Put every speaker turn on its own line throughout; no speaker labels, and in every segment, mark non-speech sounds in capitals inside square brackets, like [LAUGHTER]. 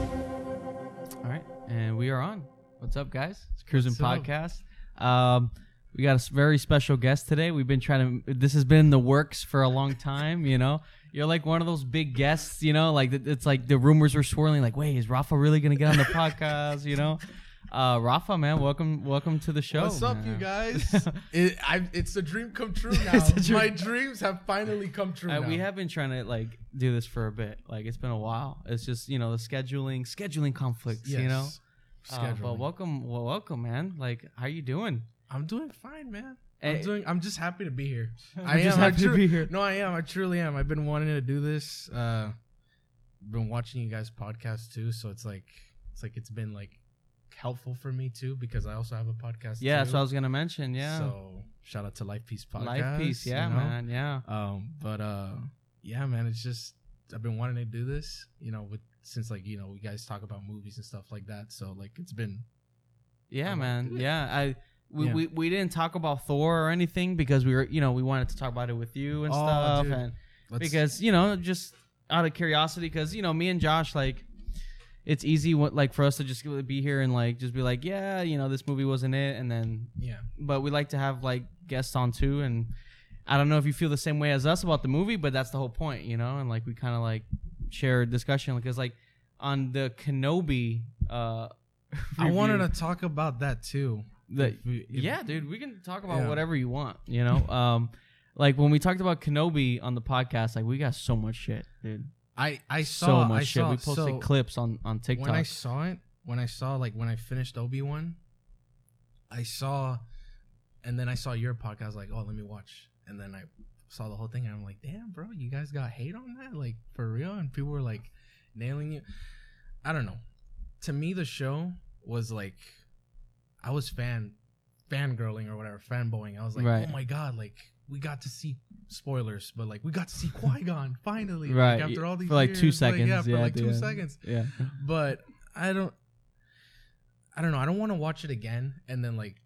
All right, and we are on. What's up, guys? It's Cruising
What's up?
Podcast. Um, we got a s- very special guest today. We've been trying to. This has been in the works for a long time. You know, you're like one of those big guests. You know, like it- it's like the rumors are swirling. Like, wait, is Rafa really gonna get on the podcast? You know, uh, Rafa, man, welcome, welcome to the show.
What's up, you
Oh, man. [LAUGHS]
guys? it, I, it's a dream come true now.
It's a dream.
My dreams have finally come true.
Uh,
now.
we have been trying to like do this for a bit. Like it's been a while. It's just you know the scheduling, scheduling conflicts. You know. Uh,
Schedule.
but welcome, well, welcome, man. Like, how you doing?
I'm doing fine, man.
Eh,
I'm doing. I'm just happy to
[LAUGHS]
be here.
I'm just
I
happy to
tru-
be here.
[LAUGHS] No, I am. I truly am. I've been wanting to do this. Uh, been watching you guys' podcast too, so it's like it's like it's been like helpful for me too because I also have a podcast.
Yeah,
too.
that's what I was gonna mention. Yeah,
So shout out to Life Peace Podcast.
life piece.
you
Yeah,
know?
man. Yeah,
Um, but uh, yeah, man, it's just I've been wanting to do this, you know, with since like you know we guys talk about movies and stuff like that. So like it's been
yeah,
I'm like,
man.
"Dude."
Yeah, I we,
Yeah.
we we didn't talk about Thor or anything because we were you know we wanted to talk about it with you and
Oh,
stuff
dude.
and
let's,
because you know just out of curiosity because you know me and Josh like it's easy what like for us to just be here and like just be like yeah you know this movie wasn't it and then
yeah,
but we like to have like guests on too and i don't know if you feel the same way as us about the movie but that's the whole point you know and like we kind of like share a discussion because like on the kenobi uh
[LAUGHS] I wanted
review,
to talk about that too.
the,
If we- if-
yeah dude we can talk about
Yeah.
whatever you want you know um like when we talked about kenobi on the podcast like we got so much shit dude
I I
so
saw
much
I
shit
saw,
we posted
so
clips on on tiktok
when I saw it, when I saw like when I finished Obi Wan, I saw, and then I saw your podcast. I was like, oh, let me watch, and then I saw the whole thing, and I'm like, damn, bro, you guys got hate on that, like for real, and people were like nailing you. I don't know. To me, the show was like, I was fan, fangirling or whatever, fanboying. I was like,
Right.
oh my god, like we got to see spoilers, but like we got to see [LAUGHS] Qui Gon finally, like,
Right,
after all these
for like two
years, yeah,
seconds,
for
yeah,
like two
dude.
seconds
yeah
but I don't I don't know. I don't want to watch it again and then like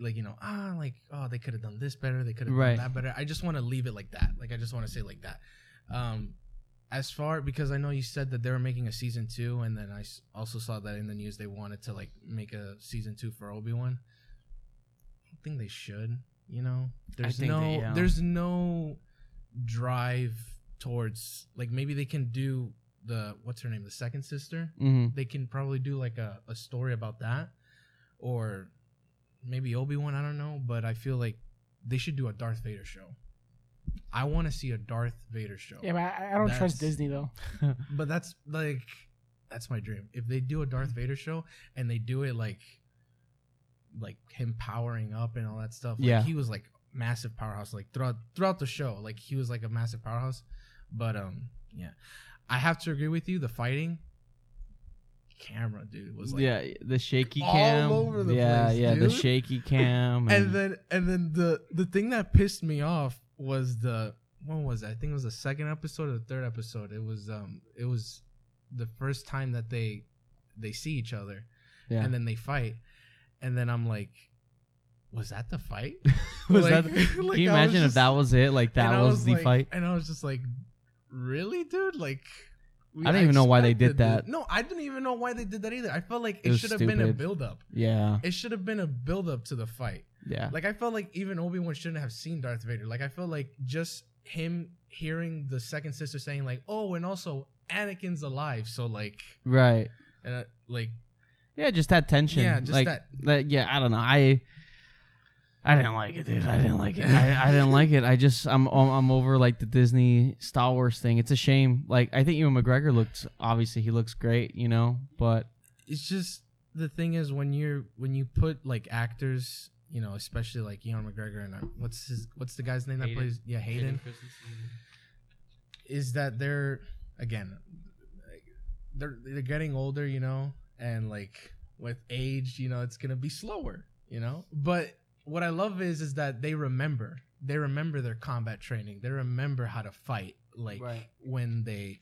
like you know, ah like oh they could have done this better, they could have
Right.
done that better. I just want to leave it like that. Like I just want to say like that. Um as far because I know you said that they were making a season 2 and then I s- also saw that in the news they wanted to like make a season 2 for Obi-Wan. I don't think they should, you know. There's
think
no
they- yeah.
there's no drive towards like maybe they can do the what's her name the second sister
hmm
they can probably do like a, a story about that or maybe obi-wan i don't know but i feel like they should do a darth vader show i want to see a darth vader show
Yeah, but I, I don't
That's-
trust Disney though.
but that's like that's my dream if they do a darth vader show and they do it like like him powering up and all that stuff like
Yeah.
he was like massive powerhouse like throughout throughout the show like he was like a massive powerhouse but um yeah i have to agree with you the fighting camera dude was like
yeah the shaky
all
cam
over the
yeah
place,
yeah the
dude. [LAUGHS]
shaky cam
and then and then the the thing that pissed me off was the when was it? I think it was the second episode or the third episode. It was um it was the first time that they they see each other
yeah.
and then they fight. And then I'm like was that the fight?
[LAUGHS] was that?
Like- [LAUGHS] like,
Can
I was
you imagine if
just-
that was it? Like
and
that
I
was, the
like-
fight.
And I was just like, really, dude? Like, we-
I don't even know why they
expected
did that.
this. No, I didn't even know why they did that either. I felt like
It
it,
was
should have been a
stupid.
build up.
Yeah,
It should have been a build up to the fight.
yeah,
Like I felt like even Obi Wan shouldn't have seen Darth Vader. Like I felt like just him hearing the second sister saying like, "Oh, and also Anakin's alive," so like,
right.
uh, like
Yeah, just that tension.
Yeah, just
like,
that-
Yeah, I don't know. I I didn't like it, dude. I didn't like it. I, I didn't like it. I just I'm I'm I'm over like the Disney Star Wars thing. It's a shame. Like I think Ewan McGregor looks obviously he looks great, you know, but
it's just the thing is when you're when you put like actors, you know, especially like Ewan McGregor and uh, what's his what's the guy's name
Hayden.
that plays yeah Hayden, is that they're again like, they're they're getting older, you know, and like with age, you know, it's gonna be slower, you know. But what I love is is that they remember they remember their combat training, they remember how to fight, like
Right.
when they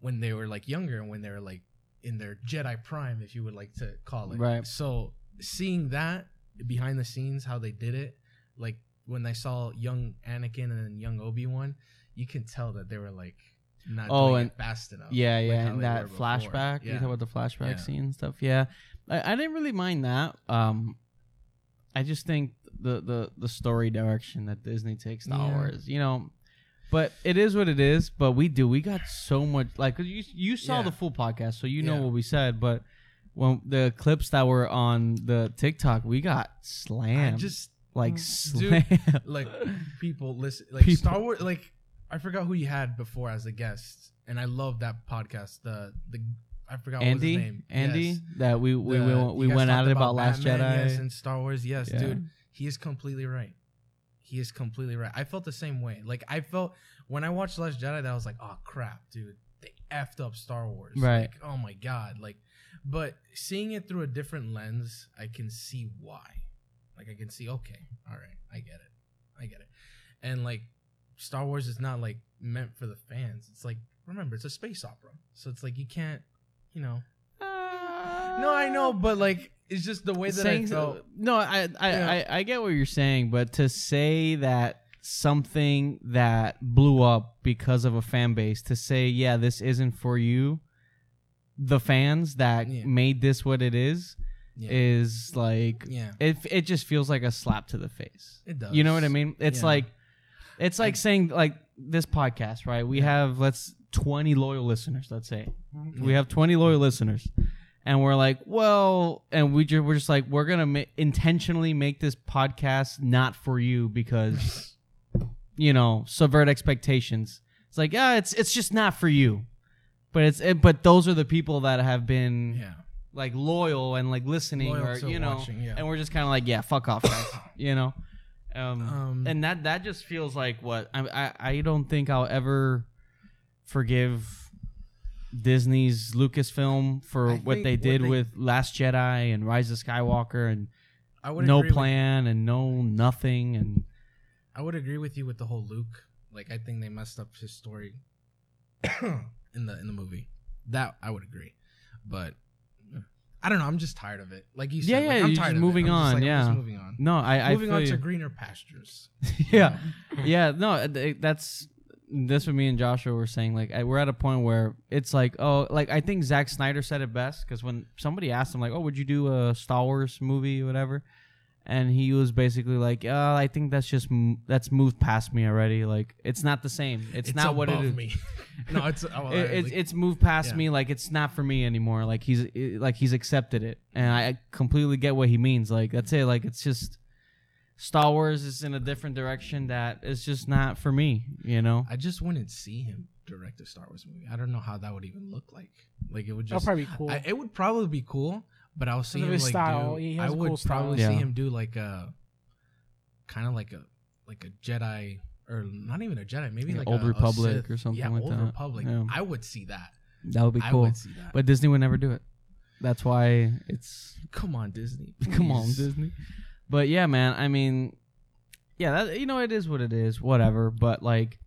when they were like younger and when they were like in their Jedi prime, if you would like to call it.
Right.
So seeing that behind the scenes, how they did it, like when I saw young Anakin and then young Obi Wan, you can tell that they were like not
Oh,
doing
and-
it fast enough.
Yeah,
like
yeah,
how
and
they
that
were before.
flashback. You
Yeah.
talk about the flashback
Yeah.
scene and stuff. Yeah, I, I didn't really mind that. Um, I just think the the the story direction that Disney takes Star
Yeah.
Wars, you know. But it is what it is. But we do. We got so much. Like 'cause you, you saw
Yeah.
the full podcast, so you know
Yeah.
what we said. But when the clips that were on the TikTok, we got
I
slammed.
just
like
dude,
slammed. [LAUGHS]
like [LAUGHS] people listen like
People.
Star Wars like I forgot who you had before as a guest and I love that podcast the the I forgot
Andy,
what was his name
Andy,
Yes.
that we we
The-
we,
you
went- we
guys
went at
talked
it about Last
Batman,
Jedi.
yes, and Star Wars yes
Yeah.
dude he is completely right he is completely right I felt the same way like I felt when I watched Last Jedi that I was like oh crap dude they effed up Star Wars
Right.
like, oh my god like but seeing it through a different lens I can see why like I can see okay all right I get it I get it and like Star Wars is not like meant for the fans. It's like remember, it's a space opera, so it's like you can't, you know. No, I know, but like it's just the way that
Uh, saying
I felt.
no, I I,
Yeah.
I I get what you're saying, but to say that something that blew up because of a fan base to say yeah this isn't for you the fans that
Yeah.
made this what it is
Yeah,
is like
yeah,
it it just feels like a slap to the face
it does.
you know what i mean it's
Yeah.
like it's like
I-
saying like this podcast right we have let's 20 loyal listeners let's say we
Mm-hmm. Yeah.
have 20 loyal listeners and we're like well and we just we're just like we're gonna ma- intentionally make this podcast not for you
[LAUGHS]
because you know subvert expectations it's like yeah it's it's just not for you but it's it, but those are the people that have been
Yeah,
like loyal and like listening
Loyal
or
to
you know
watching, yeah.
and we're just kind of like yeah fuck off guys
[COUGHS]
you know um,
Um,
and that that just feels like what I, I i don't think i'll ever forgive disney's lucasfilm for
I
what
think
they
what
did
they-
with last jedi and rise of skywalker and
I would
no
agree with-
plan and no nothing and
I would agree with you with the whole Luke. Like I think they messed up his story [COUGHS] in the in the movie. That I would agree, but I don't know. I'm just tired of it. Like you said,
Yeah,
like,
yeah,
I'm
you're
tired
just
of it.
moving
I'm
on,
like, I'm
yeah.
just moving on.
no i
moving
I
on
feel
to
you.
greener pastures.
[LAUGHS] yeah yeah no th- that's that's what me and joshua were saying like I- we're at a point where it's like oh like i think Zack snyder said it best because when somebody asked him like oh would you do a star wars movie or whatever and he was basically like uh, i think that's just m- that's moved past me already like it's not the same it's, not what it
above
is
Me. [LAUGHS] no, it's oh,
[LAUGHS] it,
I-
it's,
like-
it's moved past
yeah.
me like it's not for me anymore like he's i- like he's accepted it and i completely get what he means like that's it like it's just star wars is in a different direction that is just not for me you know
I just wouldn't see him direct a Star Wars movie. I don't know how that would even look like. Like it would
That'll
just.
probably be cool.
I, it would probably be cool, but I'll see
Because of
him
his
like
style.
do.
He
I
has a
would
cool style.
probably see
Yeah.
him do like a, kind of like a like a Jedi or not even a Jedi, maybe
Like
like
Old
a, a
Republic
Sith.
or something
yeah,
like
Old
that.
Republic.
Yeah.
I would see that.
that would be
I
cool
would see that.
but disney would never do it that's why it's
come on, Disney.
[LAUGHS] come on
please.
disney but yeah man i mean yeah that, you know it is what it is whatever but like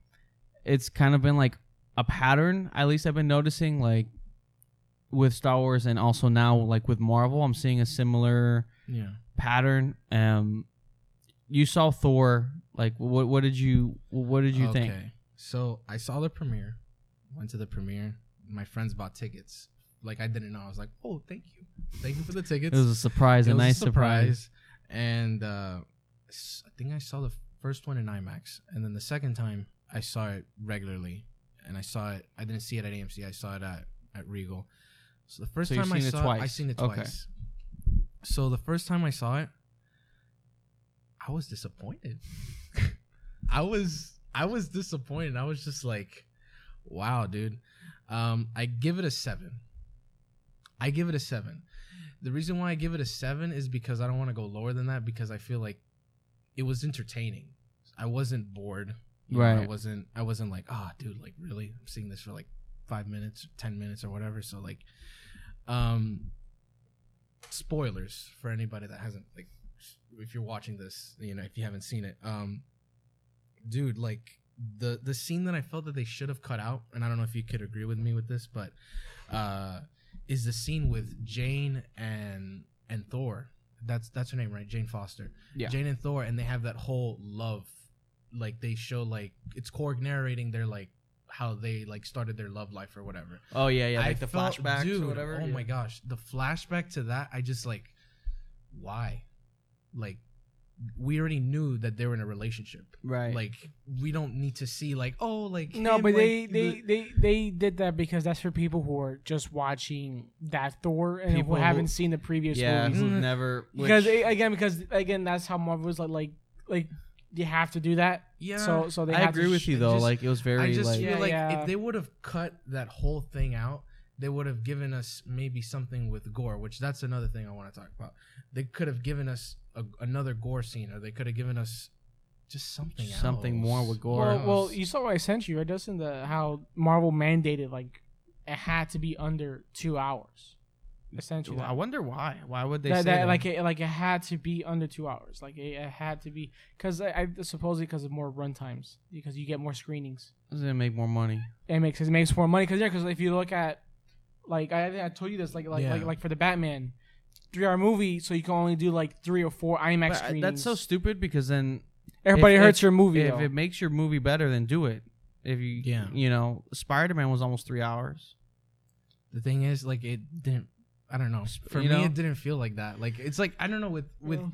it's kind of been like a pattern at least i've been noticing like with star wars and also now like with marvel i'm seeing a similar
Yeah.
pattern um you saw thor like what what did you what did you think
So I saw the premiere, went to the premiere. My friends bought tickets. Like I didn't know. I was like, oh, thank you, thank you for the
it
tickets.
was a surprise
It
a
was
nice surprise,
And uh, s- I think I saw the first one in IMAX, and then the second time I saw it regularly, and I saw it. I didn't see it at AMC. I saw it at, at Regal. So the first
So you've
time I
seen it
saw it, I
twice.
seen it
Okay.
twice. So the first time I saw it, I was disappointed. [LAUGHS] I was I was disappointed. I was just like, wow, dude. Um, I give it a seven. I give it a seven. The reason why I give it a seven is because I don't want to go lower than that because I feel like it was entertaining. I wasn't bored. You know, I
Right.
wasn't. I wasn't like, ah, dude, like really, I'm seeing this for like five minutes, ten minutes, or whatever. So like, um, spoilers for anybody that hasn't like, if you're watching this, you know, if you haven't seen it, um, dude, like the the scene that I felt that they should have cut out, and I don't know if you could agree with me with this, but uh, is the scene with Jane and and Thor. That's that's her name, right? Jane Foster.
Yeah.
Jane and Thor, and they have that whole love. Like they show like it's Korg narrating their like how they like started their love life or whatever.
Oh yeah, yeah,
I
like the
felt-
flashbacks
dude,
or whatever.
Oh
yeah.
my gosh, the flashback to that, I just like, why? Like, we already knew that they were in a relationship.
Right.
Like, we don't need to see like, oh, like
No,
him,
but
like,
they,
the-
they, they, they did that because that's for people who are just watching that Thor and
People
who
who-
haven't seen the previous
yeah,
movies.
who've
Mm.
never which-
Because eh, again, because again, that's how Marvel was like, like, like you have to do that.
yeah.
So, so they
I
have
agree
to
with
sh-
you though.
just-
like it was very
I just
like
Yeah,
feel like
yeah.
if they would have cut that whole thing out, they would have given us maybe something with gore, which that's another thing I want to talk about. They could have given us a, another gore scene, or they could have given us just something
something more
else.
with gore.
Well, well,
else.
you saw what I sent you, right? Justin, the how Marvel mandated like it had to be under two hours, essentially.
I wonder why. Why would they
that,
say
that,
that?
like it, like it had to be under two hours. Like it, it had to be because I, I supposedly because of more run times because you get more screenings.
This is gonna make more money.
It makes it makes more money because yeah, because if you look at like I think I told you this like like
Yeah.
like, like for the Batman three hour movie, so you can only do like three or four IMAX
But, uh,
screenings.
that's so stupid because then
Everybody
if-
hurts
if-
your movie.
if
though.
it makes your movie better, then do it. If you
Yeah.
you know Spider Man was almost three hours.
The thing is, like, it didn't. I don't know. For
you
me,
know?
it didn't feel like that. Like, it's like I don't know with with
Yeah.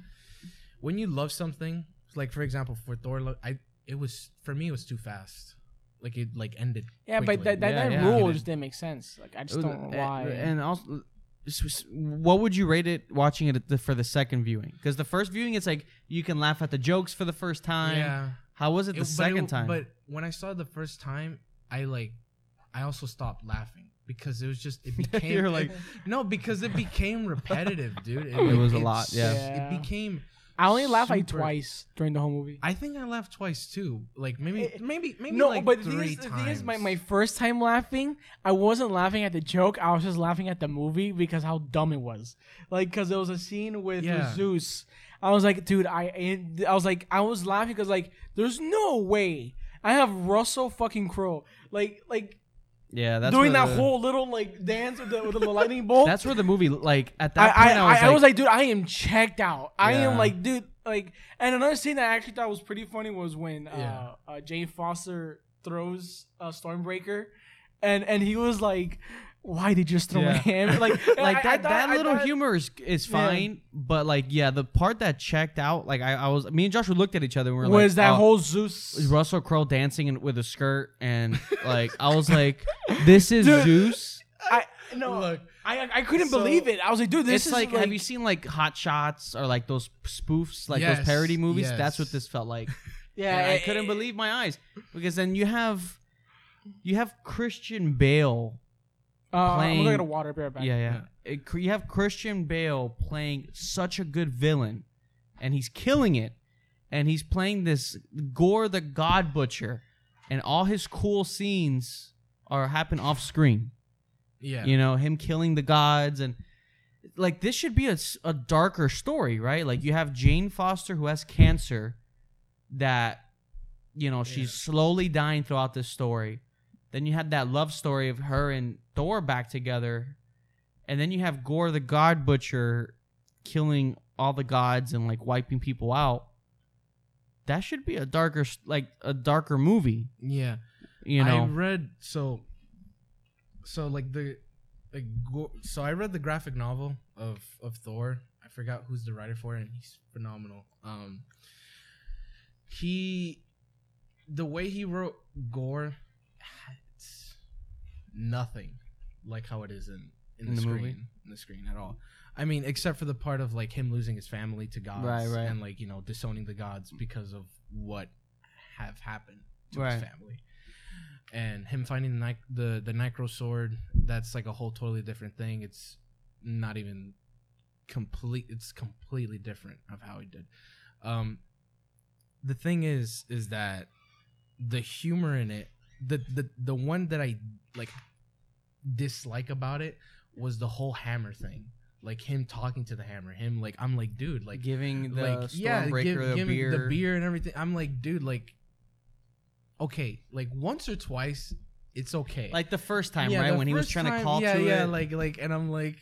when you love something. Like for example, for Thor, lo- I it was for me it was too fast. Like it like ended.
yeah, but
quickly.
that that,
Yeah,
that
yeah.
rule just didn't make sense. Like I just
It was-
don't know
uh,
why.
And also, s- s- what would you rate it watching it at the, for the second viewing? Because the first viewing, it's like you can laugh at the jokes for the first time.
yeah.
How was it the
It- but it-
second time? [LAUGHS]
But when I saw it the first time, I like, I also stopped laughing because it was just
[LAUGHS]
it became.
You're
[LAUGHS]
like-
[LAUGHS] no, because it became repetitive,
[LAUGHS]
dude. It,
was a
it's-
lot, yeah.
Yeah.
It became.
I only laughed like
super-
twice during the whole movie.
I think I laughed twice too. Like maybe,
It-
maybe, maybe
no,
like
but the
three
thing is, the
times.
thing is my, my first time laughing, I wasn't laughing at the joke. I was just laughing at the movie because how dumb it was. Like, because there was a scene with
Yeah.
Zeus. I was like, dude, I and I was like, I was laughing because like, there's no way I have Russell fucking Crowe like like
yeah, that's
doing
where
that
the-
whole little like dance with the, with the lightning bolt.
[LAUGHS]
That's where the movie like at
I,
that
I,
point I, was, like,
dude, I am checked out. I am
Yeah.
like, dude, like, and another scene that I actually thought was pretty funny was when
Yeah.
uh, uh, Jane Foster throws uh, Stormbreaker, and and he was like, "Why did you just throw
Yeah. [LAUGHS]
him?" Like, and [LAUGHS] I- I
like that,
thought-
that
I
little
thought-
humor is, is
Yeah.
fine, but like yeah, the part that checked out, like I, I was me and Joshua looked at each other and we were
was
like,
that
oh,
whole Zeus.
is Russell Crowe dancing in, with a skirt
[LAUGHS]
and like I was like, this is
Dude,
Zeus.
I no,
Look,
I I couldn't
so-
believe it. I was like, dude, this
it's
is
like, have you seen like Hot Shots or like those spoofs, like
Yes,
those parody movies?
yes.
That's what this felt like.
yeah,
And I
it-
couldn't
it-
believe my eyes because then you have you have Christian Bale
Uh, I'm gonna
playing-
get a water bear back.
Yeah, yeah. It cr you have Christian Bale playing such a good villain, and he's killing it, and he's playing this Gore the God Butcher, and all his cool scenes are happen off screen.
yeah,
You know, him killing the gods and. Like this should be a, s- a darker story, right? Like you have Jane Foster who has cancer, that you know she's slowly dying throughout this story. Then you had that love story of her and Thor back together, and then you have Gore the God Butcher killing all the gods and like wiping people out. That should be a darker, s- like a darker movie,
yeah.
you
I
know?
read so so like the like go, so I read the graphic novel of of Thor. I forgot who's the writer for it, and he's phenomenal. Um, he the way he wrote gore, it's nothing like how it is in in the,
In the
screen
movie?
in the screen at all. I mean, except for the part of like him losing his family to gods
Right, right.
and like you know disowning the gods because of what have happened to his
Right.
family. And him finding the, Nic- the the Necro sword, that's like a whole totally different thing. It's not even complete. It's completely different of how he did. Um, the thing is, is that the humor in it, the the the one that I like dislike about it was the whole hammer thing. Like him talking to the hammer, him like I'm like dude, like
giving the
like
Stormbreaker
yeah, give,
the
give me
beer.
the beer and everything. I'm like, dude, like, okay, like once or twice, it's okay.
Like the first time,
Yeah,
right?
the
When he was
first
trying
time-
to call
yeah,
to
yeah,
it.
like, like, and I'm like,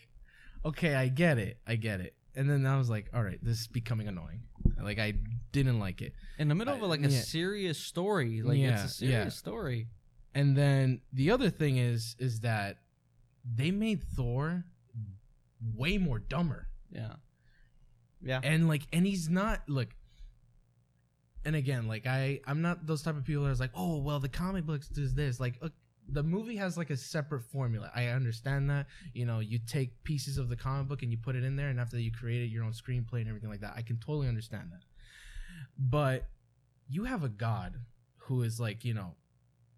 okay, I get it, I get it. And then I was like, all right, this is becoming annoying. Like I didn't like it.
in the middle of like a
Yeah.
serious story. Like
Yeah,
it's a serious
yeah.
story.
And then the other thing is is that they made Thor way more dumber.
Yeah. Yeah.
And like and he's not look and again, like I I'm not those type of people that's like, "Oh, well, the comic books does this." Like uh, the movie has like a separate formula. I understand that. You know, you take pieces of the comic book and you put it in there and after that you created your own screenplay and everything like that. I can totally understand that. But you have a god who is like, you know,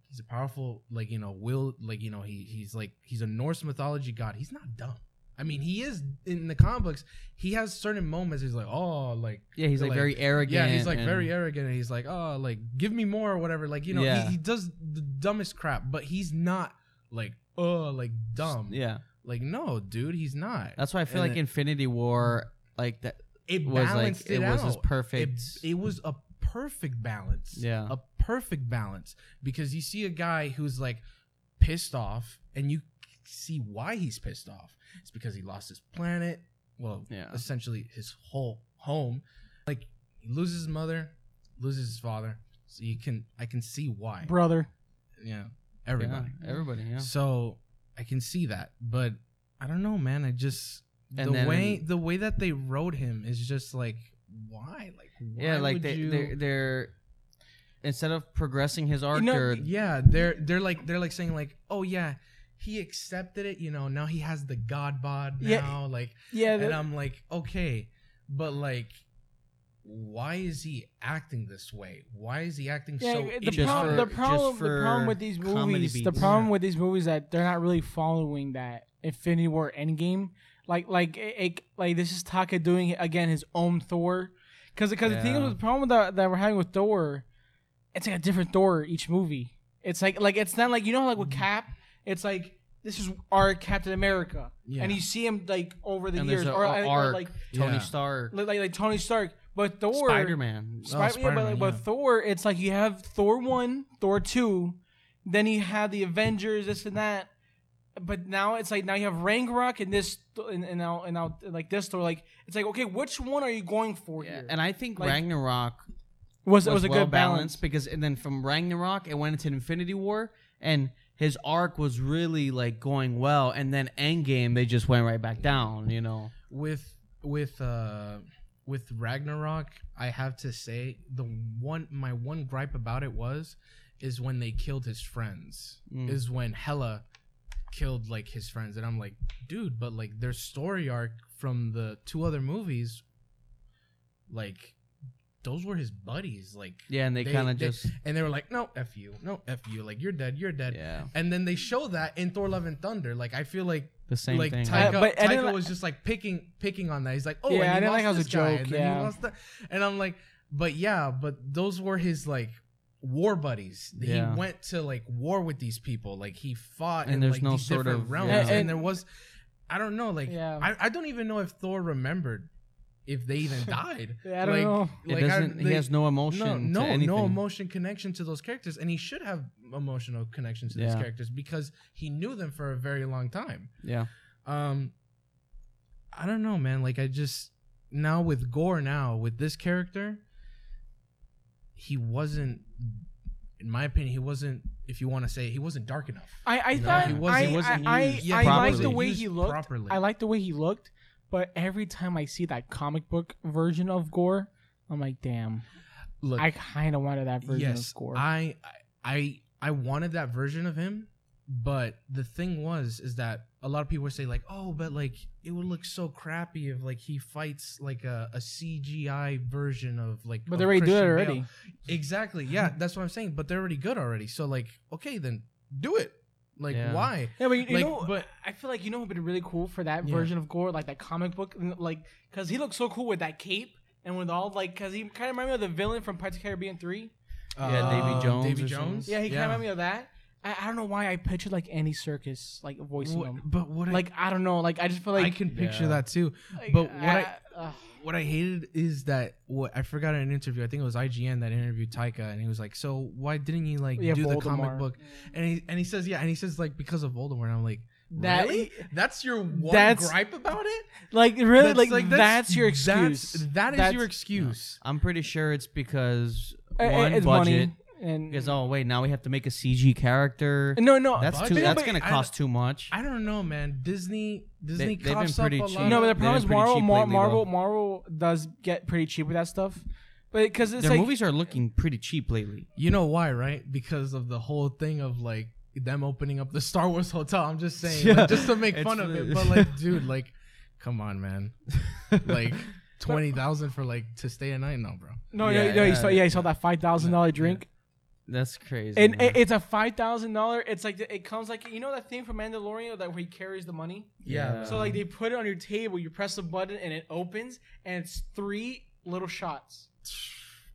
he's a powerful like you know will like you know he he's like he's a Norse mythology god. He's not dumb. I mean, he is in the comic books. He has certain moments. He's like, oh, like
Yeah, he's like,
Like,
very arrogant.
yeah, he's like
and-
very arrogant. And he's like, oh, like give me more or whatever. Like you know,
Yeah.
he, he does the dumbest crap, but he's not like oh, like dumb.
Yeah.
Like no, dude, he's not.
That's why I feel
And
like
it-
Infinity War like that
it
was like
balanced
it,
it,
was
out.
just perfect.
It, it was a perfect balance.
Yeah.
A perfect balance because you see a guy who's like pissed off and you see why he's pissed off. It's because he lost his planet. Well,
Yeah.
essentially his whole home. Like he loses his mother, loses his father. So you can I can see why.
brother.
Yeah. Everybody.
Yeah, everybody, yeah.
So I can see that, but I don't know, man. I just
And
the
then-
way the way that they wrote him is just like why, like why
yeah, like
would
they
you-
they're, they're instead of progressing his arc,
know,
they're-
yeah, they're they're like they're like saying like oh yeah, he accepted it, you know. Now he has the god bod
Yeah.
[LAUGHS]
now, like,
Yeah,
and
that-
I'm like okay, but like. Why is he acting this way? Why is he acting
yeah.
so?
the,
just
problem,
idiotic?
the
for-
problem,
just
the problem
for
with these
comedy
movies, the
beats.
problem
Yeah.
with these movies that they're not really following that Infinity War Endgame. Like, like, it, it- like this is Taka doing again his own Thor, because because the thing
Yeah.
with the problem that that we're having with Thor, it's like a different Thor each movie. It's like like it's not like you know like
Mm-hmm.
with Cap, it's like. This is our Captain America,
Yeah.
and you see him like over the
And there's
years,
a-
or,
a
I- or,
arc.
like
Tony
Yeah.
Stark,
like like Tony Stark. But Thor,
Spider Man.
Oh,
Spider- yeah, but
Spider-Man,
like with
yeah.
Thor, it's like you have Thor one, Thor two, then you have the Avengers, this and that. But now it's like now you have Ragnarok and this and, and now and now like this Thor. Like it's like okay, which one are you going for here?
And I think
Like,
Ragnarok
was
was,
it was a
well
good balance.
balanced because, and then from Ragnarok, it went into Infinity War, and his arc was really like going well, and then Endgame, they just went right back down. You know,
with with uh with Ragnarok, I have to say the one my one gripe about it was is when they killed his friends.
Mm.
Is when Hela killed like his friends and I'm like, dude, but like their story arc from the two other movies like those were his buddies like
yeah, and they,
They-
kind of
they-
just
and they were like, "No, F you. No, F you. Like you're dead, you're dead."
yeah,
And then they show that in Thor Love and Thunder. Like I feel like
the same
like
thing.
Taika,
Uh, but I
Taika
didn't li-
was just like picking picking on that. He's like, oh,
Yeah,
and he
I didn't
lost
like how it was
this
a
guy,
joke,
And, then he
yeah.
lost that. and I'm like, but yeah, but those were his like war buddies.
Yeah.
He went to like war with these people. Like he fought
And
in
there's
like
no
these
sort
different
of-
realms.
yeah.
And,
And-
there was, I don't know, like
Yeah.
I, I don't even know if Thor remembered if they
[LAUGHS]
even died.
Yeah, I don't
like,
know.
it
Like, I-
doesn't. he
they-
has no emotion.
no, no,
to anything.
no emotion connection to those characters, and he should have emotional connection to these
Yeah.
characters because he knew them for a very long time.
Yeah,
Um, I don't know, man. Like I just now with Gore now with this character, he wasn't, in my opinion, he wasn't. If you want to say, he wasn't dark enough.
I, I
No,
thought
he
I,
wasn't- he
wasn't
I,
used
I,
properly.
like the way
Used
he looked.
properly.
I like the way he looked, but every time I see that comic book version of Gore, I'm like, damn,
Look,
I kind of wanted that version
yes,
of Gore.
I, I, I wanted that version of him, but the thing was, is that a lot of people would say like, oh, but like it would look so crappy if like he fights like a, a CGI version of like.
but
of
they already do it
Christian Bale.
already.
Exactly.
[LAUGHS]
Yeah, that's what I'm saying. But they're already good already. So like, okay, then do it. Like,
Yeah.
why?
Yeah, but you, you
Like,
know,
but-
I feel like you know it would been really cool for that
Yeah.
version of Gore, like that comic book, and, like because he looks so cool with that cape and with all like because he kind of reminded me of the villain from Pirates of the Caribbean Three.
Yeah, Davy
Um,
Jones
Davy
or
Jones.
something.
Yeah, he kind of reminded me of that. I, I don't know why I pictured like Andy Circus like voicing
What-
him.
but what
Like I don't know, like I just feel
I,
like
I can picture
Yeah.
that too.
like, uh,
but what I-
ugh.
What I hated is that what I forgot in an interview. I think it was IGN that interviewed Taika, and he was like, "So why didn't you like
Yeah,
do the comic
Voldemort.
book?" And he and he says, "Yeah," and he says like because of Voldemort. And I'm like,
That-
really? That's your one
That's-
gripe about it?
like really
That's,
like, that's, your excuse.
That's, that is
That's-
your excuse.
I'm pretty sure it's because
Uh, uh,
one
it's
budget,
money. and
Because oh wait, now we have to make a CG character.
no, no,
That's
Budget?
too.
No,
That's
but
gonna
I-
cost too much.
I don't know, man. Disney, Disney
they've been
coughs up
pretty
a
cheap.
lot.
no. But the
they've
problem
been
is
pretty
Marvel,
cheap
Mar-
lately,
Marvel,
though.
Marvel does get pretty cheap with that stuff, but because it's
Their
like
movies are looking pretty cheap lately.
You know why, right? Because of the whole thing of like them opening up the [LAUGHS] Star Wars hotel. I'm just saying, like,
Yeah.
just to
[LAUGHS]
make
It's
fun of
the-
it. But like, dude, like, come on, man.
[LAUGHS]
Like twenty thousand for like to stay a night, no, bro.
no,
Yeah,
no, no, you
yeah,
saw, yeah, you saw that five thousand dollar drink.
That's crazy.
And
man.
it, it's a five thousand dollar. It's like the- it comes like you know that thing from Mandalorian that where he carries the money.
Yeah.
So like they put it on your table. You press a button and it opens, and it's three little shots.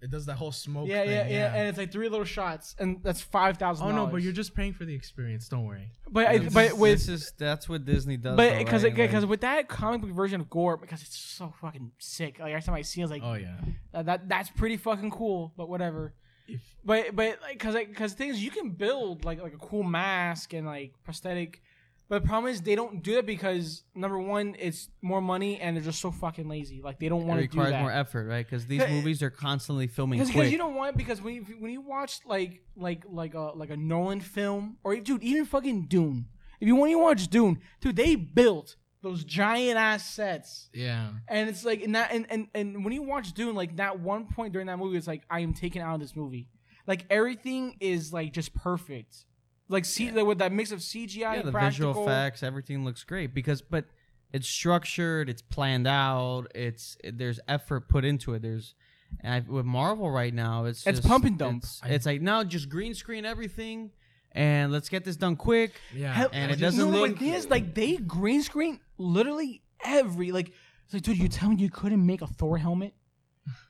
It does that whole smoke.
yeah,
thing,
yeah, yeah, And it's like three little shots, and that's five thousand.
Oh no, but you're just paying for the experience. Don't worry.
But I,
This
but
is-
with
this is that's what Disney does.
but
though,
because
right?
because
Like,
with that comic book version of gore because it's so fucking sick. Like every time I see, it, I was like,
Oh yeah.
that, that that's pretty fucking cool. But whatever.
If
But but like because because things you can build like like a cool mask and like prosthetic, but the problem is they don't do it because number one it's more money and they're just so fucking lazy. Like they don't
it
want to do
requires
that.
more effort, right? Because these
Yeah,
movies are constantly filming
because
quick.
you don't want because when you, when you watch like like like a like a Nolan film or dude even fucking Dune if you want to watch Dune dude they built those giant ass sets
yeah.
and it's like and that and, and and when you watch Dune like that one point during that movie it's like I am taken out of this movie like everything is like just perfect like see like, with that mix of CGI
yeah, the
practical
visual effects, everything looks great because but it's structured, it's planned out, it's there's effort put into it. There's and I, with Marvel right now, it's
It's
just-
pump and dump.
It's, it's like now just green screen everything, and let's get this done quick.
Yeah.
Hell-
And it
I
doesn't
no,
look-
But the thing is, like they green screen literally every like. It's like, dude, you tell me you couldn't make a Thor helmet?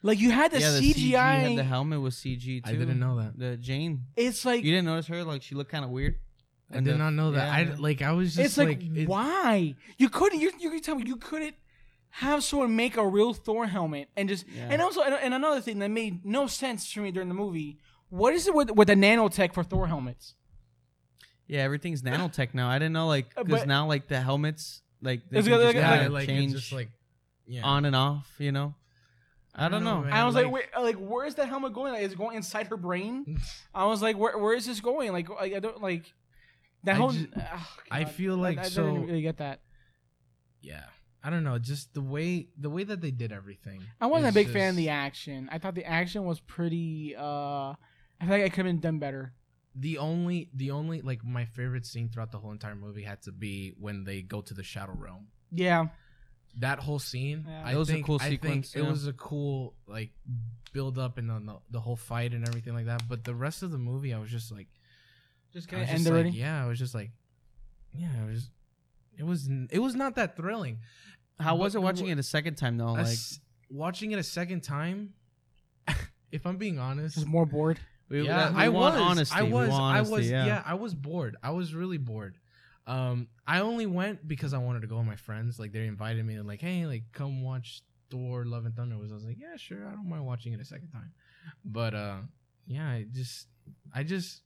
Like you had the
yeah, the CG,
CGI.
had the helmet was CG too.
I didn't know that.
the Jane.
it's like
You didn't notice her? Like she looked kind of weird.
I
And
did
the-
not know that.
yeah,
I
yeah.
like. I was just
it's like,
it-
why you couldn't? You you can tell me you couldn't have someone make a real Thor helmet and just
Yeah.
and also and, and another thing that made no sense for me during the movie. What is it with with the nanotech for Thor helmets?
Yeah,
[SIGHS]
everything's nanotech now. I didn't know like
Uh,
because
but-
now like the helmets like they
It's
can
got-
just
Yeah.
like-
kinda
Like it's
change
just like. Yeah.
on and off. You know, I don't know.
man.
I was like,
like-
wait, like, where is that helmet going? Like, is it going inside her
[LAUGHS]
brain? I was like, where, where is this going? Like, I, I don't like that
I
whole.
ju-
ah,
I
God.
feel like
I, I
so-
didn't really get that.
yeah i don't know just the way the way that they did everything
I wasn't a
is
big fan of
just-
the action. I thought the action was pretty. uh I feel like I could have been done better.
the only the only like my favorite scene throughout the whole entire movie had to be when they go to the shadow realm
Yeah,
that whole scene
Yeah.
I
That was a
think,
cool
I think
sequence,
it
yeah.
was a cool like build up and then the, the whole fight and everything like that but the rest of the movie i was just like
just
I
gonna
was
end
just like,
already.
yeah i was just like yeah it was it was n- it was not that thrilling
How
But
was it
the
watching
wa-
it a second time though?
A
Like
s- watching it a second time [LAUGHS] if i'm being honest
Just more bored.
we,
yeah,
that- we
I
want
was.
honesty.
I
we
was.
want honesty,
I was.
Yeah.
Yeah. I was bored. I was really bored. Um, I only went because I wanted to go with my friends. Like they invited me and like, hey, like come watch Thor: Love and Thunder. Was I was like, yeah, sure. I don't mind watching it a second time. But uh, yeah, I just, I just,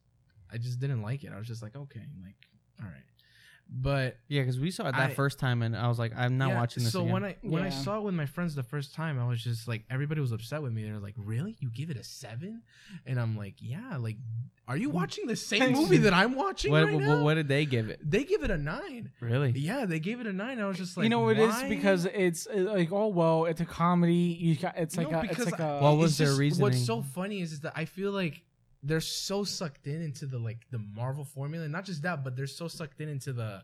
I just didn't like it. I was just like, okay, like, all right. But
Yeah, because we saw it that
I-
first time, and I was like, I'm not
yeah,
watching this
So
again.
when I when I
Yeah.
saw it with my friends the first time, I was just like, everybody was upset with me. They're like, "Really? You give it a seven? And I'm like, "Yeah. Like, are you watching the same movie that I'm watching
what,
right
what,
now?
what did they give it?
They give it a nine.
Really?
Yeah, they gave it a nine. I was just like,
you know what it is
why?
because it's uh, like oh well, it's a comedy. You got it's like
No,
a it's
because
like a
Well, What
it's
was their
just-
reasoning?
What's so funny is, is that I feel like they're so sucked in into the like the Marvel formula, and not just that, but they're so sucked in into the.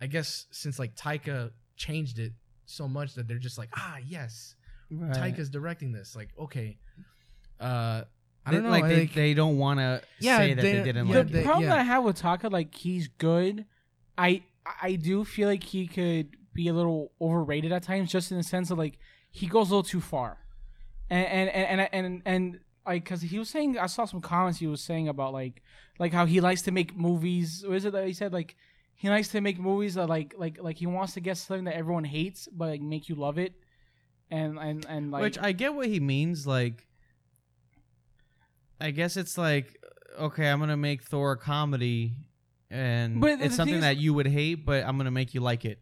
I guess since like Taika changed it so much that they're just like, ah, yes,
Right.
Taika's directing this. Like, okay, uh, I
They-
don't know.
Like, they,
like-
they don't want to
Yeah,
say that they,
they-
didn't
yeah,
like
the
it.
they-
problem
yeah.
that I have with Taka, like he's good. I I do feel like he could be a little overrated at times, just in the sense of like he goes a little too far, and and and and and, and like because he was saying I saw some comments he was saying about like like how he likes to make movies. What is it that he said like he likes to make movies that like like like he wants to get something that everyone hates but like make you love it, and and and like
Which I get what he means. Like, I guess it's like, okay, I'm gonna make Thor a comedy, and
But the
it's
thing
something
is-
that you would hate, but I'm gonna make you like it.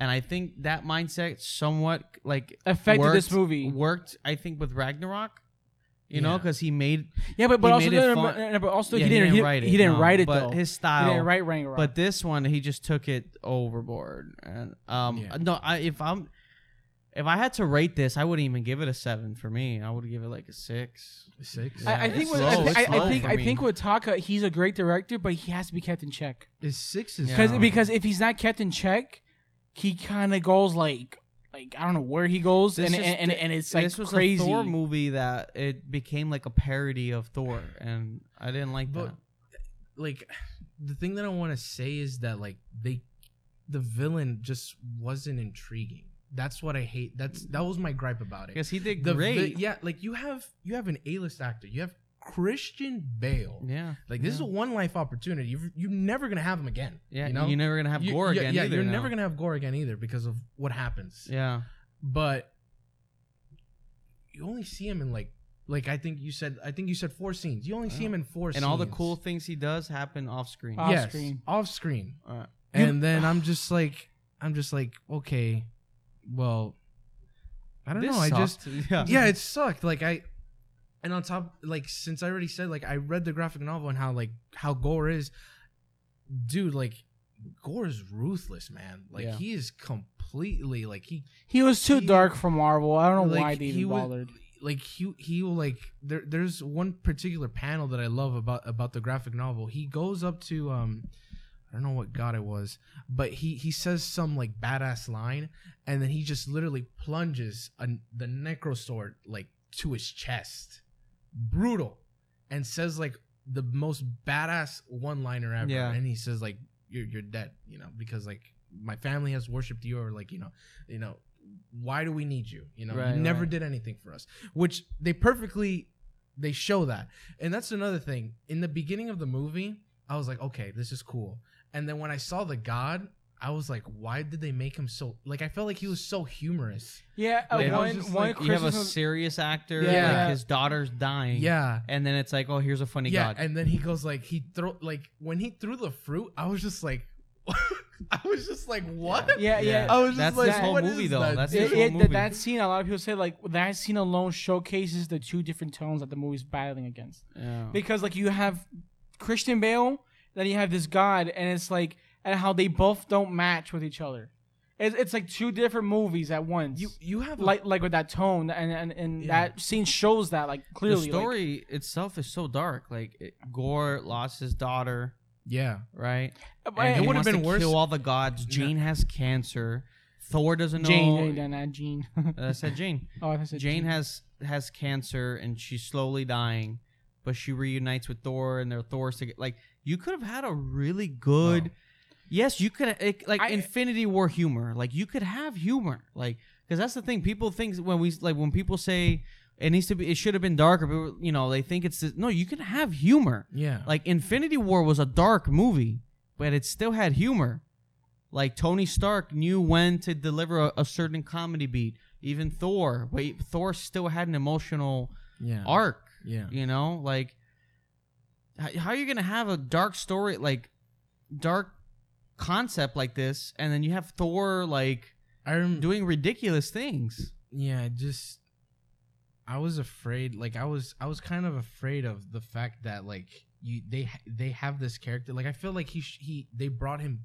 And I think that mindset somewhat like
affected
worked-
this movie.
worked. I think with Ragnarok, You know,
Yeah.
'cause know, because he made,
Yeah, but, but
He
also,
made it
no, no,
fun-
no, no, but also
yeah,
he didn't he,
write it.
He didn't
no,
write it
but
though.
his
he
style.
didn't write Ragnarok.
But this one, he just took it overboard. And um,
Yeah.
no, I if I'm if I had to rate this, I wouldn't even give it a seven for me. I would give it like a six.
Six.
I, I
Yeah,
think
it's
with,
slow,
I,
it's
thi- I, I
slow
think
for
I
me.
think with Taka, he's a great director, but he has to be kept in check.
Is six is
Yeah.
Because because if he's not kept in check, he kind of goes like like I don't know where he goes,
This
and,
is-
and and and it's like
this was
crazy.
a Thor movie that it became like a parody of Thor, and I didn't like
But-
that.
like the thing that I want to say is that like they the villain just wasn't intriguing. That's what I hate. That's that was my gripe about it.
Because he did
The
great.
vi- yeah, like you have you have an A-list actor. You have Christian Bale.
yeah,
Like this is
yeah.
a one life opportunity. You're, you're never gonna have him again.
yeah.
you know
are never gonna have
You-
gore
yeah,
again.
Yeah,
either
you're
now.
never gonna have gore again either because of what happens.
Yeah,
But you only see him in like like I think you said I think you said four scenes. You only see
Yeah.
him in four scenes.
Oh.
Uh,
and all the cool things he does happen off screen.
Off
yes,
screen.
Off screen.
Uh,
And then I'm just like I'm just like, okay, well I don't
this
know. I just
sucked. [LAUGHS] yeah.
yeah, it sucked. Like I, and on top, like since I already said, like I read the graphic novel and how like how gore is, dude. Like gore is ruthless, man. Like
Yeah.
he is completely like he
He was too
He-
dark for Marvel. I don't know
like,
why they
he
even
was-
bothered.
like he he will like there there's one particular panel that I love about about the graphic novel. He goes up to um I don't know what god it was, but he he says some like badass line and then he just literally plunges a, the necro sword like to his chest. Brutal. And says like the most badass one-liner ever
Yeah.
and he says like you're you're dead, you know, because like my family has worshipped you or like, you know, you know, why do we need you? You know,
Right,
you never
right.
did anything for us which they perfectly they show that and that's another thing in the beginning of the movie i was like okay this is cool and then when i saw the god i was like why did they make him so like i felt like he was so humorous
Yeah, uh,
Like, I was
one
just
one
like, you have a
Christmas was-
serious actor,
Yeah.
like his daughter's dying,
yeah
and then it's like, oh, here's a funny
yeah
god.
and then he goes like he throw like when he threw the fruit i was just like [LAUGHS] i was just like what
yeah, yeah.
I was just
that's
like,
this whole
what
movie
is
though.
that?
That's
Yeah,
his
It,
whole
it,
movie.
that, that scene, a lot of people say like that scene alone showcases the two different tones that the movie's battling against.
yeah.
Because like you have Christian Bale, then you have this God, and it's like and how they both don't match with each other. It's, it's like two different movies at once.
you you have like
like like with that tone and and, and
Yeah.
that scene shows that like clearly.
the
like-
story itself is so dark. Like it, Gore lost his daughter,
yeah
right?
Uh, but-
And
it
he
would've
wants
been
to
worse-
Kill all the gods. Jane has cancer. Thor doesn't know.
Jane, Jane, [LAUGHS] yeah, not Jean.
Uh, I said Jane.
oh, I said
Jane has has cancer and she's slowly dying, but she reunites with Thor and their Thor's to like. You could have had a really good.
Wow.
Yes, you could it, like
I-
Infinity War humor. Like you could have humor, like because that's the thing. People think when we like when people say it needs to be, it should have been darker. But you know, they think it's this, no. You can have humor.
yeah
Like Infinity War was a dark movie, but it still had humor. Like Tony Stark knew when to deliver a, a certain comedy beat. Even Thor, but Thor still had an emotional
yeah
arc.
yeah
You know, like h- how are you gonna have a dark story, like dark concept like this, and then you have Thor like
i remember
doing ridiculous things?
yeah it just i was afraid like i was i was kind of afraid of the fact that like you they ha- they have this character like i feel like he sh- he they brought him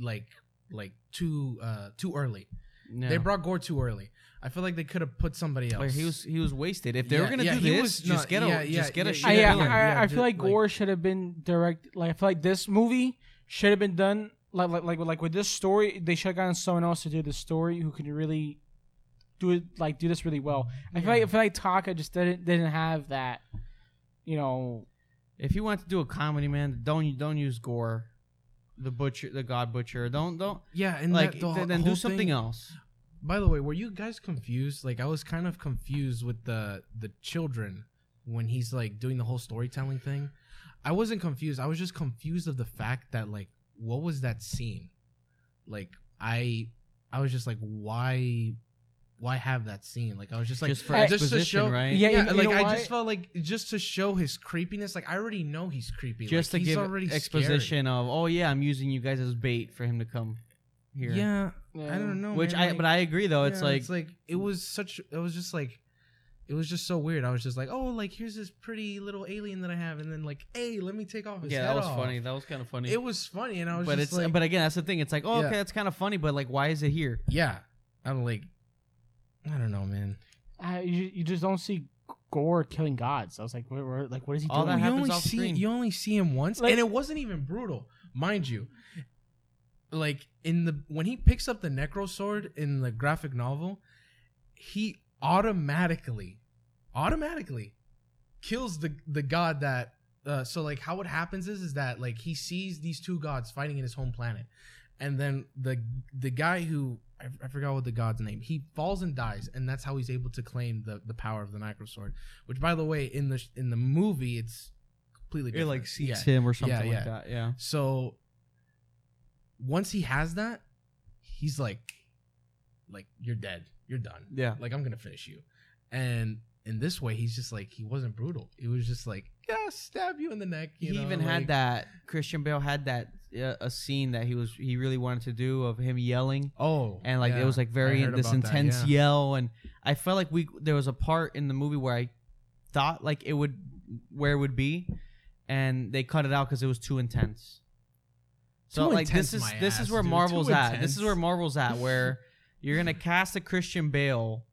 like like too uh too early
Yeah.
they brought gore too early i feel like they could have put somebody else
Like, he was he was wasted. If they were
Yeah,
gonna
yeah,
do
he
this,
was
just
not-
get a
yeah, yeah,
just get a
yeah,
shit
I, yeah,
villain.
Yeah,
I, I
ju-
feel like
like-
Gore should have been direct. Like I feel like this movie should have been done. Like like like like with this story, they should have gotten someone else to do the story who could really do it. Like do this really well. I feel like I feel like Taka just didn't didn't have that. You know,
If you want to do a comedy, man, don't don't use gore, the butcher, the god butcher. Don't don't
yeah and
like
that, the
th- then
whole
do something
thing-
else.
by the way were you guys confused like i was kind of confused with the the children when he's like doing the whole storytelling thing i wasn't confused i was just confused of the fact that like what was that scene like i i was just like why why have that scene like i was just like
just for
I-
exposition,
just to show
right?
Yeah,
yeah,
you- you
like
know
i
why?
just felt like just to show his creepiness like i already know he's creepy
Just
like,
to
he's
give
already scary.
exposition of, oh yeah, I'm using you guys as bait for him to come here.
yeah
yeah.
i don't know
Which
man,
I,
like-
but I agree though. Oh, it's
Yeah,
like,
it's like it was such. It was just like it it was just so weird. I was just like, oh, like here's this pretty little alien that I have, and then like, hey, let me take off his
yeah,
head
that was
off.
funny. That was kind of funny.
It was funny, and I was
but
just
it's
like,
but again, that's the thing. It's like, oh,
Yeah.
okay, that's kind of funny, but like, why is it here?
yeah, I'm like, I don't know, man.
I, you, you just don't see Gore killing gods. I was like, where, where, like, what is he
All
doing?
that
you
happens
only
off
see
screen.
you only see him once,
Like-
and it wasn't even brutal, mind you. Like in the when he picks up the necro sword in the graphic novel, he automatically, automatically, kills the the god that. Uh, so like how it happens is is that like he sees these two gods fighting in his home planet, and then the the guy who I, I forgot what the god's name he falls and dies, and that's how he's able to claim the the power of the necro sword. Which by the way, in the sh- in the movie, it's completely
It
different.
like seeks
Yeah.
him or something
yeah.
like that. Yeah.
So once he has that, he's like, like you're dead, you're done.
Yeah.
Like I'm gonna finish you. And in this way, he's just like he wasn't brutal. It was just like yeah, stab you in the neck. You
he
know,
even
like-
had that Christian Bale had that uh, a scene that he was he really wanted to do of him yelling
Oh,
and like
yeah,
it was like very
I heard
this
about that,
intense
yeah.
yell and I felt like we there was a part in the movie where I thought like it would where it would be and they cut it out because it was too intense. So
Too
like
intense,
this is
my
this
ass,
is where
dude. Too
Marvel's at. This is
intense.
where Marvel's at
[LAUGHS]
where you're gonna cast a Christian Bale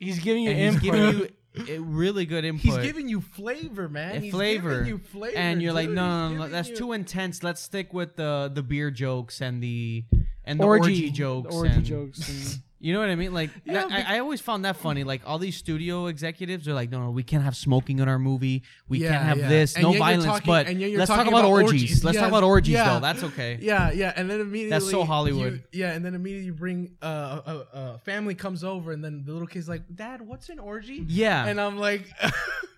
He's giving you
and he's
input.
giving you a really good input.
He's giving you flavor, man.
Yeah,
He's
flavor.
giving you flavor,
and you're like,
dude.
no,
He's
no, no, no,
giving
that's
you- [LAUGHS]
too intense. Let's stick with the the beer jokes and the and the orgy,
orgy,
jokes.
orgy
and-
jokes. And,
You know what I mean? Like,
Yeah,
that- I, I always found that funny. Like, all these studio executives are like, no, no, we can't have smoking in our movie. We
Yeah,
can't have
yeah.
this.
And
no
yet you're
violence.
talking-
but
and yet you're
let's talk
talking
about,
about
orgies.
orgies.
Let's
Yeah,
talk about orgies,
yeah.
though. That's okay.
Yeah, yeah, and then immediately
Hollywood.
you- yeah, and then immediately you bring uh, a, a a family comes over, and then the little kid's like, "Dad, what's an orgy?"
Yeah.
and I'm like, [LAUGHS]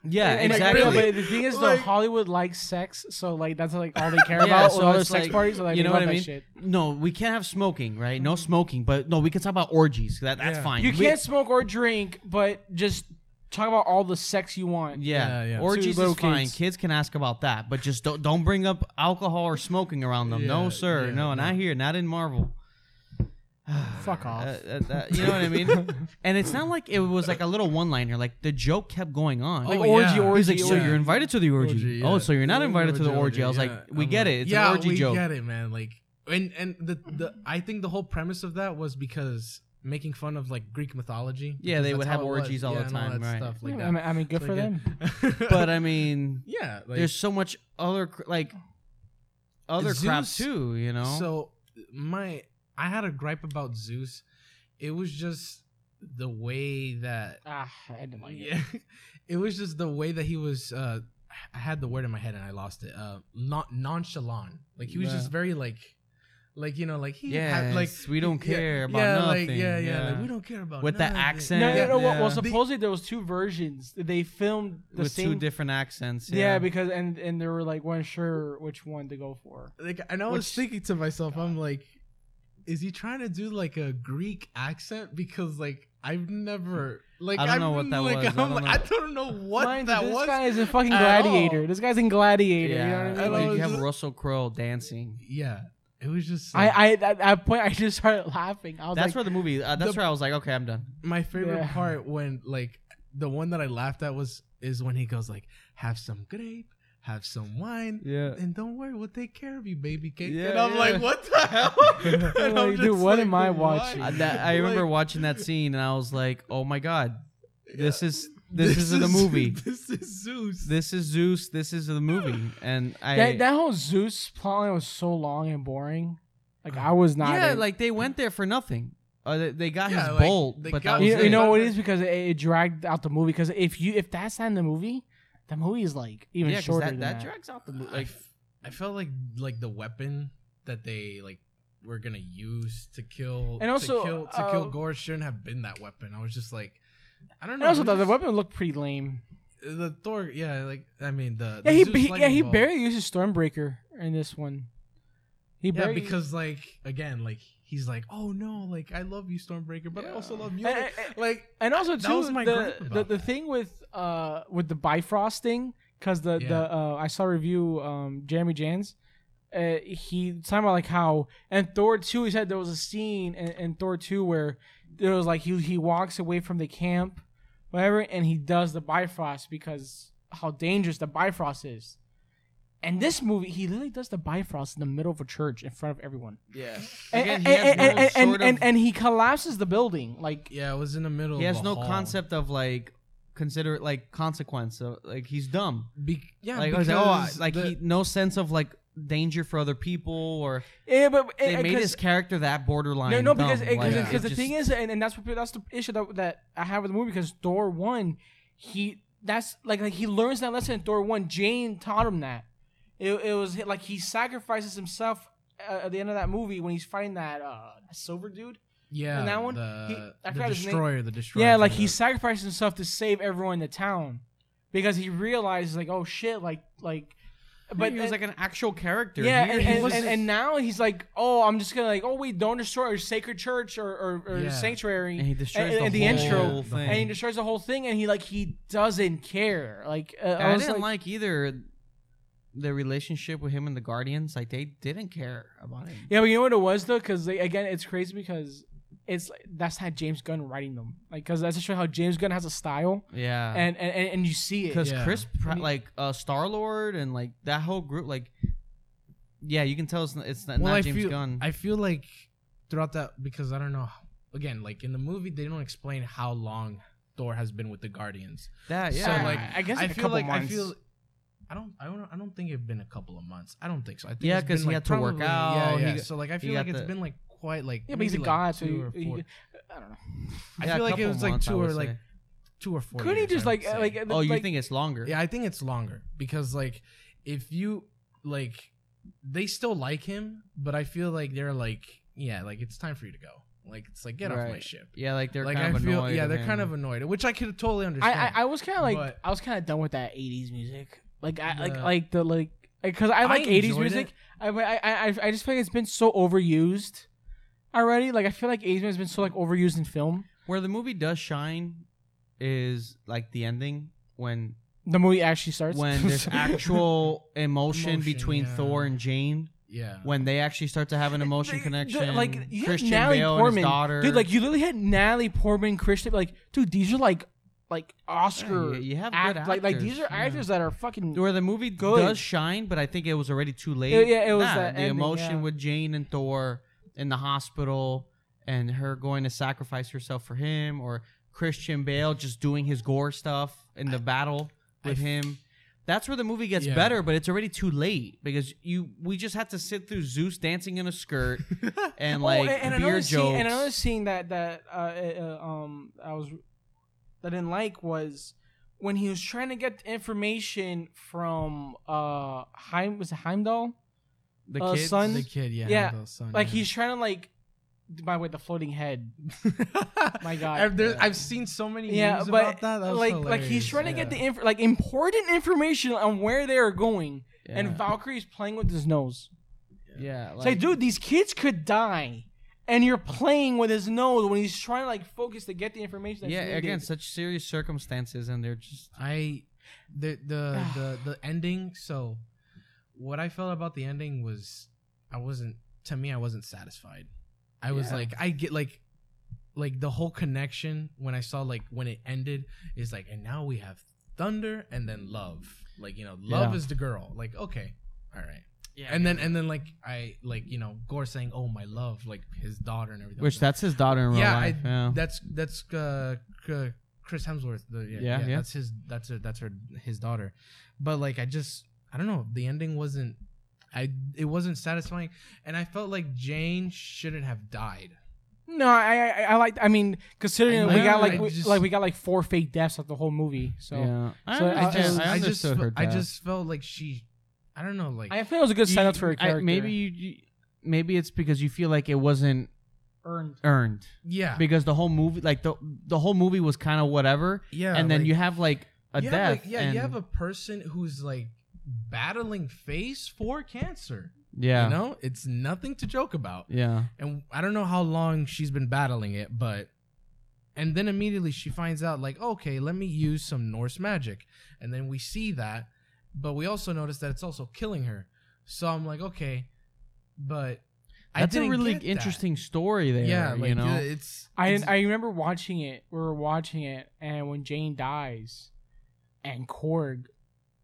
yeah,
and like,
exactly.
no, but the thing is,
Like-
though, Hollywood likes sex, so like that's like all they care
Yeah,
about.
so
with all their
it's
sex
like-
parties, so, like,
you
they
know what
love
I
that
mean?
Shit.
no, we can't have smoking, right? No smoking, but no, we can talk about orgies. That, that's
Yeah.
fine.
You
We-
can't smoke or drink, but just talk about all the sex you want.
Yeah,
Yeah, yeah.
To
orgies
little
is fine. Kids.
kids.
can ask about that, but just don't don't bring up alcohol or smoking around them.
Yeah,
no, sir.
yeah,
no, not here. Not in Marvel.
Fuck off.
Uh, uh, that- you know what I mean? and it's not like it was like a little one liner. Like the joke kept going on.
like
Oh,
orgy,
yeah.
orgy.
He's like, so
orgy.
you're invited to the orgy.
Orgy, yeah.
Oh, so you're not invited to the
Orgy,
orgy. I was like,
yeah.
we
I'm
get
like,
it. It's
yeah,
an orgy
we
joke.
get it, man. Like, and and the the I think the whole premise of that was because making fun of like Greek mythology.
Yeah, they
because
would
that's
have
how it was.
orgies all
Yeah,
the
and all
time,
that
right.
Stuff like
I, mean, I mean, good
So,
for
yeah.
them.
[LAUGHS] that.
But I mean,
yeah, like,
there's so much other cr- like other crap
Zeus-
too. You know.
So my I had a gripe about Zeus. It was just the way that
Ah, I didn't like it.
yeah, [LAUGHS] it was just the way that he was uh I had the word in my head and I lost it. Uh not nonchalant. Like he was
Yeah.
just very like like you know like he
yeah,
had, like
we don't
yeah,
care about
yeah,
nothing.
Like, yeah, yeah, like we don't care about
With the
nothing.
accent.
No, no, no.
Yeah.
Well, well,
The-
supposedly there was two versions. They filmed the
with
same.
two different accents.
yeah. because and and they were like weren't sure which one to go for.
Like and I was
Which-
thinking to myself, I'm like, is he trying to do like a Greek accent? Because like I've never like
I don't
I've-
know what that
like,
was. I
I'm
don't
like,
know.
I don't know what
Mind you,
that
this
was.
guy is a fucking
at
gladiator.
all.
This guy's in gladiator.
yeah.
You know what I mean?
I
like
know,
you have
it's-
Russell Crowe dancing.
Yeah, it was just.
I,
Like,
I at that point I just started laughing. I was
That's
like,
where the movie. Uh, that's
the-
where I was like, okay, I'm done.
my favorite
Yeah.
part when like the one that I laughed at was is when he goes like, "Have some grape, have some wine."
Yeah.
And don't worry, we'll take care of you, baby cake.
Yeah,
and I'm
yeah.
like, what the
[LAUGHS]
hell? [LAUGHS] And I'm
Like, dude,
just
what am I
why?
watching?
I, Uh, that, I remember
[LAUGHS] Like,
watching that scene and I was like, oh my god, this is
yeah,
this, is, the movie.
[LAUGHS] This is Zeus.
This is Zeus. This is the movie. And I
that, that whole Zeus plotline was so long and boring. Like I was not.
yeah,
in-
like they went there for nothing. Uh, they, they got
Yeah,
his
like,
bolt,
they
but
got-
that was
you, you
it.
know what it is because it, it dragged out the movie. Because if you if that's not in the movie, the movie is like even
yeah, 'cause
shorter
that,
than
that
that.
drags out the
I
movie. Like,
f- I felt like like the weapon that they like were gonna use to kill
And also,
to kill, to kill
uh,
Gore shouldn't have been that weapon. I was just like, I don't
And
know.
also,
it
the,
was
the
just-
weapon looked pretty lame.
the Thor, yeah, like I mean the,
Yeah,
the
he,
Zeus
he yeah
lightning
he
bolt.
barely uses Stormbreaker in this one. He
yeah
barely
because like again like he's like oh no like I love you Stormbreaker but I also love you
And- and-
like
and also
That
too
was my
the
gripe
the,
about
the
that.
thing with uh with the Bifrost thing because the
Yeah.
the uh, I saw a review um Jeremy Jans. Uh, he talking about like how and Thor two he said there was a scene in, in Thor two where there was like he he walks away from the camp whatever, and he does the Bifrost because how dangerous the Bifrost is. And this movie, he literally does the Bifrost in the middle of a church in front of everyone,
Yeah.
and
Again,
and,
he has
and,
no
and, and,
sort of-
and- and he collapses the building. Like
Yeah, it was in the middle.
He
of
has
a
no
hall.
concept of like consider like consequence. So, like he's dumb.
Be- yeah,
like, I was
because
like, oh, I- like
the-
he no sense of like danger for other people or
yeah, but
they
eh,
made
'cause-
his character that borderline.
No, no, because
dumb.
eh, because
like,
because
it
the
just-
thing is, and, and that's what that's the issue that, that I have with the movie. Because Thor one, he that's like like he learns that lesson in Thor one. Jane taught him that. It, it was like he sacrifices himself uh, at the end of that movie when he's fighting that uh, silver dude.
yeah,
in that one,
the,
he- I
the
forgot his name.
destroyer, the destroyer.
yeah, like
from
he
the-
sacrificed himself to save everyone in the town because he realizes like oh shit like like. But eh,
he was like an actual character.
yeah,
Here,
and,
he
and,
was
and,
just-
and now he's like, oh, I'm just gonna like, oh wait, don't destroy our sacred church or or, or
Yeah.
sanctuary.
and he destroys
and- and
the,
the
whole
intro,
thing.
and he destroys the whole thing, and he like he doesn't care. Like uh,
I,
I, was
didn't like,
like,
either the relationship with him and the Guardians. Like they didn't care about him.
yeah, but you know what it was though, because again, it's crazy because it's like, that's not James Gunn writing them, like because that's to show how James Gunn has a style,
Uh-huh.
Yeah,
and, and and and you see it.
because
Yeah.
Chris, Pratt-
I mean-
like uh, Star Lord, and like that whole group, like yeah, you can tell it's not, it's not,
Well,
not
I
James
feel-
Gunn.
I feel like throughout that because I don't know. Again, like in the movie, they don't explain how long Thor has been with the Guardians.
that
so,
yeah,
like,
I guess
I
like a
feel
couple
like
months.
I feel. I don't. I don't. I don't think it's been a couple of months. I don't think so. I think
Yeah,
it's
'cause
been,
he
like,
had to work
probably-
out,
Yeah, yeah.
he got-
so like I
he
feel like
got
it's
the-
been like quite like.
yeah, but he's a
maybe, like,
god, so
two
you,
or
you-
four.
I don't know.
I
Yeah, a
feel like it
couple
was like
months, I
two or
would
like
say.
two or four.
Couldn't he
years,
just
I would
like uh,
say.
like uh,
oh, you
like-
think it's longer?
Yeah, I think it's longer because like if you like they still like him, but I feel like they're like yeah, like it's time for you to go. Like it's like get off my
Right.
ship.
Yeah, like they're
like
kind
I
of
feel
annoyed
yeah,
with
they're
him.
kind of annoyed, which I could totally
I,
understand.
I I was kind of like
But-
I was kind of done with that '80s music. Like I like
Yeah.
like the like because I like '80s
enjoyed
music.
it.
I, I I I just feel like it's been so overused already. Like I feel like '80s music has been so like overused in film.
Where the movie does shine is like the ending when
The movie actually starts
when
[LAUGHS]
there's actual emotion,
Emotion,
between
yeah.
Thor and Jane
yeah.
when they actually start to have an emotion
Dude,
connection.
dude, like you
Christian
had Natalie
Bale and
Portman,
his daughter.
dude. Like you literally had Natalie Portman, Christian. Like, dude, these are like like
Yeah,
Oscar.
you, you have
act-
good
like like these are
actors, yeah.
actors that are fucking.
where the movie
Good.
does shine, but I think it was already too late.
yeah, it was
Nah,
that
the
ending,
emotion
yeah.
with Jane and Thor in the hospital, and her going to sacrifice herself for him, or Christian Bale just doing his gore stuff in the battle with
I-
him. That's where the movie gets
Yeah.
better, but it's already too late because you we just had to sit through Zeus dancing in a skirt
[LAUGHS]
and
[LAUGHS] Oh,
like
and, and
beer
another
jokes.
Scene, and another scene that that uh, uh, uh, um I was that I didn't like was when he was trying to get the information from uh Heim was it Heimdall?
the
uh,
kids,
the
son-
kid, yeah,
yeah,
the son,
Like
Mm-hmm.
yeah. [LAUGHS]
he's trying to like by the way the floating head. My God.
I've, there's- I've seen so many
Yeah,
memes
but
about that. that was
like like
hilarious.
he's trying to
yeah.
get the inf- like important information on where they are going,
Yeah.
and Valkyrie's playing with his nose.
yeah, like,
It's like, dude, these kids could die. And you're playing with his nose when he's trying to like focus to get the information. That's
yeah,
needed.
again, such serious circumstances, and they're just
I the the
[SIGHS]
the the ending. So, what I felt about the ending was I wasn't to me I wasn't satisfied. I was
Yeah.
like I get like like the whole connection when I saw like when it ended is like and now we have thunder and then love. Like you know, love
Yeah.
is the girl. Like okay, all right.
yeah,
And then and then like I like you know Gore saying oh my love like his daughter and everything.
which that's his daughter in real
yeah,
life.
I,
yeah.
that's that's uh, C- Chris Hemsworth. The,
Yeah,
yeah, yeah,
yeah.
that's his. That's her. That's her. His daughter. But like, I just, I don't know. The ending wasn't. I it wasn't satisfying, and I felt like Jane shouldn't have died.
No, I I, I like. I mean, considering
I
we got
know,
like
I
we,
just-
like we got like four fake deaths of the whole movie. So
yeah. I,
so I
I
understand-
just,
I
I, just,
understood her.
fe- I
death.
just felt like she, I don't know, like
I feel it was a good
You-
setup for a
I-
character.
maybe you, you- maybe it's because you feel like it wasn't
earned.
earned
yeah,
because the whole movie, like the the whole movie was kind of whatever,
yeah.
and then
like-
you have like a
you
death.
Have, like, yeah,
and,
you have a person who's like battling face for cancer.
yeah,
You know, it's nothing to joke about.
yeah,
and I don't know how long she's been battling it, but and then immediately she finds out like, okay, let me use some Norse magic, and then we see that, but we also notice that it's also killing her. So I'm like, okay, but
That's
I
a
didn't
really
get that.
interesting story there.
Yeah, like,
you know.
uh, it's
I
it's-
I remember watching it. We were watching it, and when Jane dies, and Korg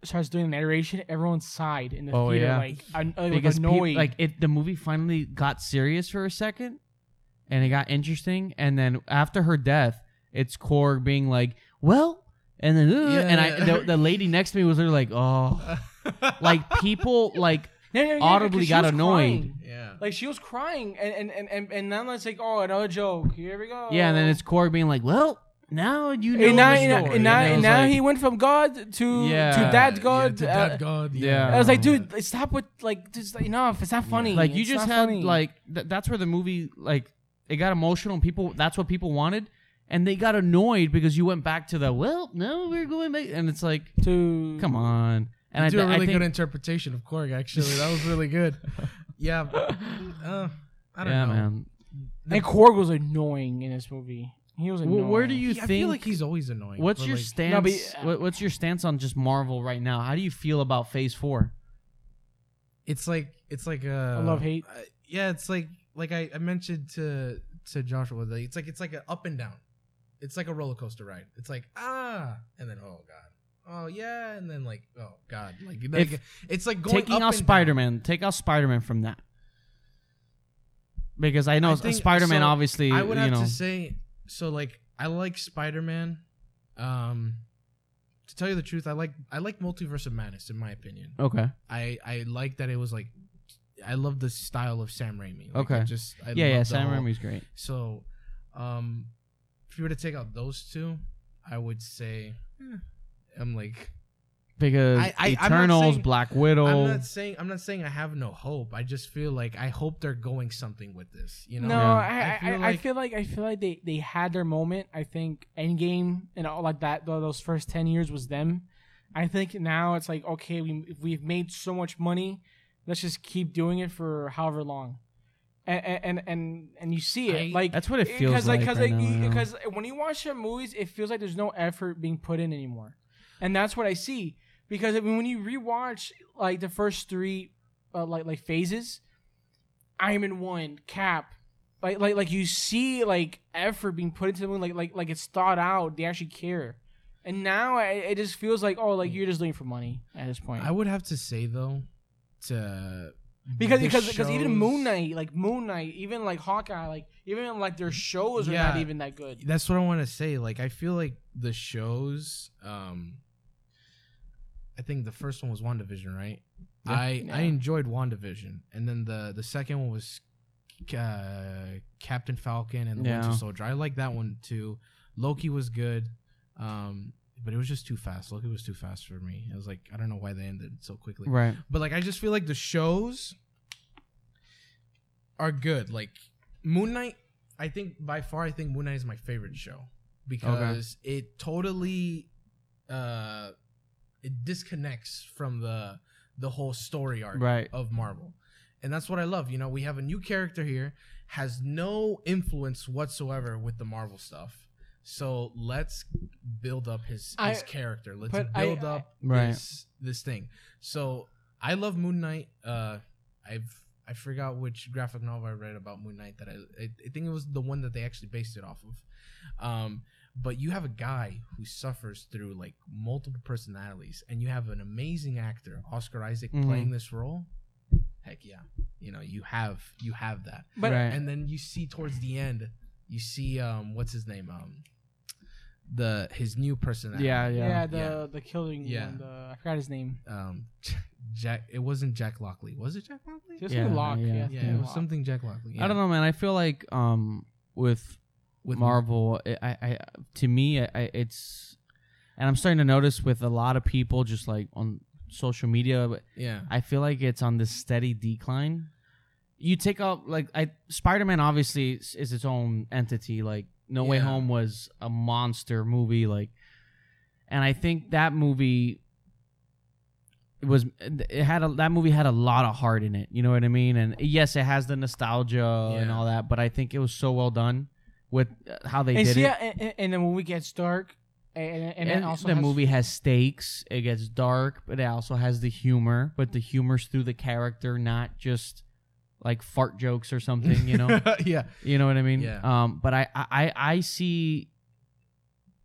starts doing the narration, everyone sighed in the
Oh,
theater,
yeah.
like, an, uh, like
because peop-
annoyed.
like it, the movie finally got serious for a second, and it got interesting. And then after her death, it's Korg being like, "Well," and then, "Uh," and I,
Yeah.
the, the lady next to me was literally like, "Oh,"
[LAUGHS]
like people like
No, no, no, no,
audibly
'cause she
got
was
annoyed.
crying.
yeah.
Like she was crying, and and and and, and now it's like, oh, another joke. Here we go.
yeah, and then it's Korg being like, "Well, now you know
And now,
the
and,
story."
now- and now,
it
and
was
now
like-
he went from God to
Yeah.
to Dad God.
to
uh,
dad god.
yeah.
I was like, dude, like, stop with like, just like, enough. It's not funny.
like you
It's
just
not
had
funny.
like th- that's where the movie like it got emotional and people that's what people wanted and they got annoyed because you went back to the well no we're going back and it's like
Mm-hmm. to
come on and
you
I,
do
th-
a
I
really
think
good interpretation of Korg. Actually, that was
[LAUGHS]
really good. Yeah, uh, I don't
yeah
know.
man
And Korg was annoying in this movie. He was annoying.
well, where do you
He- I
think
feel like he's always annoying.
what's
but,
your
like,
stance
No, but-
what, what's your stance on just Marvel right now how do you feel about Phase Four
It's like it's like a
love hate.
Uh, yeah, it's like like I, I mentioned to to Joshua, like, it's like it's like an up and down. It's like a roller coaster ride. It's like ah, and then oh god, oh yeah, and then like oh god, like, like it's like going
taking
up
out
and down.
Spider Man take out Spider Man from that because I know
I think-
Spider Man
so,
obviously
I would
you
have
know
to say so. Like I like Spider Man. Um, to tell you the truth, I like I like Multiverse of Madness in my opinion.
okay
I I like that it was like I love the style of Sam Raimi. Like,
Okay.
I just I
yeah
love
yeah
the
Sam
whole-
Raimi's great
So, um, if you were to take out those two, I would say eh, I'm like
because
I- I- I'm not
Eternals,
saying-
Black Widow.
I'm not saying I'm not saying I have no hope. I just feel like I hope they're going something with this. You know?
No,
Yeah.
I,
I
I,
feel
I, I
like-
feel like I feel like they, they had their moment. I think Endgame and all like that. tho- Those first ten years was them. I think now it's like okay, we we've made so much money, let's just keep doing it for however long, and and and and you see it
I-
like
That's what it [LAUGHS] feels like.
because
right now, yeah.
because when you watch their movies, it feels like there's no effort being put in anymore, and that's what I see. Because I mean, when you rewatch like the first three, uh, like like phases, Iron One, Cap, like like like you see like effort being put into the movie, like like like it's thought out. They actually care, and now it, it just feels like oh, like you're just doing it for money at this point.
I would have to say though, to
because
the
because because even
shows-
Moon Knight, like Moon Knight, even like Hawkeye, like even like their shows are not
Yeah.
even that good.
that's what I want to say. Like I feel like the shows. Um, I think the first one was Wandavision, right?
Yeah.
I
Yeah.
I enjoyed Wandavision, and then the the second one was uh, Captain Falcon and the
Yeah.
Winter Soldier. I like that one too. Loki was good, um, but it was just too fast. Loki was too fast for me. I was like, I don't know why they ended so quickly.
right.
But like I just feel like the shows are good. Like Moon Knight, I think by far I think Moon Knight is my favorite show because it totally uh it disconnects from the the whole story arc
Right.
of Marvel. And that's what I love. You know, we have a new character here has no influence whatsoever with the Marvel stuff. So let's build up his, his
I-
character. Let's
but I-
build
I-
up
Right.
this this thing. So I love Moon Knight. Uh, I've I forgot which graphic novel I read about Moon Knight that I I, I think it was the one that they actually based it off of. Um, but you have a guy who suffers through like multiple personalities, and you have an amazing actor, Oscar Isaac,
Mhm.
playing this role. Heck yeah, you know you have you have that,
But
right.
and then you see towards the end, you see um what's his name um the his new personality.
yeah, yeah.
Yeah, the the killing
Yeah.
one. The, I forgot his name.
um Jack it wasn't Jack Lockley. Was it Jack Lockley?
Just
Yeah,
yeah, Locke.
yeah.
Yeah,
Yeah,
I think
yeah, it was
Locke.
something Jack Lockley.
I don't know, man. I feel like um with
With
Marvel, I, I I- to me, I, I, it's and I'm starting to notice with a lot of people just like on social media. But
Yeah.
I feel like it's on this steady decline. You take out like I Spider Man obviously is, is its own entity. Like No Way
Yeah.
Home was a monster movie. Like, and I think that movie was it had a, that movie had a lot of heart in it. You know what I mean? And yes, it has the nostalgia and
Yeah.
all that, but I think it was so well done with uh, how they
and
did
see,
it.
yeah, and, and- and then when we gets dark, and and,
And,
and, also
the
has-
movie has stakes. It gets dark, but it also has the humor. But the humor's through the character, not just like fart jokes or something, [LAUGHS] you
[LAUGHS]
know.
yeah.
You know what I mean?
Yeah.
Um, but I, I, I- I see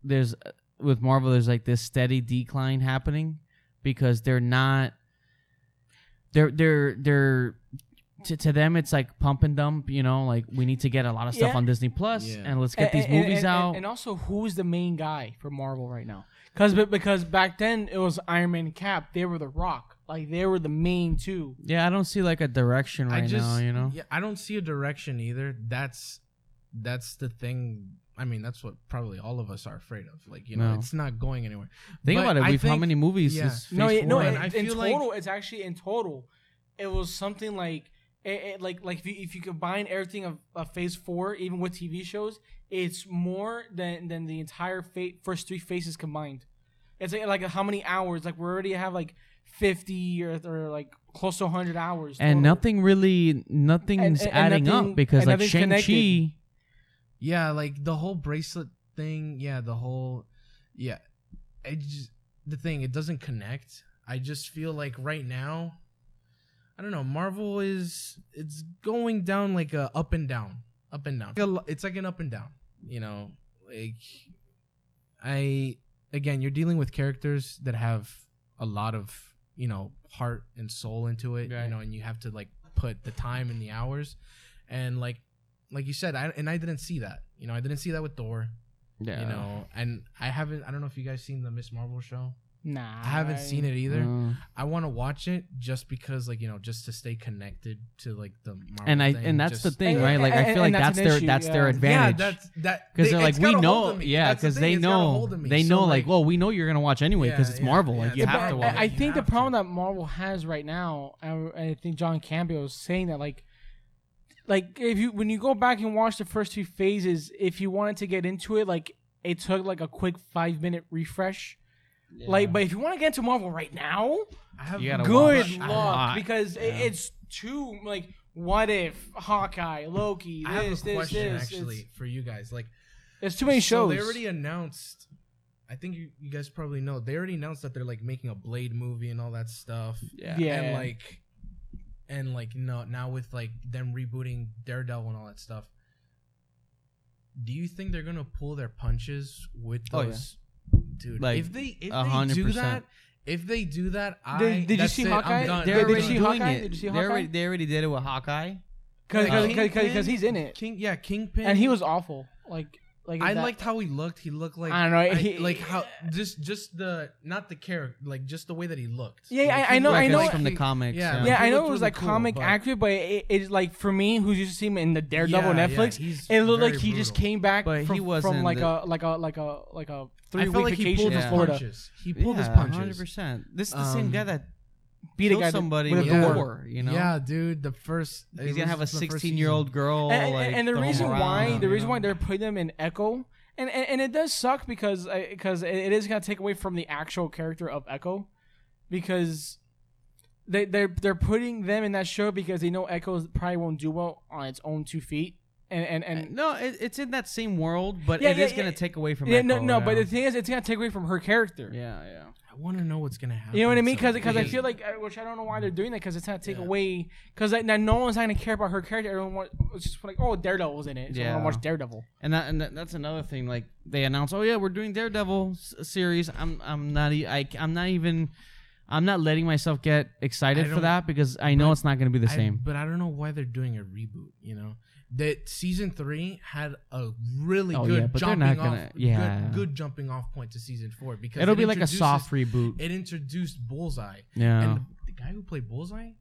there's with Marvel there's like this steady decline happening because they're not they're they're they're to, to them it's like pump and dump, you know, like we need to get a lot of stuff
Yeah.
on Disney Plus
Yeah.
and let's get
And-
these
and-
movies
and-
out.
And also, who's the main guy for Marvel right now? Because because back then it was Iron Man, and Cap. They were the Rock. Like they were the main two.
yeah, I don't see like a direction right now, you know.
Yeah, I don't see a direction either. That's that's the thing. I mean, that's what probably all of us are afraid of. Like, you know,
No.
it's not going anywhere.
Think
But
about it.
I
We've how
think-
many movies
yeah.
is
No,
Phase
it, no.
four?
four.
It,
And I
in
feel like-
total, it's actually in total, it was something like it, it- like like if you, if you combine everything of, of Phase Four, even with TV shows, it's more than than the entire fa- first three phases combined. It's like, like how many hours? Like we already have like fifty or, or like close to hundred hours.
and
total.
nothing really nothing's
and
adding
nothing-
up because
and
like
nothing's
Shang Chi
Yeah, like the whole bracelet thing. Yeah, the whole. Yeah, I just the thing. It doesn't connect. I just feel like right now, I don't know. Marvel is it's going down like a up and down, up and down. Like a lo- It's like an up and down. You know, like I again, you're dealing with characters that have a lot of you know heart and soul into it.
Right.
You know, and you have to like put the time and the hours, and like like you said, I and I didn't see that. You know, I didn't see that with Thor.
yeah. Uh,
You know, and I haven't. I don't know if you guys seen the Miss Marvel show.
Nah,
I haven't seen it either.
Uh,
I want to watch it just because, like you know, just to stay connected to like the Marvel
and I
thing,
and that's the
just-
thing,
And-
right? Like I
and-
feel like
and
that's,
that's an
their
issue,
that's their
yeah.
Yeah,
advantage.
that's that.
because they're
they-
like
it's
we
got a hold
know,
of me.
yeah.
That's the
Because
thing,
they
it's got a
know,
hold of me.
they
So,
know, like, well, we know you're gonna watch anyway because
Yeah,
it's
yeah,
Marvel.
yeah,
like, you
it's
Yeah,
have to
but
watch.
I, I
it. You
think the
have to.
problem that Marvel has right now, and I I think John Campbell was saying that, like, like if you when you go back and watch the first two phases, if you wanted to get into it, like it took like a quick five minute refresh. Like, but if you want to get into Marvel right now,
I have
You gotta
good
watch a
luck
lot.
because it,
Yeah.
it's too like what if Hawkeye, Loki,
I have
this,
a
this,
question
this.
actually for you guys. Like,
it's, it's too many
so
shows.
they already announced. I think you, you guys probably know. They already announced that they're like making a Blade movie and all that stuff.
yeah.
yeah,
and like and like no now with like them rebooting daredevil and all that stuff do you think they're gonna pull their punches with
Oh, yeah.
those dude
Like,
if they if
a
they
hundred
do that
percent.
if they do that i
Did- did you
that's
see
it,
Hawkeye?
i'm done
They're
Did you
already
see
doing
Hawkeye?
it.
Did you see
They already
Hawkeye?
they already did it with Hawkeye.
Uh,
because he's in it,
king yeah kingpin
and he was awful. Like, like
I
that-
liked how he looked. He looked like
I don't know, he-
like how just just the not the character, like just the way that he looked.
Yeah,
Like,
I-
he
I know-
looked
Like,
I know-
it's
like
from the
he-
comics.
yeah.
Yeah, I
He
know
looked
it was
really
like
cool,
comic
but-
accurate, but it, it's like for me, who's used to see him in the Daredevil
Yeah, yeah,
Netflix,
he's
it looked
very
like he just
brutal.
came back
But he
from,
wasn't
from like
the-
a like a like a like a
I
three
felt
week
like he
vacation
pulled
to
his
Yeah.
Florida.
punches. He pulled his
Yeah,
punches.
100%. This is the same
Um,
guy that
Beat a
killed
guy
somebody
with
with
a
Yeah.
a
door.
door. You know,
Yeah, dude. The first it
he's gonna
was
have a
the first
16 year old
season.
girl.
And,
like,
and, and the
throw 'em
reason
around,
why the
you
reason
know?
why they're putting them in Echo, and and, and it does suck because because it, it is gonna take away from the actual character of Echo, because. They they're they're putting them in that show because they know Echo probably won't do well on its own two feet, and and, and
No, it, it's in that same world, but
Yeah,
it
yeah,
is gonna
yeah.
take away from.
yeah,
Echo,
no no. But
yeah.
the thing is, it's gonna take away from her character.
yeah, yeah.
I want to know what's gonna happen.
You know what I
to
mean? Because
him.
I
Because-
feel like, uh, which I don't know why they're doing that, because it's not take
Yeah.
away. Because now no one's not gonna care about her character. Everyone wa- it's just like, oh, Daredevil's in it. So yeah. I
Yeah.
want to watch Daredevil.
And that, and that, that's another thing. Like they announce, oh yeah, we're doing Daredevil s- uh, series. I'm I'm not e- I, am not even I'm not letting myself get excited
I
for
don't-
that because I know
but
it's not going to be the
I-
same.
but I don't know why they're doing a reboot. You know that season three had a really
Oh,
good
yeah, but they're
jumping
not
off.
gonna- yeah.
good, good jumping off point to season four because
It'll
it
be like a
introduces-
soft reboot.
It introduced Bullseye,
yeah.
and the, the guy who played Bullseye,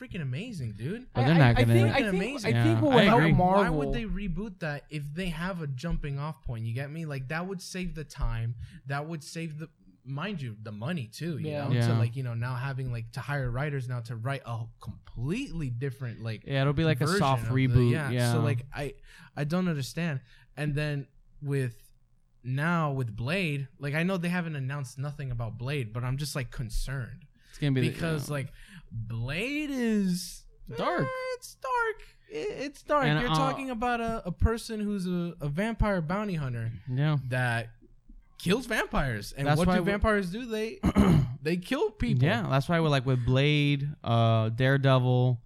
freaking amazing, dude.
But they're
I-
not
I, I
gonna-
think, I
Freaking
think,
amazing.
I think
Yeah,
what
I
would help
agree.
Marvel.
Why would they reboot that if they have a jumping off point? You get me? Like that would save the time. That would save the mind you the money too. You
Yeah.
know,
Yeah.
to like you know now having like to hire writers now to write a completely different like
yeah, it'll be like a
version
soft
of the-
reboot. yeah.
yeah. So like I I don't understand. And then with now with Blade, like I know they haven't announced nothing about Blade, but I'm just like concerned
it's gonna be the-
because like Blade is
Dark.
Eh, it's dark. I- It's dark.
And,
You're
uh,
talking about a, a person who's a, a vampire bounty hunter
yeah.
that kills vampires. And
That's
what
why
do
we-
vampires do? [CLEARS THROAT] They they kill people.
Yeah, that's why we're like with Blade, uh, Daredevil,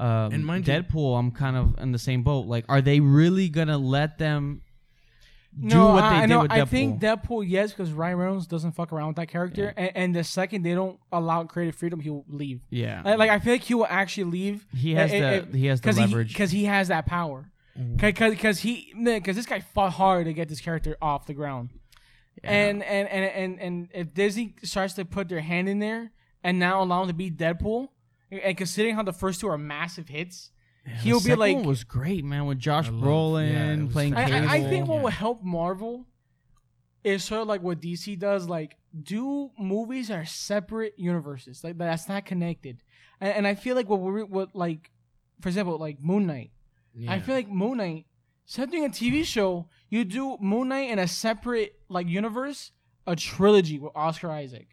uh, um,
And mind you-
Deadpool, I'm kind of in the same boat. Like, are they really gonna let them do
no,
what
I,
they
I
did
know.
with Deadpool?
I think Deadpool, yes, because Ryan Reynolds doesn't fuck around with that character, and, and the second they don't allow creative freedom, he'll leave.
yeah,
Like, like, I feel like he will actually leave.
he has
Eh, eh,
the he has the
because
leverage.
because he, has that power. Because he because this guy fought hard to get this character off the ground,
Yeah.
and, and and and and if Disney starts to put their hand in there and now allow him to be Deadpool, and considering how the first two are massive hits,
The
he'll be
second
like.
one was great, man, with Josh
I love-
Brolin
yeah, it was
playing
I,
Cable.
I- I think what
Yeah.
will help Marvel is sort of like what DC does, like do movies are separate universes, like that's not connected, and, and I feel like what we what like, for example, like Moon Knight. I feel like Moon Knight. Instead of doing a TV show, you do Moon Knight in a separate like universe, a trilogy with Oscar Isaac,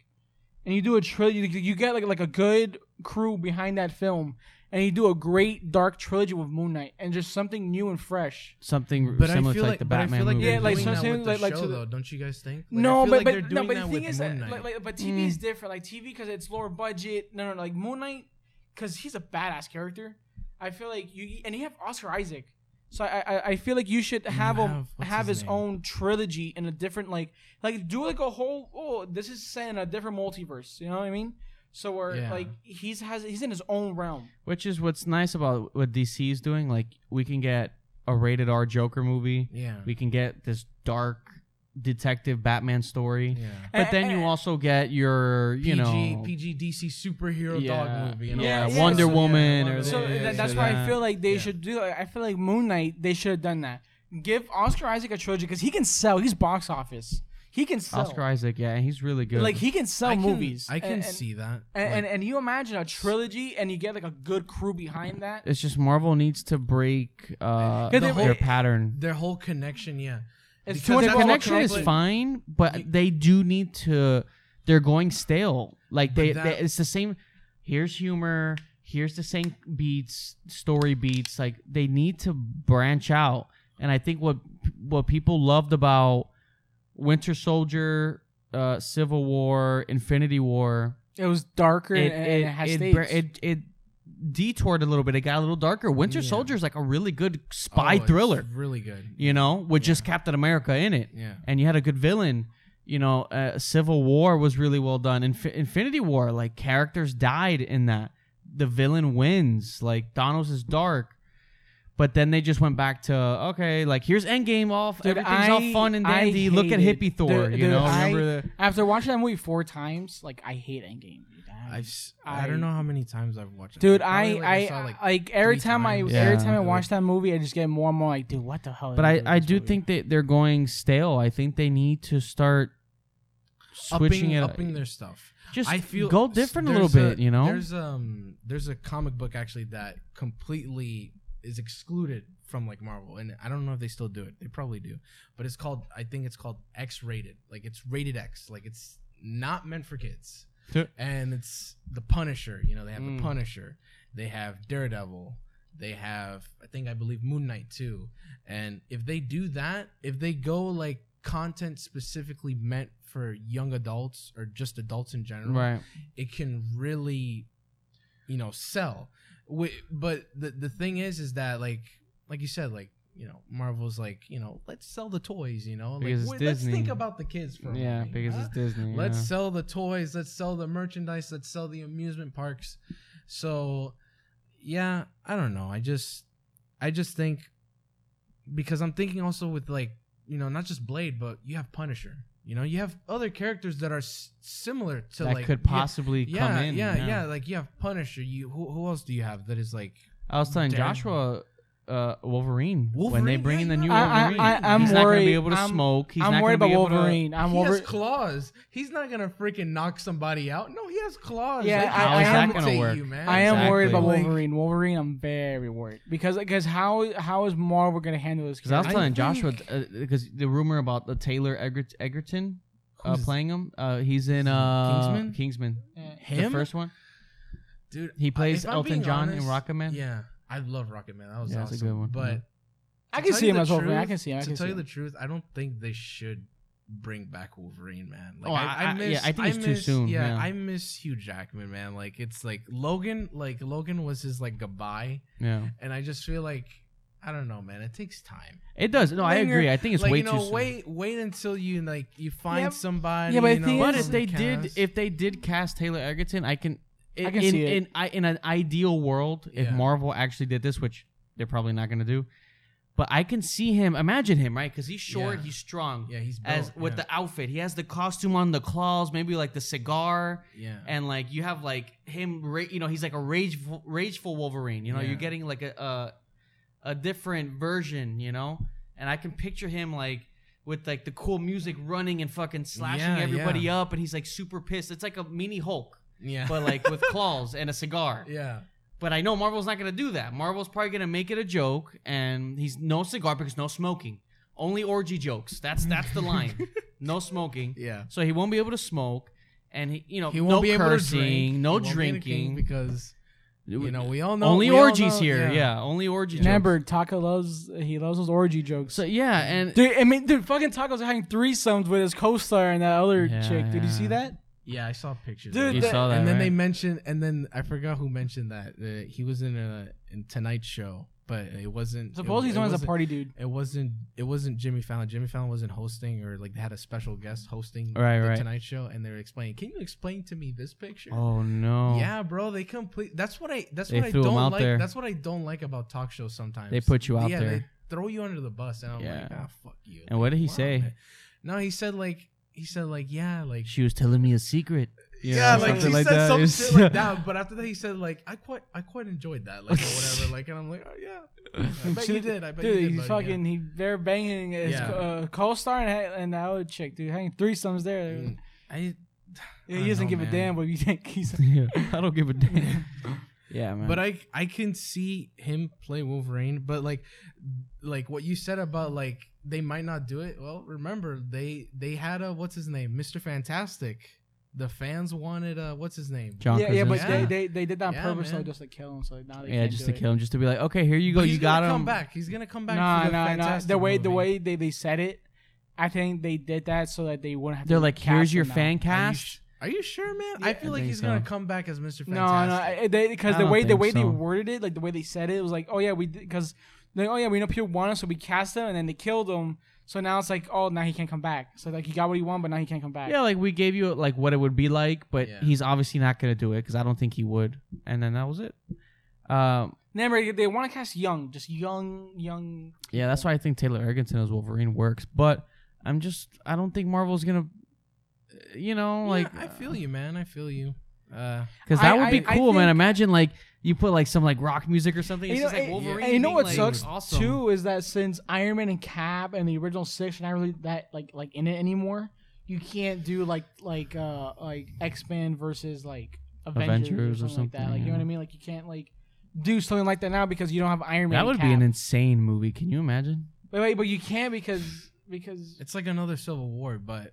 and you do a trilogy. You you get like like a good crew behind that film, and you do a great dark trilogy with Moon Knight, and just something new and fresh.
something
But I
similar to
feel
like,
like
the
but I
Batman
feel like
movie.
they're
Yeah, like,
doing
so I'm
that
saying,
with the
like- like,
show,
so the-
though, don't you guys think? Like, I
no,
feel
but
like
but
they're
no,
doing
but the
that
thing
with
is,
Moon
uh,
Knight.
like, like, but TV is different. Like TV because it's lower budget. No, no, no, like Moon Knight because he's a badass character. I feel like you and you have Oscar Isaac, so I I, I feel like you should have him
have-
have,
what's
his,
his name?
own trilogy in a different like like do like a whole oh this is set in a different multiverse. You know what I mean? So where
Yeah.
like he's has he's in his own realm.
Which is what's nice about what DC is doing. Like, we can get a rated R Joker movie.
yeah,
We can get this dark detective Batman story.
yeah.
But then you
Eh, eh,
also get your, you
PG,
know,
PG DC superhero
Yeah.
dog movie. And
Yeah,
all that
Wonder
stuff. So,
Woman
Wonder
or-
So
Woman,
Yeah,
that,
yeah,
that's
yeah.
why
Yeah.
I feel like they
Yeah.
should do. I feel like Moon Knight. They should have done that. Give Oscar Isaac a trilogy because he can sell. He's box office. He can sell.
Oscar Isaac. Yeah, he's really good.
like he can sell
I can-
movies.
I can
And- and-
see that.
And,
Like,
and and you imagine a trilogy, and you get like a good crew behind that.
it's just Marvel needs to break uh,
Yeah,
their
they-
pattern.
their whole connection, yeah.
It's
Because
too much
that
The
of a
connection is
conflict.
fine, but they do need to. They're going stale. Like they,
But
they,
that-
it's the same. Here's humor. Here's the same beats, story beats. Like they need to branch out. And I think what what people loved about Winter Soldier, uh, Civil War, Infinity War,
It was darker
it
and, and it has
it, it,
stakes.
br- it, it detoured a little bit. It got a little darker. Winter
Yeah.
Soldier is like a really good
Oh,
spy
it's
thriller.
Really good.
You know, with just Captain America in it
Yeah.
and you had a good villain. You know, uh, Civil War was really well done. Inf- Infinity War, like characters died in that. The villain wins. Like Thanos is dark, but then they just went back to okay, like here's Endgame. All
Dude,
everything's
I-
all fun and
I
dandy. Look at
hated-
hippie Thor.
dude,
you know,
dude, I-
remember the
After watching that movie four times, like I hate Endgame. dude. I-
I've s- I, don't know how many times I've watched it.
Dude, I,
Probably,
I,
saw,
like, every
three
time I
times.
every
Yeah.
time I watch that movie, I just get more and more like, dude, what the hell? is
But I,
with
I
this
do
movie?
think that they're going stale. I think they need to start switching
upping,
it up.
upping their stuff.
Just
I feel
go different a little
there's
bit. you know,
There's um there's a comic book actually that completely is excluded from like Marvel and I don't know if they still do it. They probably do. But it's called I think it's called X rated. Like it's rated X. Like it's not meant for kids.
Duh.
and it's the Punisher, you know, they have
Mm.
the Punisher. They have Daredevil. They have I think I believe Moon Knight too. And if they do that, if they go like content specifically meant for young adults or just adults in general,
right?
it can really you know sell Wi- but the the thing is is that like like you said like you know marvel's like you know let's sell the toys you know like
Because it's
wait, let's think
Disney.
about the kids for a
Yeah,
moment,
because
huh?
it's Disney.
let's
yeah.
sell the toys let's sell the merchandise let's sell the amusement parks so yeah i don't know i just i just think because i'm thinking also with like you know not just blade but you have punisher you know you have other characters that are s- similar to
that
like
could
yeah,
possibly
yeah,
come in.
Yeah, yeah, Like you have Punisher. You who, who else do you have that is like
I was telling
Dare-
Joshua, uh, Wolverine, when they
Wolverine?
bring
Yeah,
in the
you're
new
right. I- I-
Wolverine,
I- I'm
he's not gonna
worried.
be able to
I'm-
smoke. He's
I'm
not
worried
gonna
about
be able to-
Wolverine. I'm
he
over.
has claws. He's not gonna freaking knock somebody out. No, he has claws.
Yeah,
They
I-
can
I am-
decapitate
How's that gonna work?
You, man.
I am worried about
Exactly.
Wolverine. Wolverine, I'm very worried because because how how is Marvel gonna handle this?
Because I was
I
telling Joshua
think-
because the rumor about the Taylor Egert- Egerton uh,
Who's-
playing him, uh, he's in uh,
Kingsman?
the
Him?
first one.
dude.
He plays
if I'm
Elton
being
John in
honest-
Rocketman.
Yeah, I love Rocket Man. That was
Yeah, that's a
awesome.
good one.
But
Yeah.
I
to
can
tell
see
you
him
the
as Wolverine. I
truth-
can see him. I
to
can
tell
see
you the
him.
truth, I don't think they should bring back Wolverine, man. Like
Oh, I- I- yeah, I think it's too
miss-
soon,
Yeah,
yeah.
I miss Hugh Jackman, man. Like it's like Logan, like Logan was his like goodbye,
Yeah,
and I just feel like I don't know, man. It takes time.
it does. No, I
Linger-
agree. I think it's
like
way
you know,
too soon.
wait, wait until you like you find
Yeah, but-
somebody.
yeah, but
you
the
know,
thing
But
is-
if they did,
cast.
if they did cast Taylor Egerton, I can.
I can
in,
see it.
In, I, in an ideal world, if
Yeah.
Marvel actually did this, which they're probably not going to do, but I can see him. Imagine him, right? Because he's short,
Yeah.
he's strong.
yeah, he's built,
As with
yeah.
the outfit, he has the costume on, the claws, maybe like the cigar,
yeah.
and like you have like him. Ra- you know, he's like a rageful, rageful Wolverine. You know,
Yeah.
you're getting like a, a a different version. You know, and I can picture him like with like the cool music running and fucking slashing
Yeah,
everybody
yeah.
up, and he's like super pissed. It's like a mini
[LAUGHS]
Hulk,
yeah,
but like with claws and a cigar.
yeah,
But I know Marvel's not gonna do that. Marvel's probably gonna make it a joke, and he's no cigar because no smoking, only orgy jokes. That's that's the
[LAUGHS]
line. no smoking.
yeah.
So he won't be able to smoke, and he, you know,
He
no
won't be
cursing,
able to drink.
no
He won't be able to drink
drinking.
because you know we all know
only
we all
orgies
know-
here. Yeah. only orgy.
Remember,
jokes.
Taka loves he loves those orgy jokes.
So yeah, and
Dude, I mean, dude, fucking Taco's having threesomes with his co-star and that other
Yeah,
chick. Did you see
yeah.
that?
Yeah, I saw pictures.
Dude,
of
you
it.
that-
saw that,
and then
right?
they mentioned, and then I forgot who mentioned that uh, he was in a in Tonight Show, but it wasn't.
Supposedly
it,
he's
it
known as a
wasn't-
party dude.
It wasn't. It wasn't Jimmy Fallon. Jimmy Fallon wasn't hosting, or like they had a special guest hosting
Right,
the
right.
Tonight Show, and they were explaining. Can you explain to me this picture?
oh no,
Yeah, bro, they complete. That's what I. That's
They
what I
threw 'em
don't
out
like.
there.
That's what I don't like about talk shows. Sometimes
they put you out
yeah,
there.
They throw you under the bus, and I'm
Yeah.
like, ah, fuck you.
And what did he
Wow,
say?
man. No, he said like he said like yeah like
She was telling me a secret. you
yeah,
know,
like
something
he
like
said
that.
some
It's-
shit
[LAUGHS]
like [LAUGHS] that. But after that, he said like I quite I quite enjoyed that like or whatever like, and I'm like oh
[LAUGHS]
yeah, I bet you did. I bet
Dude,
you did.
he's
buddy,
fucking he they're banging his
Yeah.
uh, co-star and, ha- and that other chick. Dude, having threesomes there.
Yeah. Mm. I,
Yeah,
I
he doesn't
know,
give a
man.
damn what you think. He's
yeah, [LAUGHS] I don't give a
[LAUGHS]
damn. yeah, man.
but I I can see him play Wolverine. But like like what you said about like they might not do it. Well, remember they they had a what's his name, Mister Fantastic. The fans wanted uh what's his name.
John
[LAUGHS] yeah, yeah, but
Krasinski.
They,
Yeah.
they they did that on
Yeah,
purpose though,
man.
just to kill him. So now they
yeah,
can't
just
do
to kill him, just to be like, okay, here you
But
go,
he's
you
gonna
got
come
him.
back. He's gonna come back.
No,
for the
no, no.
Fantastic
The way the
movie.
way they, they said it, I think they did that so that they wouldn't have.
They're
to
like,
cast
here's your
him now.
fan
Are you,
cast.
sh- are you sure, man?
Yeah,
I feel
I
like
think
he's gonna
so.
come back as Mister
No, no,
Fantastic.
I- they because
I
the
don't
way the
think
way they
so.
worded it, like the way they said it, it was like, oh yeah, we because like oh yeah, we know people want us, so we cast him, and then they killed him. So now it's like, oh, now he can't come back. So like he got what he wanted, but now he can't come back.
Yeah, like we gave you like what it would be like, but
Yeah.
he's obviously not gonna do it because I don't think he would. And then that was it. Um,
Remember, they want to cast young, just young, young.
yeah, that's why I think Taylor Egerton as Wolverine works. But I'm just I don't think Marvel's gonna, uh, you know,
Yeah,
like
I feel you, man. I feel you. Uh,
because that
I-
would be
I- I
cool, man.
think-
Imagine like you put like some like rock music or something. It's
You
just
know,
like
and-
Wolverine.
and you know
being,
what
like,
sucks
awesome.
too is that since Iron Man and Cap and the original six are not really that like like in it anymore, you can't do like like uh like X Men versus like Avengers,
Avengers or
or, something like that.
something,
Like you know
yeah.
what I mean? Like you can't like do something like that now because you don't have Iron Man.
That
and
would be an
Cap.
insane movie. Can you imagine?
Wait, wait, but you can't because because
it's like another Civil War, but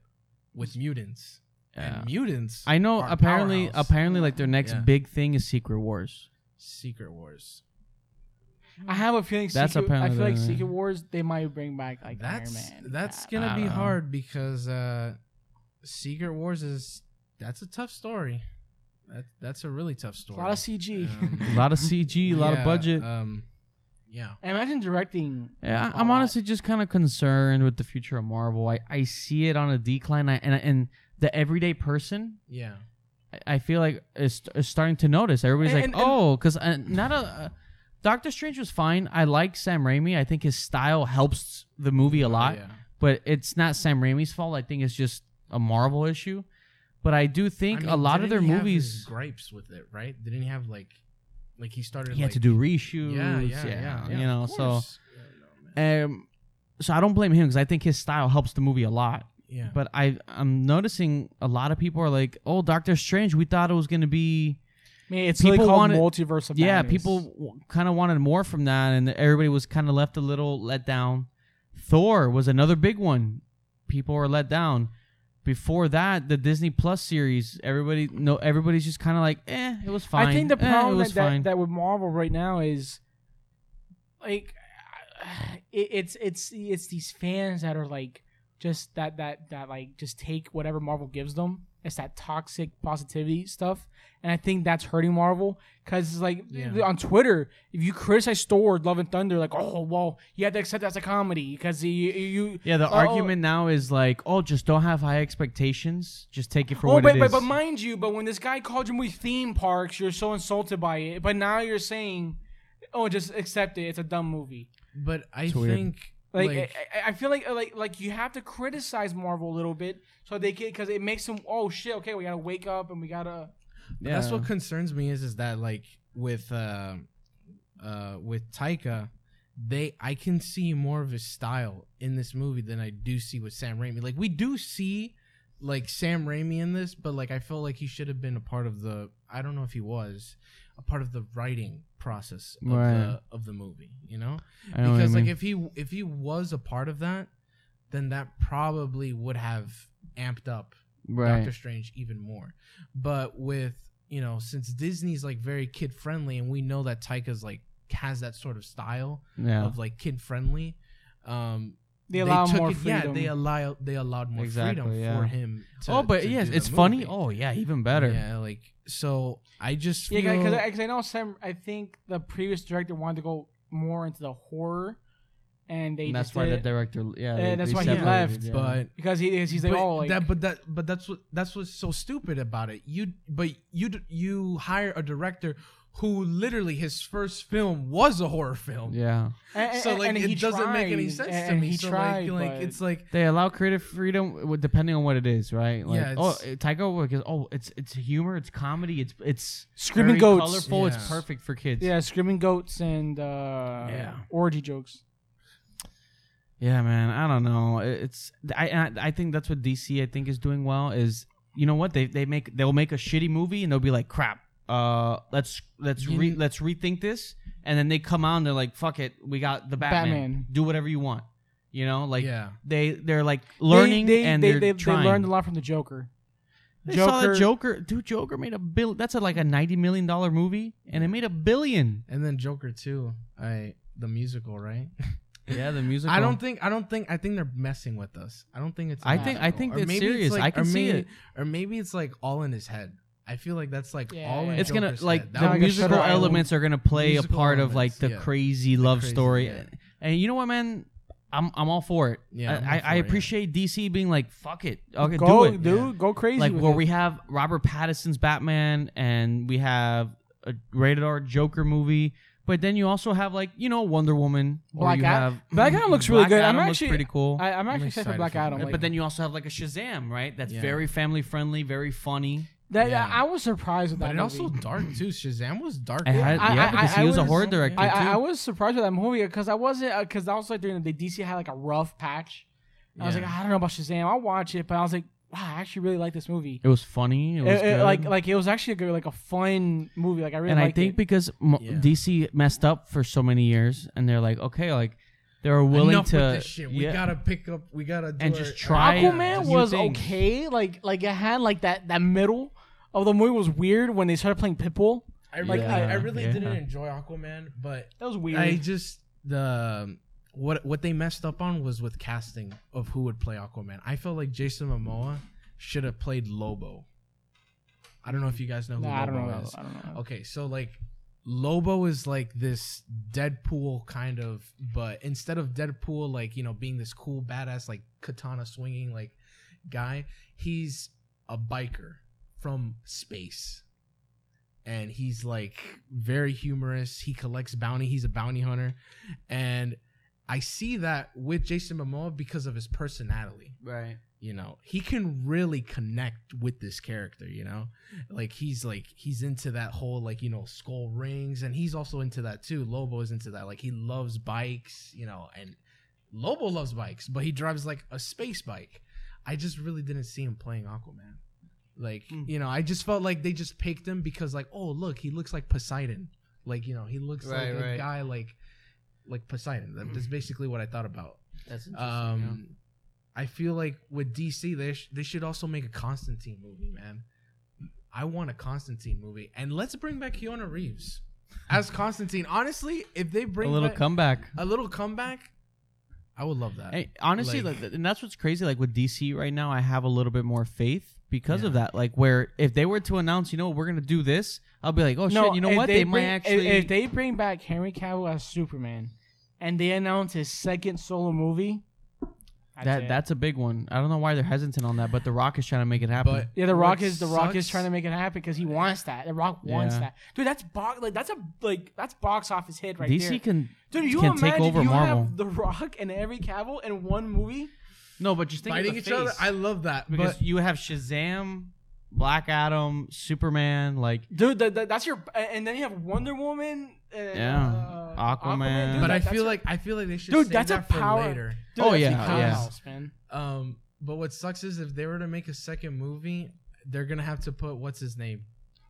with mutants.
Yeah.
And mutants.
I know.
are a
Apparently,
powerhouse.
apparently, like their next
Yeah.
big thing is Secret Wars.
Secret Wars.
I have a feeling.
That's
Secret, I
apparently
feel like
the-
Secret Wars they might bring back like
that's
Iron Man.
that's
Cap.
I
gonna be
don't know.
hard because uh, Secret Wars is that's a tough story. That that's a really tough
It's
story.
a lot of
A
CG.
Um,
lot of CG, a lot
yeah,
of budget.
uh,
Um, yeah.
[LAUGHS] Imagine directing.
Yeah, I-
all
I'm
that.
honestly just kind of concerned with the future of Marvel. I, I see it on a decline, I, and and the everyday person,
Yeah.
I- I feel like is, is starting to notice. Everybody's
And-
like,
and-
oh, because uh, not a uh, Doctor Strange was fine. I like Sam Raimi. I think his style helps the movie a lot,
Yeah.
but it's not Sam Raimi's fault. I think it's just a Marvel issue. But I do think
I
a
mean,
lot of
didn't
their
he have his
movies,
gripes with it, right? Didn't he have like, like he started?
he had
like-
to do reshoots.
Yeah, yeah, yeah, yeah,
you know,
of
so
course. Yeah, no, man.
um, so I don't blame him because I think his style helps the movie a lot.
yeah,
But I I'm noticing a lot of people are like, "Oh, Doctor Strange, we thought it was going to be
I mean, it's
People
really called
wanted-
multiverse of
Yeah,
Madness.
people w- kind of wanted more from that and everybody was kind of left a little let down. Thor was another big one. People were let down. Before that, the Disney Plus series, everybody no everybody's just kind of like, "Eh, it was fine."
I think the
Eh, it
problem
was
that, that,
fine."
that with Marvel right now is, like, it, it's it's it's these fans that are like, just that that that like just take whatever Marvel gives them. It's that toxic positivity stuff, and I think that's hurting Marvel because it's like
Yeah.
th- on Twitter, if you criticize Thor, Love and Thunder, like oh well, you have to accept that's a comedy because you, you
Yeah, the
oh,
argument now is like, oh, just don't have high expectations. Just take it for
Oh,
what
but,
it
but
is.
but mind you, but when this guy called your movie theme parks, you're so insulted by it. But now you're saying, oh, just accept it. It's a dumb movie.
But I
It's weird.
think
Like,
like,
I, I- I feel like like like you have to criticize Marvel a little bit so they can because it makes them oh shit okay we gotta wake up and we gotta
But That's what concerns me is is that like with uh, uh with Taika, they I can see more of his style in this movie than I do see with Sam Raimi. Like we do see like Sam Raimi in this, but like I feel like he should have been a part of the I don't know if he was a part of the writing process of
Right.
the of the movie, you know?
I know what you
because like
mean.
if he if he was a part of that, then that probably would have amped up
right.
Doctor Strange even more. But with you know, since Disney's like very kid friendly, and we know that Taika's like has that sort of style
yeah.
of like kid friendly. Um,
they allow
took
more
it-
freedom.
Yeah, they allow they allowed more freedom
Exactly, yeah.
for him. To,
oh, but
to
yes,
do the
it's funny.
movie.
Oh, yeah, even better.
Yeah, like so. I just feel,
yeah because I, 'cause I know Sam I think the previous director wanted to go more into the horror and they
And that's
just
why
did
the
it
director. Yeah,
Yeah,
they-
that's
they
why he
separated,
left,
yeah.
but
because he he's like
but
oh like
that, but that, but that's what that's what's so stupid about it. You, but you, d- you hire a director who literally his first film was a horror film.
yeah,
and, and-
So like
and he
it doesn't make any
tried,
sense
and,
to
and
me.
he
so
tried
like, like
but-
it's like
they allow creative freedom w- depending on what it is, right? Like,
Yeah,
oh,
it's-
it- Taika Waititi, oh, it's it's humor, it's comedy, it's it's
Screaming
very
Goats.
colorful, it's
Yeah.
perfect for kids.
yeah screaming goats and uh
Yeah.
orgy jokes
Yeah, man. I don't know. It- It's I I I think that's what DC I think is doing well is you know what they they make they'll make a shitty movie and they'll be like crap. Uh, let's let's
You-
re, let's rethink this, and then they come out and they're like, "Fuck it, we got the Batman.
Batman.
Do whatever you want." You know, like
yeah,
they they're like learning
they, they,
and
they,
are
they,
trying.
they learned a lot from the Joker.
They saw that Joker, dude. Joker made a bill. That's a, like a ninety million dollar movie, and it made a billion.
and then Joker too. I the musical, right?
Yeah, the music.
I don't think I don't think I think they're messing with us. I don't think it's.
I
an
think- I
musical.
think
Or
it's
maybe
serious.
like-
I can
or
see
maybe,
it.
or maybe it's like all in his head. I feel like that's like
Yeah,
all.
yeah,
in
yeah.
it's gonna
Joker's
like
head.
the
That was-
musical
Shutter Island.
elements are gonna play
Musical
a part of like
elements,
the
yeah.
crazy love
crazy,
story.
yeah.
And you know what, man, I'm I'm all for it.
Yeah, I'm all
I, I, I
for it.
appreciate DC being like, fuck it, okay,
go,
do it.
dude. Go crazy.
Like
with
where
it.
we have Robert Pattinson's Batman and we have a rated R Joker movie. But then you also have like you know Wonder Woman, or
Black
you
Ad-
have Mm-hmm.
Black Adam looks really
Black
good. I'm
Adam looks
actually-
pretty cool.
I, I'm actually excited for
excited
Black
for
Adam.
it.
Like,
but then you also have like a Shazam, right? That's
Yeah.
very family friendly, very funny.
that,
yeah.
I was surprised with
But
that.
it also
movie.
dark too. Shazam was dark.
I had,
I-
yeah,
I-
because
I
he was, a
was-
horror director
I,
too.
I, I was surprised with that movie because I wasn't because I was like during the DC had like a rough patch. I was
Yeah.
like, "Ah, I don't know about Shazam. I'll watch it, but I was like, wow, I actually really like this movie.
It was funny. It was
It- it-
good.
like, like it was actually a good, like a fun movie. Like I really
and I
liked
think
it.
because m-
Yeah.
DC messed up for so many years, and they're like, okay, like they're willing
Enough
to,
with this shit. We
yeah,
gotta pick up. We gotta do
And
our-
just
our-
try I-
Aquaman
just new
was
things.
okay. Like like it had like that that middle of the movie was weird when they started playing Pitbull.
I really,
Yeah,
I, I really
yeah.
didn't enjoy Aquaman, but
That was weird.
I just the um, what what they messed up on was with casting of who would play Aquaman. I felt like Jason Momoa should have played Lobo. I don't know if you guys know who
Nah, I don't
Lobo
know.
is.
I don't know.
Okay, so like Lobo is like this Deadpool kind of, but instead of Deadpool like, you know, being this cool badass like katana swinging like guy, he's a biker from space. And he's like very humorous. He collects bounty. He's a bounty hunter. And I see that with Jason Momoa because of his personality
right?
you know he can really connect with this character you know like he's like he's into that whole like you know skull rings and he's also into that too lobo is into that like he loves bikes you know and lobo loves bikes but he drives like a space bike i just really didn't see him playing aquaman like
Hmm.
you know i just felt like they just picked him because like oh look he looks like poseidon like you know he looks
Right,
like
right. Hmm.
a guy like like poseidon That- that's basically what i thought about
That's
um, I feel like with DC, they sh- they should also make a Constantine movie, man. I want a Constantine movie, and let's bring back Keanu Reeves
[LAUGHS]
as Constantine. Honestly, if they
a
bring
little
back-
comeback.
a little comeback, I would love that.
Hey, honestly,
Like-
like, and that's what's crazy. Like with DC right now, I have a little bit more faith because of
Yeah.
that. Like where if they were to announce, you know, we're gonna do this, I'll be like, oh
no,
shit, you know
if
what? They, might
bring, if-
actually.
If, they bring back Henry Cavill as Superman, and they announce his second solo movie, that's
that
it.
that's a big one. I don't know why they're hesitant on that, but The Rock is trying to make it happen.
But
yeah. The Rock
what
is the Rock is
sucks-
trying to make it happen because he wants that. The Rock wants
Yeah.
that, dude. That's box like that's a like that's box office hit right
DC
there.
can
Dude, you
can
imagine
take over
you
Marvel.
have The Rock and Henry Cavill in one movie?
no, but just think
fighting
of the
each
face.
other. I love that.
because
But
you have Shazam, Black Adam, Superman, like
Dude, that, that, that's your. And then you have Wonder Woman. And,
Yeah. Aquaman.
uh,
But
dude,
but
that-
I
that's
feel
your-
like I feel like they should
Dude,
save
that's a
that for
power-
later.
Dude,
Oh,
that's
yeah,
your powerhouse, man.
Um, but what sucks is if they were to make a second movie, they're gonna have to put what's his name,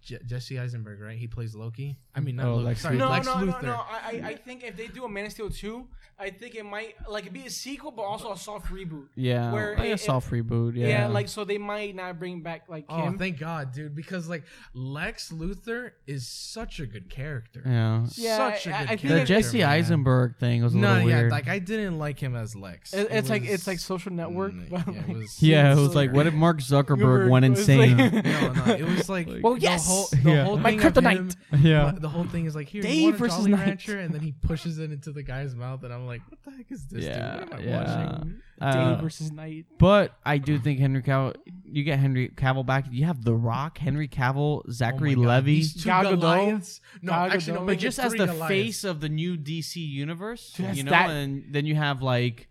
Je- Jesse Eisenberg, right? He plays Loki. I mean, not
Oh,
Loki.
Lex
sorry,
Luthor.
Lex
no,
Luthor.
no, no. I, I- I think if they do a Man of Steel two, I think it might like it'd be a sequel, but also a soft reboot.
yeah,
Where
like
it-
a soft reboot.
Yeah,
Yeah,
like so they might not bring back like
Oh,
him.
thank God, dude! Because like Lex Luthor is such a good character.
yeah.
Yeah,
such a
I- I
good
think
The
character.
it's-
Jesse
man.
Eisenberg thing was a
No,
little
yeah,
weird.
like I didn't like him as Lex.
It-
It
it's like
was-
it's like Social Network.
Mm,
but,
yeah, it
like, [LAUGHS]
was-
[LAUGHS] yeah, it was
so-
like, what if Mark Zuckerberg
Zuckerberg
went [LAUGHS]
was like-
insane?
[LAUGHS]
[LAUGHS]
No, no, it
[LAUGHS]
was like
Like-
Well,
the
yes!
whole- the
Yeah.
whole
My
thing of
kryptonite.
him-
[LAUGHS] yeah,
the whole thing is like here,
Dave
you want a
versus
Jolly
Knight.
Rancher, and then he pushes it into the guy's mouth, and I'm like, what the heck is this?
Yeah,
dude? What am I
yeah.
watching?
Uh,
Day versus Night.
But I do think Henry Cavill. You get Henry Cavill back. You have The Rock, Henry Cavill, Zachary
Oh my God,
Levy.
these two
Gal Gadot.
Goliaths. No,
Gal
actually,
Gadot.
no,
But
make it
just as
three
the
Goliaths.
face of the new DC universe,
Dude, that's
you know,
that-
and then you have like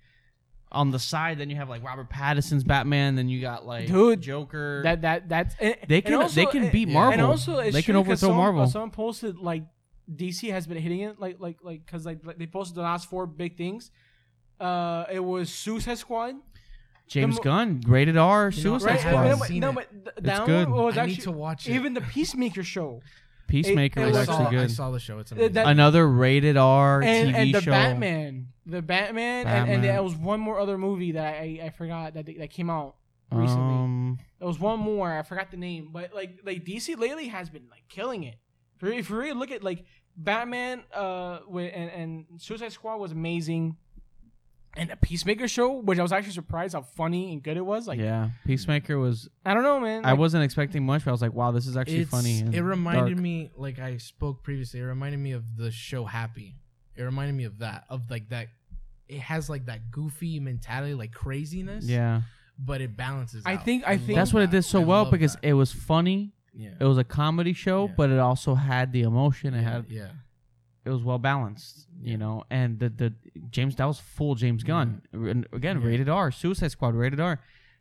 on the side, then you have like Robert Pattinson's Batman, then you got like
Dude,
Joker.
That that that's and,
they
and
can
also,
they can
it-
beat
yeah.
Marvel.
And also, it's
they can
true 'cause
overthrow
someone,
Marvel.
uh, Someone posted like DC has been hitting it, like like like because like, like they posted the last four big things. Uh, it was Suicide Squad.
James
mo-
Gunn, rated R,
You know,
Suicide
I
Squad,
haven't
No, but,
seen
no,
it.
but th- that
good.
one was
I
actually
need to watch it.
even the
[LAUGHS]
Peacemaker show
Peacemaker
it
was
I
actually
saw, I
good.
saw the show. It's amazing.
that-
Another rated R
and,
TV
and the
show.
Batman, the Batman, and,
Batman.
and there was one more other movie that I I, I forgot that that came out recently.
Um,
There was one more. I forgot the name, but like like DC lately has been like killing it. If you, if you really look at like Batman, uh, wi- and and Suicide Squad was amazing, and the Peacemaker show, which I was actually surprised how funny and good it was. Like
yeah, Peacemaker was
I don't know, man.
I
Like,
wasn't expecting much, but I was like, wow, this is actually
It's-
funny. and
It reminded
dark.
me, like I spoke previously, it reminded me of the show Happy. It reminded me of that, of like that. It has like that goofy mentality, like craziness.
Yeah.
but it balances.
I
out.
think- I
love
think-
That's what it
that.
did so
I
well
love
because
that.
it was funny.
yeah.
It was a comedy show,
Yeah.
but it also had the emotion. It had
yeah.
it
Oh,
was well balanced, you
Yeah. Mm-hmm.
know. And the the James that was full James Gunn. And again,
Yeah.
rated R, Suicide Squad, rated R.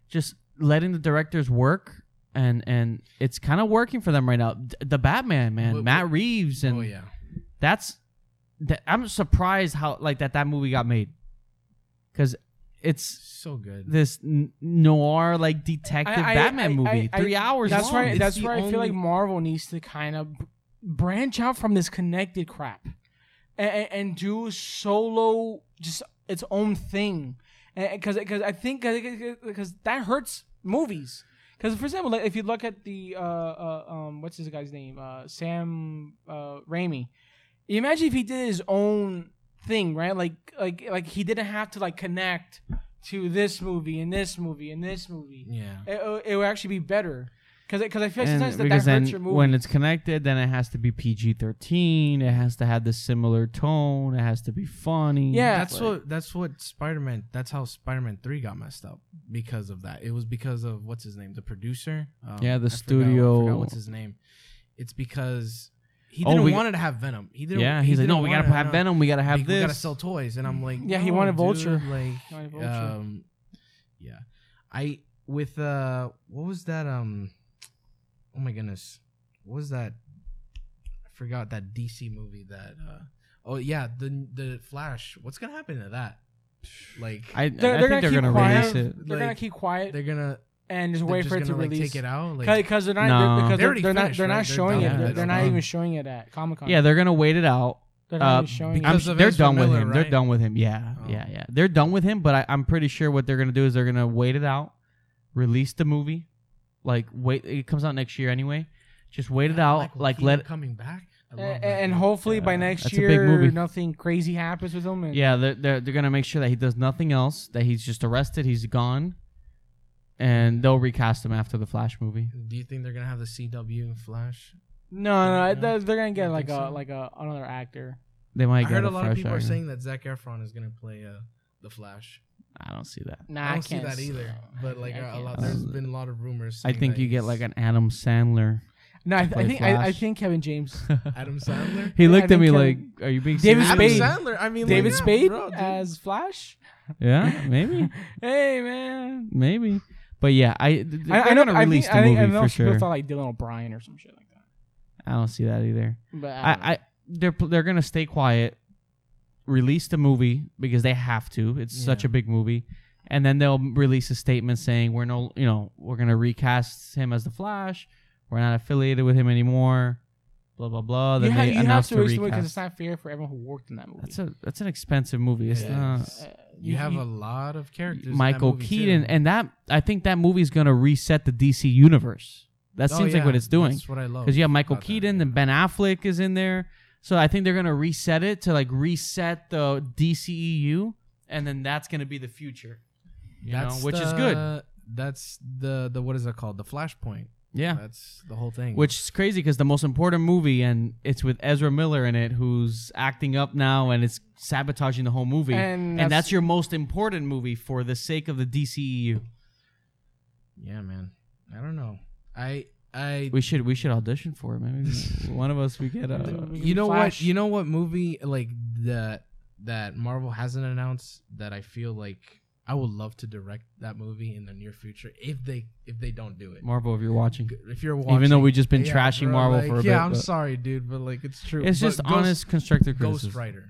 Just letting the directors work and and it's kind of working for them right now. D- the Batman, man,
What-
Matt Reeves and
oh yeah.
that's that, I'm surprised how like that that movie got made. Cuz it's
So good.
this n- noir like detective
I- I-
Batman
I-
movie,
I- I-
three hours.
that's
long.
why
It's
that's
the
where I feel
only-
like Marvel needs to kind of branch out from this connected crap and, and, and do solo just its own thing because because I think because that hurts movies because for example like, if you look at the uh, uh um what's this guy's name uh Sam uh Raimi imagine if he did his own thing right like like like he didn't have to like connect to this movie and this movie and this movie
Yeah.
it, it- it would actually be better because because I feel like
And
sometimes that, that
because
hurts
then
your movie.
when it's connected, then it has to be PG thirteen. It has to have the similar tone. It has to be funny.
Yeah.
That's what that's what Spider Man. That's how Spider Man Three got messed up because of that. It was because of what's his name, the producer. Um,
Yeah, the
I forgot- I
studio-
forgot what's his name? It's because he
Oh,
didn't
we-
want it to have Venom. He didn't.
yeah.
he
He's like,
didn't
no, we
want
gotta
it,
have
no.
Venom. We gotta have
Like,
this.
We gotta sell toys, and I'm like,
Yeah, he
no,
wanted
dude,
Vulture. He
Like,
wanted Vulture.
um, yeah, I with uh, what was that? Um, oh my goodness, what was that? I forgot that DC movie that. uh Oh yeah, the the Flash. What's gonna happen to that? Like,
I,
They're-
I
they're
think
gonna
they're
keep
gonna
quiet.
release it.
they're gonna
like,
keep quiet
they're gonna
and just
they're
wait
just
for it to
gonna, like,
release.
take it out. Like,
Because they're not
No.
because
They
they're,
already
they're not
finished,
they're
right?
not
They're
done.
showing it. They're,
Yeah,
they're
they're
not
done.
even showing it at Comic Con.
Yeah, they're gonna wait it out.
they're not
uh,
even showing
I'm,
it.
because
s-
of
they're
Ezra
done with
Miller,
him. They're
right?
done with him. Yeah,
Oh.
yeah, yeah. They're done with him. But I, I'm pretty sure what they're gonna do is they're gonna wait it out, release the movie, like wait. It comes out next year anyway. Just wait it out.
Michael
like
Keaton
let
coming back. I
A-
love
and,
that movie.
hopefully by
Yeah,
next
that's a big
year
movie.
nothing crazy happens with him. And
Yeah, they're, they're, they're gonna make sure that he does nothing else. That he's just arrested. He's gone, and they'll recast him after the Flash movie.
Do you think they're gonna have the CW and Flash?
no, no,
No?
they're, they're gonna get
You
like a
think so?
like a another actor.
They might
I,
get
heard a lot of
fresh
people are
actor.
saying that Zach Efron is gonna play uh, the Flash.
I don't see that.
Nah,
I
I,
don't see
can't
that
s- oh,
either. But like
I
a
can't
lot,
see
there's
that.
been a lot of rumors.
I
saying
think
that
you get
he's
like an Adam Sandler. [LAUGHS]
No, I, th- I
play
think I, I
Flash.
think Kevin James,
[LAUGHS]
Adam Sandler.
He
Yeah, I
looked at
think
me
Kevin-
like, "Are you being
David
serious?"
Adam
Spade.
Sandler. I mean, like,
David
yeah,
Spade
bro, dude.
as Flash.
Yeah, maybe,
Hey man,
maybe. But yeah, I th-
I,
they're
I know.
gonna
I
release
think, I
the
think,
movie
I know
for
people
sure.
thought like Dylan O'Brien or some shit like that.
I don't see that either.
But I, don't know.
I, I they're pl- they're gonna stay quiet, release the movie because they have to. It's such
Yeah.
a big movie, and then they'll release a statement saying we're no, you know, we're gonna recast him as the Flash. We're not affiliated with him anymore. Blah blah blah.
you,
Then
ha-
they
you have
announce
to
the
reach the because
recast.
it's not fair for everyone who worked in that movie. Uh,
That's a that's an expensive movie. It's
Yeah,
not
it's- you, have a lot of characters. in that
Michael
movie, too.
Keaton, and that I think that movie's gonna reset the DC universe. That
Oh,
seems like what
yeah,
it's doing.
That's what I love.
because you have Michael
about that,
Keaton
yeah.
and Ben Affleck is in there. So I think they're gonna reset it to like reset the DCEU, and then that's gonna be the future. You know, which is good.
the- That's the the what is it called? The Flashpoint.
Yeah.
That's the whole thing.
Which is crazy because the most important movie, and it's with Ezra Miller in it, who's acting up now and it's sabotaging the whole movie.
And
and
that's-
that's your most important movie for the sake of the E DCEU.
yeah, man. I don't know. I I
We should we should audition for it. Maybe [LAUGHS] one of us we get uh,
we
you
can
know what
flash-
you know what movie like that that Marvel hasn't announced that I feel like I would love to direct that movie in the near future if they if they don't do it.
Marvel if you're watching.
If you're watching,
Even though we've just been
yeah,
trashing
bro,
Marvel
like,
for a bit.
yeah, I'm
but-
sorry, dude, but like it's true.
It's
But
just
Ghost-
honest constructive criticism.
Ghost Rider.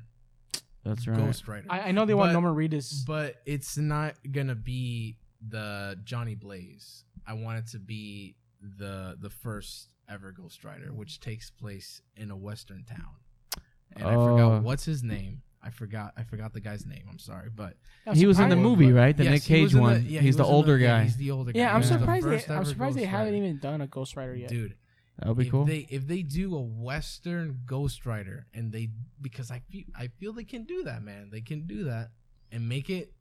That's right.
Ghost Rider.
I, I know they want
But-
Norman Reedus.
but it's not gonna be the Johnny Blaze. I want it to be the the first ever Ghost Rider, which takes place in a western town. And I
Oh.
forgot what's his name. I forgot. I forgot the guy's name. I'm sorry, but
I'm
He was in the
surprised-
movie. right? The Nick
he was
Cage
in
one.
he
He's the
was in
older
yeah,
guy.
he's the older guy.
Yeah, I'm
He was the
surprised.
first
They, I'm
ever
surprised they
Ghost
haven't
Rider.
even done a Ghost Rider yet.
Dude,
That would be
if
cool.
they if they do a western Ghost Rider and they because I feel I feel they can do that, man. They can do that and make it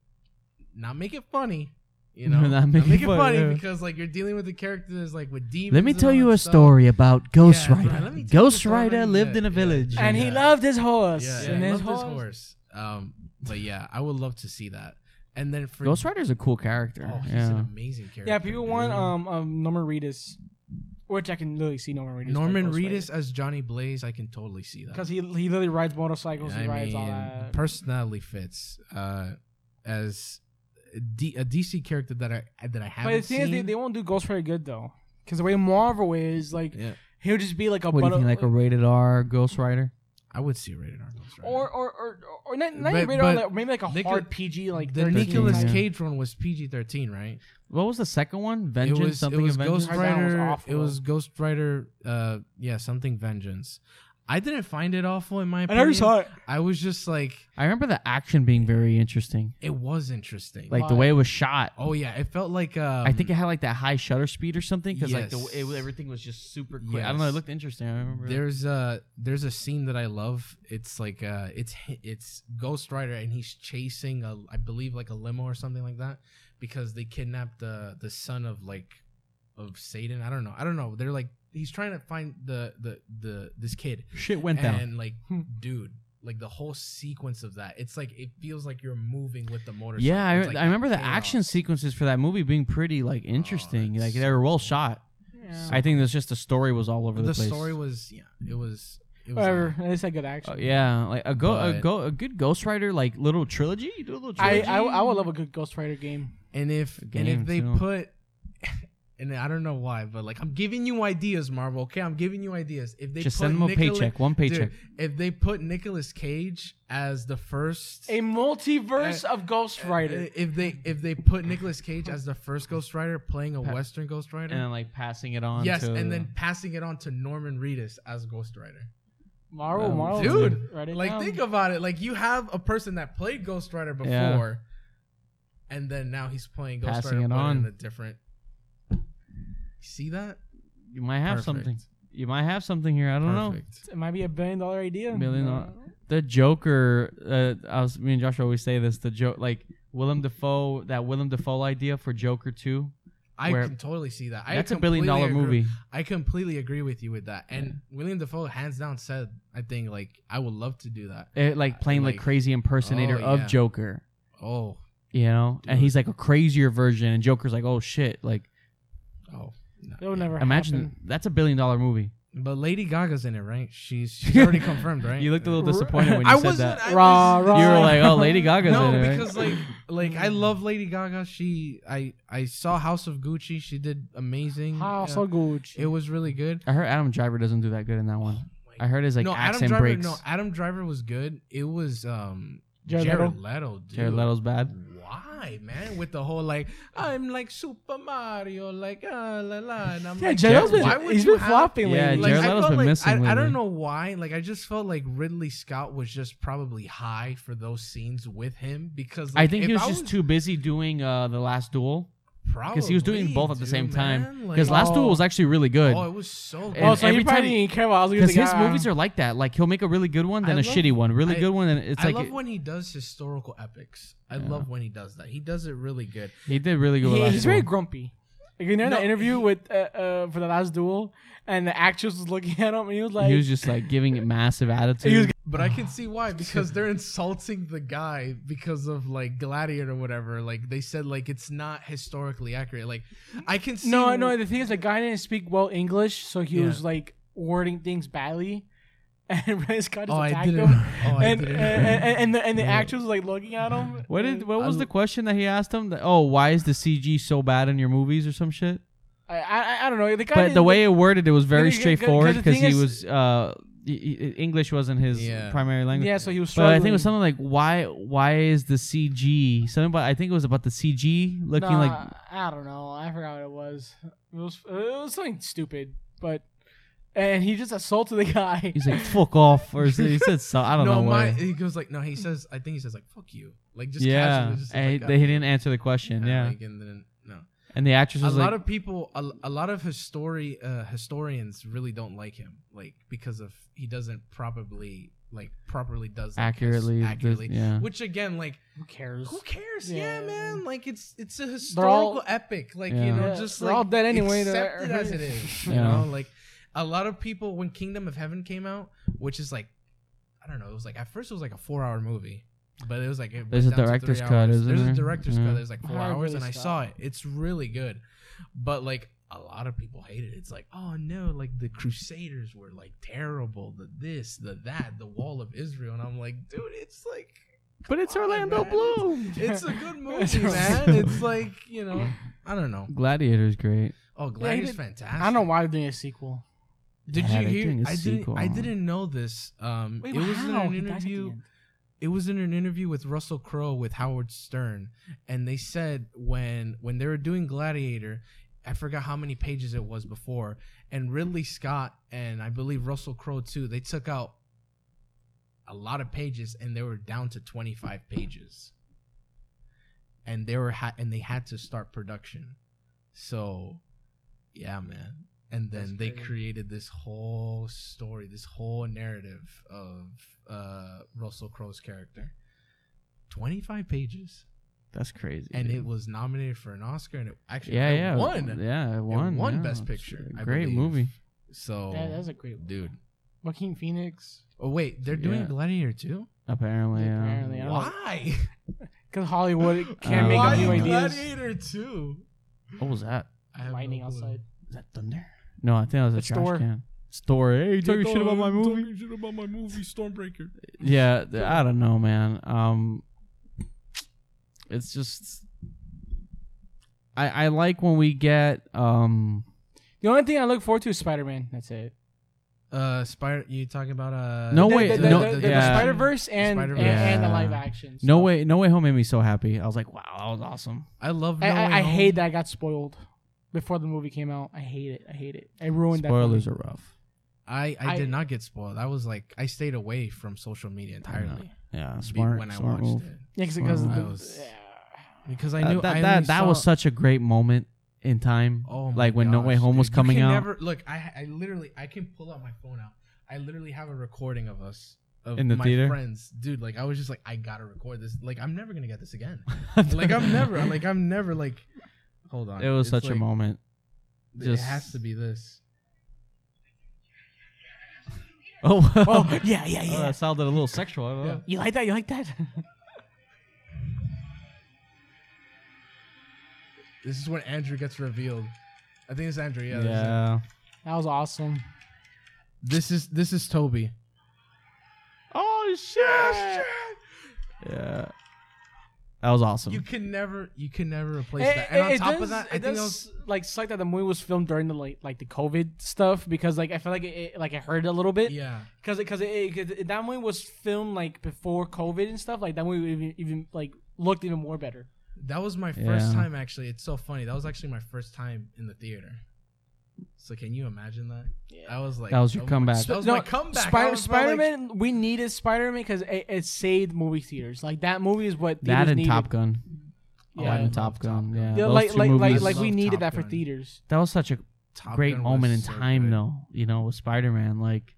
not make it funny,
[LAUGHS]
you know,
Not make it funny, yeah.
because like you're dealing with the characters like with demons.
Let me
and
tell
all
you
that
a
stuff.
story about Ghost
Yeah, bro,
Rider.
let me tell you a
Ghost
story.
Rider lived
Yeah,
in a
yeah.
village.
And
and he
yeah.
loved his horse.
Yeah,
and
I
his
love this
horse.
horse. Um, but yeah, I would love to see that. And then for
Ghost Rider's a cool character.
oh, he's an
yeah.
amazing character.
Yeah, people
dude.
want um, um Norman Reedus, which I can literally see Norman Reedus.
Norman Reedus uh, as Johnny Blaze. I can totally see that
because he he literally rides motorcycles,
I
he rides all
mean,
that.
personality fits uh, as a, D- a DC character that I that I
But
haven't
the thing
seen.
is, they, they won't do Ghost Rider good though, because the way Marvel is, like
yeah,
he'll just be like a
What do you
butter-
think, like
uh,
a rated R Ghost Rider?
I would see rated R. Ghost Rider.
or or or or not, not
But-
even rated R,
but
like, maybe like a
Nicola-
hard PG like
the
13.
Nicolas
yeah.
Cage one was PG thirteen, right?
What was the second one? Vengeance,
it was
something
it was
of Vengeance.
Ghost
Heard that one was
Rider.
awful.
it was Ghost Rider. Uh, yeah, something Vengeance. I didn't find it awful in my
I
opinion.
never saw it.
I was just like,
I remember the action being very interesting,
it was interesting.
like the
Why?
way it was shot.
oh yeah, it felt like um,
I think it had like that high shutter speed or something because like the
Yes.
it, everything was just super quick. I don't know. It
Yes.
looked interesting. I remember.
There's a there's a scene that I love. It's like uh it's hi- it's Ghost Rider and he's chasing a I believe like a limo or something like that because they kidnapped the the son of like of Satan. I don't know. I don't know. They're like he's trying to find the the the this kid
shit went down. Hmm.
and like dude like the whole sequence of that. It's like it feels like you're moving with the motorcycle.
Yeah, I,
It's like
I remember the
chaos.
action sequences for that movie being pretty like interesting.
it's
like
so
they were well
cool.
shot.
Yeah.
I think that's just the story was all over
The,
the, place.
story was yeah, it was it was
Whatever.
uh,
At least I good action.
Uh, yeah, like a go a
But-
go a good Ghost Rider like little trilogy. You do a little
I,
trilogy.
I I would love a good Ghost Rider game.
And if and
game,
if they
too.
put [LAUGHS] and I don't know why, but like I'm giving you ideas, Marvel. Okay, I'm giving you ideas. If they
just
put
send them a
Nicola-
paycheck, one
Dude,
paycheck.
if they put Nicolas Cage as the first
A multiverse of Ghost
uh,
Rider.
if they if they put Nicolas Cage as the first Ghost Rider playing a
Pa-
Western Ghost Rider,
and then like passing it on.
yes,
to,
and then passing it on to Norman Reedus as Ghost Rider.
Marvel,
Um,
Marvel,
Dude,
Rider
like
down.
think about it. Like you have a person that played Ghost Rider before,
Yeah.
and then now he's playing Ghost
Passing
Rider
it
but
on.
in a different. See that?
you might have
Perfect.
something. you might have something here. I don't know.
Perfect.
It might be a billion dollar idea.
Million
Uh,
dollar- The Joker. Uh, I was me and Josh always say this. The joke, like Willem Dafoe, that Willem Dafoe idea for Joker Two.
I
Where-
can totally see that. I
That's a billion dollar
completely agree-
movie.
I completely agree with you with that. And William Defoe, hands down, said, "I think like I would love to do that."
It, Eh, like playing like,
Like-
crazy impersonator
Oh,
of
yeah.
Joker.
Oh,
You know, and
Dude.
he's like a crazier version, and Joker's like, oh shit, like
oh, no,
It'll
yeah.
never
imagine
happen.
that's a billion dollar movie.
But Lady Gaga's in it, right? She's,
[LAUGHS]
she's already confirmed, right?
You looked a
[LAUGHS]
little disappointed when you
I
said
wasn't.
that.
I
Raw,
was-
raw.
You were like,
[LAUGHS]
oh, Lady Gaga's
no,
in it. right?
because like, like I love Lady Gaga. She, I, I saw House of Gucci. She did amazing.
How
Yeah.
so good.
It was really good.
I heard Adam Driver doesn't do that good in that one.
Oh my
I heard his like
no, Adam
accent
Driver.
breaks.
No, Adam Driver was good. It was um
Jared
Jared,
Leto?
Leto. Dude.
Jared Leto's bad.
Why, man? With the whole like, I'm like Super Mario, like ah la la. And I'm
yeah,
like,
Jared's
Jared,
been,
why would
he's
you
been
have-
flopping
Yeah,
lately.
Like,
Jared
I
Leto's
felt
been
like-
missing
I, I
lately.
don't know why. Like I just felt like Ridley Scott was just probably high for those scenes with him because like,
I think
if
he was just too busy doing uh, the Last Duel because he was doing
probably,
both at the
dude,
same time.
man, like-
Because Last Duel was actually really good.
Oh, it was so. good.
And
oh, so
every
he probably
time-
didn't even care about
Because his movies are like that. Like he'll make a really good one, then
I
a
love-
shitty one, really
I-
good one, and it's
I
like
love when he does historical epics. I
Yeah.
love when he does that. He does it really good.
he did really good. with
He,
Last
he's very
Duel.
grumpy. Like, you know
No,
the interview
he-
with uh, uh, for the last duel, and the actress was looking [LAUGHS] at him, and he was like,
he was just like giving it massive attitude. [SIGHS]
But I can see why because they're insulting the guy because of like Gladiator or whatever. Like they said, like it's not historically accurate. Like I can see.
"No, no." The thing is, the guy didn't speak well English, so he
Yeah.
was like wording things badly, [LAUGHS] and Red Scott just
Oh, I
attacked
didn't.
him.
[LAUGHS] Oh, I
[LAUGHS] and, and,
didn't.
and, and the, and the actress was like looking at him.
What did what was
I-
the question that he asked him? That, oh, why is the CG so bad in your movies or some shit?
I, I I don't know. The guy
But the
didn't-
way it worded, it was very
Because- because-
straightforward
because the
because
thing
he was
is-
uh, he- he- English wasn't his
Yeah.
primary language.
yeah, so he was
But
struggling.
I think it was something like why why is the CG something about I think it was about the CG looking
Nah,
like
I don't know. I forgot what it was. It was it was something stupid, but and he just assaulted the [LAUGHS] guy.
he's like fuck off or so- he said so I don't know
no,
why.
my he goes like no. He says I think he says like fuck you. Like just
yeah,
casually. Just
and he-
like,
they- he didn't answer the question.
and,
Yeah,
like, and then no.
and the actress
A
was
lot
like,
of people, a, a lot of histori- uh, historians really don't like him, like because of he doesn't probably like properly does like, his-
accurately, this-
accurately.
yeah.
Which again, like
Who cares?
Who cares?
Yeah.
Yeah, man. Like it's it's a
They're
historical
all-
epic. Like
Yeah.
you know,
Yeah,
just
they're
like
all dead anyway,
Accept it
they're-
as it is. You
Yeah.
know, like a lot of people when Kingdom of Heaven came out, which is like I don't know, it was like at first it was like a four hour movie. But it was like it
There's
went
a
down to
director's
three
cut,
hours.
isn't
There's
there?
a director's
Yeah.
cut. There's like four
Hard
hours,
really
and I
stop.
saw it. It's really good, but like a lot of people hate it. It's like, oh no, like the Crusaders were like terrible. The this, the that, the Wall of Israel, and I'm like, dude, it's like
but it's
Come on,
Orlando
man.
Bloom.
it's
[LAUGHS]
a good
It's
movie, man.
really-
It's like you know, I don't know.
Gladiator's great.
Oh, Gladiator's
did-
fantastic.
I don't know why they're doing a sequel.
Did
Yeah,
you
they're
hear?
doing a
I didn't. I
sequel.
didn't know this. Um, it was in an interview. It was in an interview with Russell Crowe with Howard Stern, and they said when when they were doing Gladiator, I forgot how many pages it was before, and Ridley Scott and I believe Russell Crowe too. They took out a lot of pages, and they were down to twenty five pages, and they were ha- and they had to start production. So, yeah, man. And
That's
then they
crazy.
created this whole story, this whole narrative of uh, Russell Crowe's character. 25 pages.
That's crazy.
And
dude.
it was nominated for an Oscar and it actually
yeah,
it
yeah,
won.
Yeah, it won.
won
yeah.
Best
It's
Picture,
a
I
Great
believe.
movie.
So,
That, that's a great one.
dude.
Joaquin Phoenix.
Oh, wait, they're doing
Yeah.
Gladiator too?
Apparently, yeah.
Apparently, I don't know.
Why? [LAUGHS]
Because Hollywood
Uh,
can't make
Why
up new
Why
ideas.
Gladiator 2?
What was that?
I have no
Lightning
clue.
outside.
Is that thunder? No, I think that was a
It's
trash
Thor.
can. Store. Hey, you talking shit about my movie?
Talking shit about my movie, Stormbreaker.
Yeah, th- I don't know, man. Um, it's just I I like when we get um
The only thing I look forward to is Spider Man. That's it.
Uh, Spider, you talking about uh?
No
The-
way,
The, the,
no,
the, the,
yeah.
Spider Verse and, and,
Spider-Verse.
and the
Yeah.
live action.
no
so.
way no way home made me so happy. I was like, wow, that was awesome.
I love.
I,
No Way
I, I
Home.
hate that I got spoiled before the movie came out. I hate it. I hate it. It ruined
Spoilers
that.
are rough.
I, I,
I-
did not get spoiled. I was like, I stayed away from social media entirely
Yeah,
be-
smart
when I
smart
watched
move.
it
Spoilers. Because
Well,
of the.
I was-
yeah.
because I
That
knew
that,
I
that,
only
that
saw-
was such a great moment in time.
Oh, my
like when No Way
gosh,
Home was
dude. You
coming
can
out.
Never, look, I, I literally, I can pull out my phone out. I literally have a recording of us of
In the
my
theater?
friends, dude. Like I was just like, I gotta record this. Like I'm never gonna get
[LAUGHS]
this again. like I'm never, like I'm never, like. Hold on.
It was
It's
such a
like,
moment.
It
just-
has to be this.
Oh, [LAUGHS]
Oh, yeah, yeah,
Oh, [LAUGHS]
yeah.
that sounded a little sexual. I don't know.
You like that? You like that? [LAUGHS]
This is when Andrew gets revealed. I think it's Andrew. Yeah.
Yeah.
this is Andrew.
that was awesome.
This is this is Toby.
Oh shit! Yeah. That was awesome.
You can never, you can never replace
It,
that. And on
it
top
does,
of that, I
it
think
does
I was,
like suck that the movie was filmed during the like like the COVID stuff because like I feel like it, it like it hurt a little bit.
yeah.
because because it, it, 'cause it- that movie was filmed like before COVID and stuff. Like that movie even, even like looked even more better.
That was my first
Yeah.
time actually. It's so funny. That was actually my first time in the theater. So can you imagine that? I was like,
That was your
oh my-
comeback.
That was my comeback. I
Spider
was about, like-
Spider-Man, we needed Spider-Man because it, it saved movie theaters. Like that movie is what
that
theaters
and
needed.
Top Gun.
Oh,
Yeah.
that and
I love
Top Gun. Yeah.
Yeah,
those
like
two
like, like
movies.
like we
Love
needed
Top
that for
Gun.
theaters.
that was such a
Top
great
Gun was
moment in
so
time,
good.
though. You know, with Spider Man, like.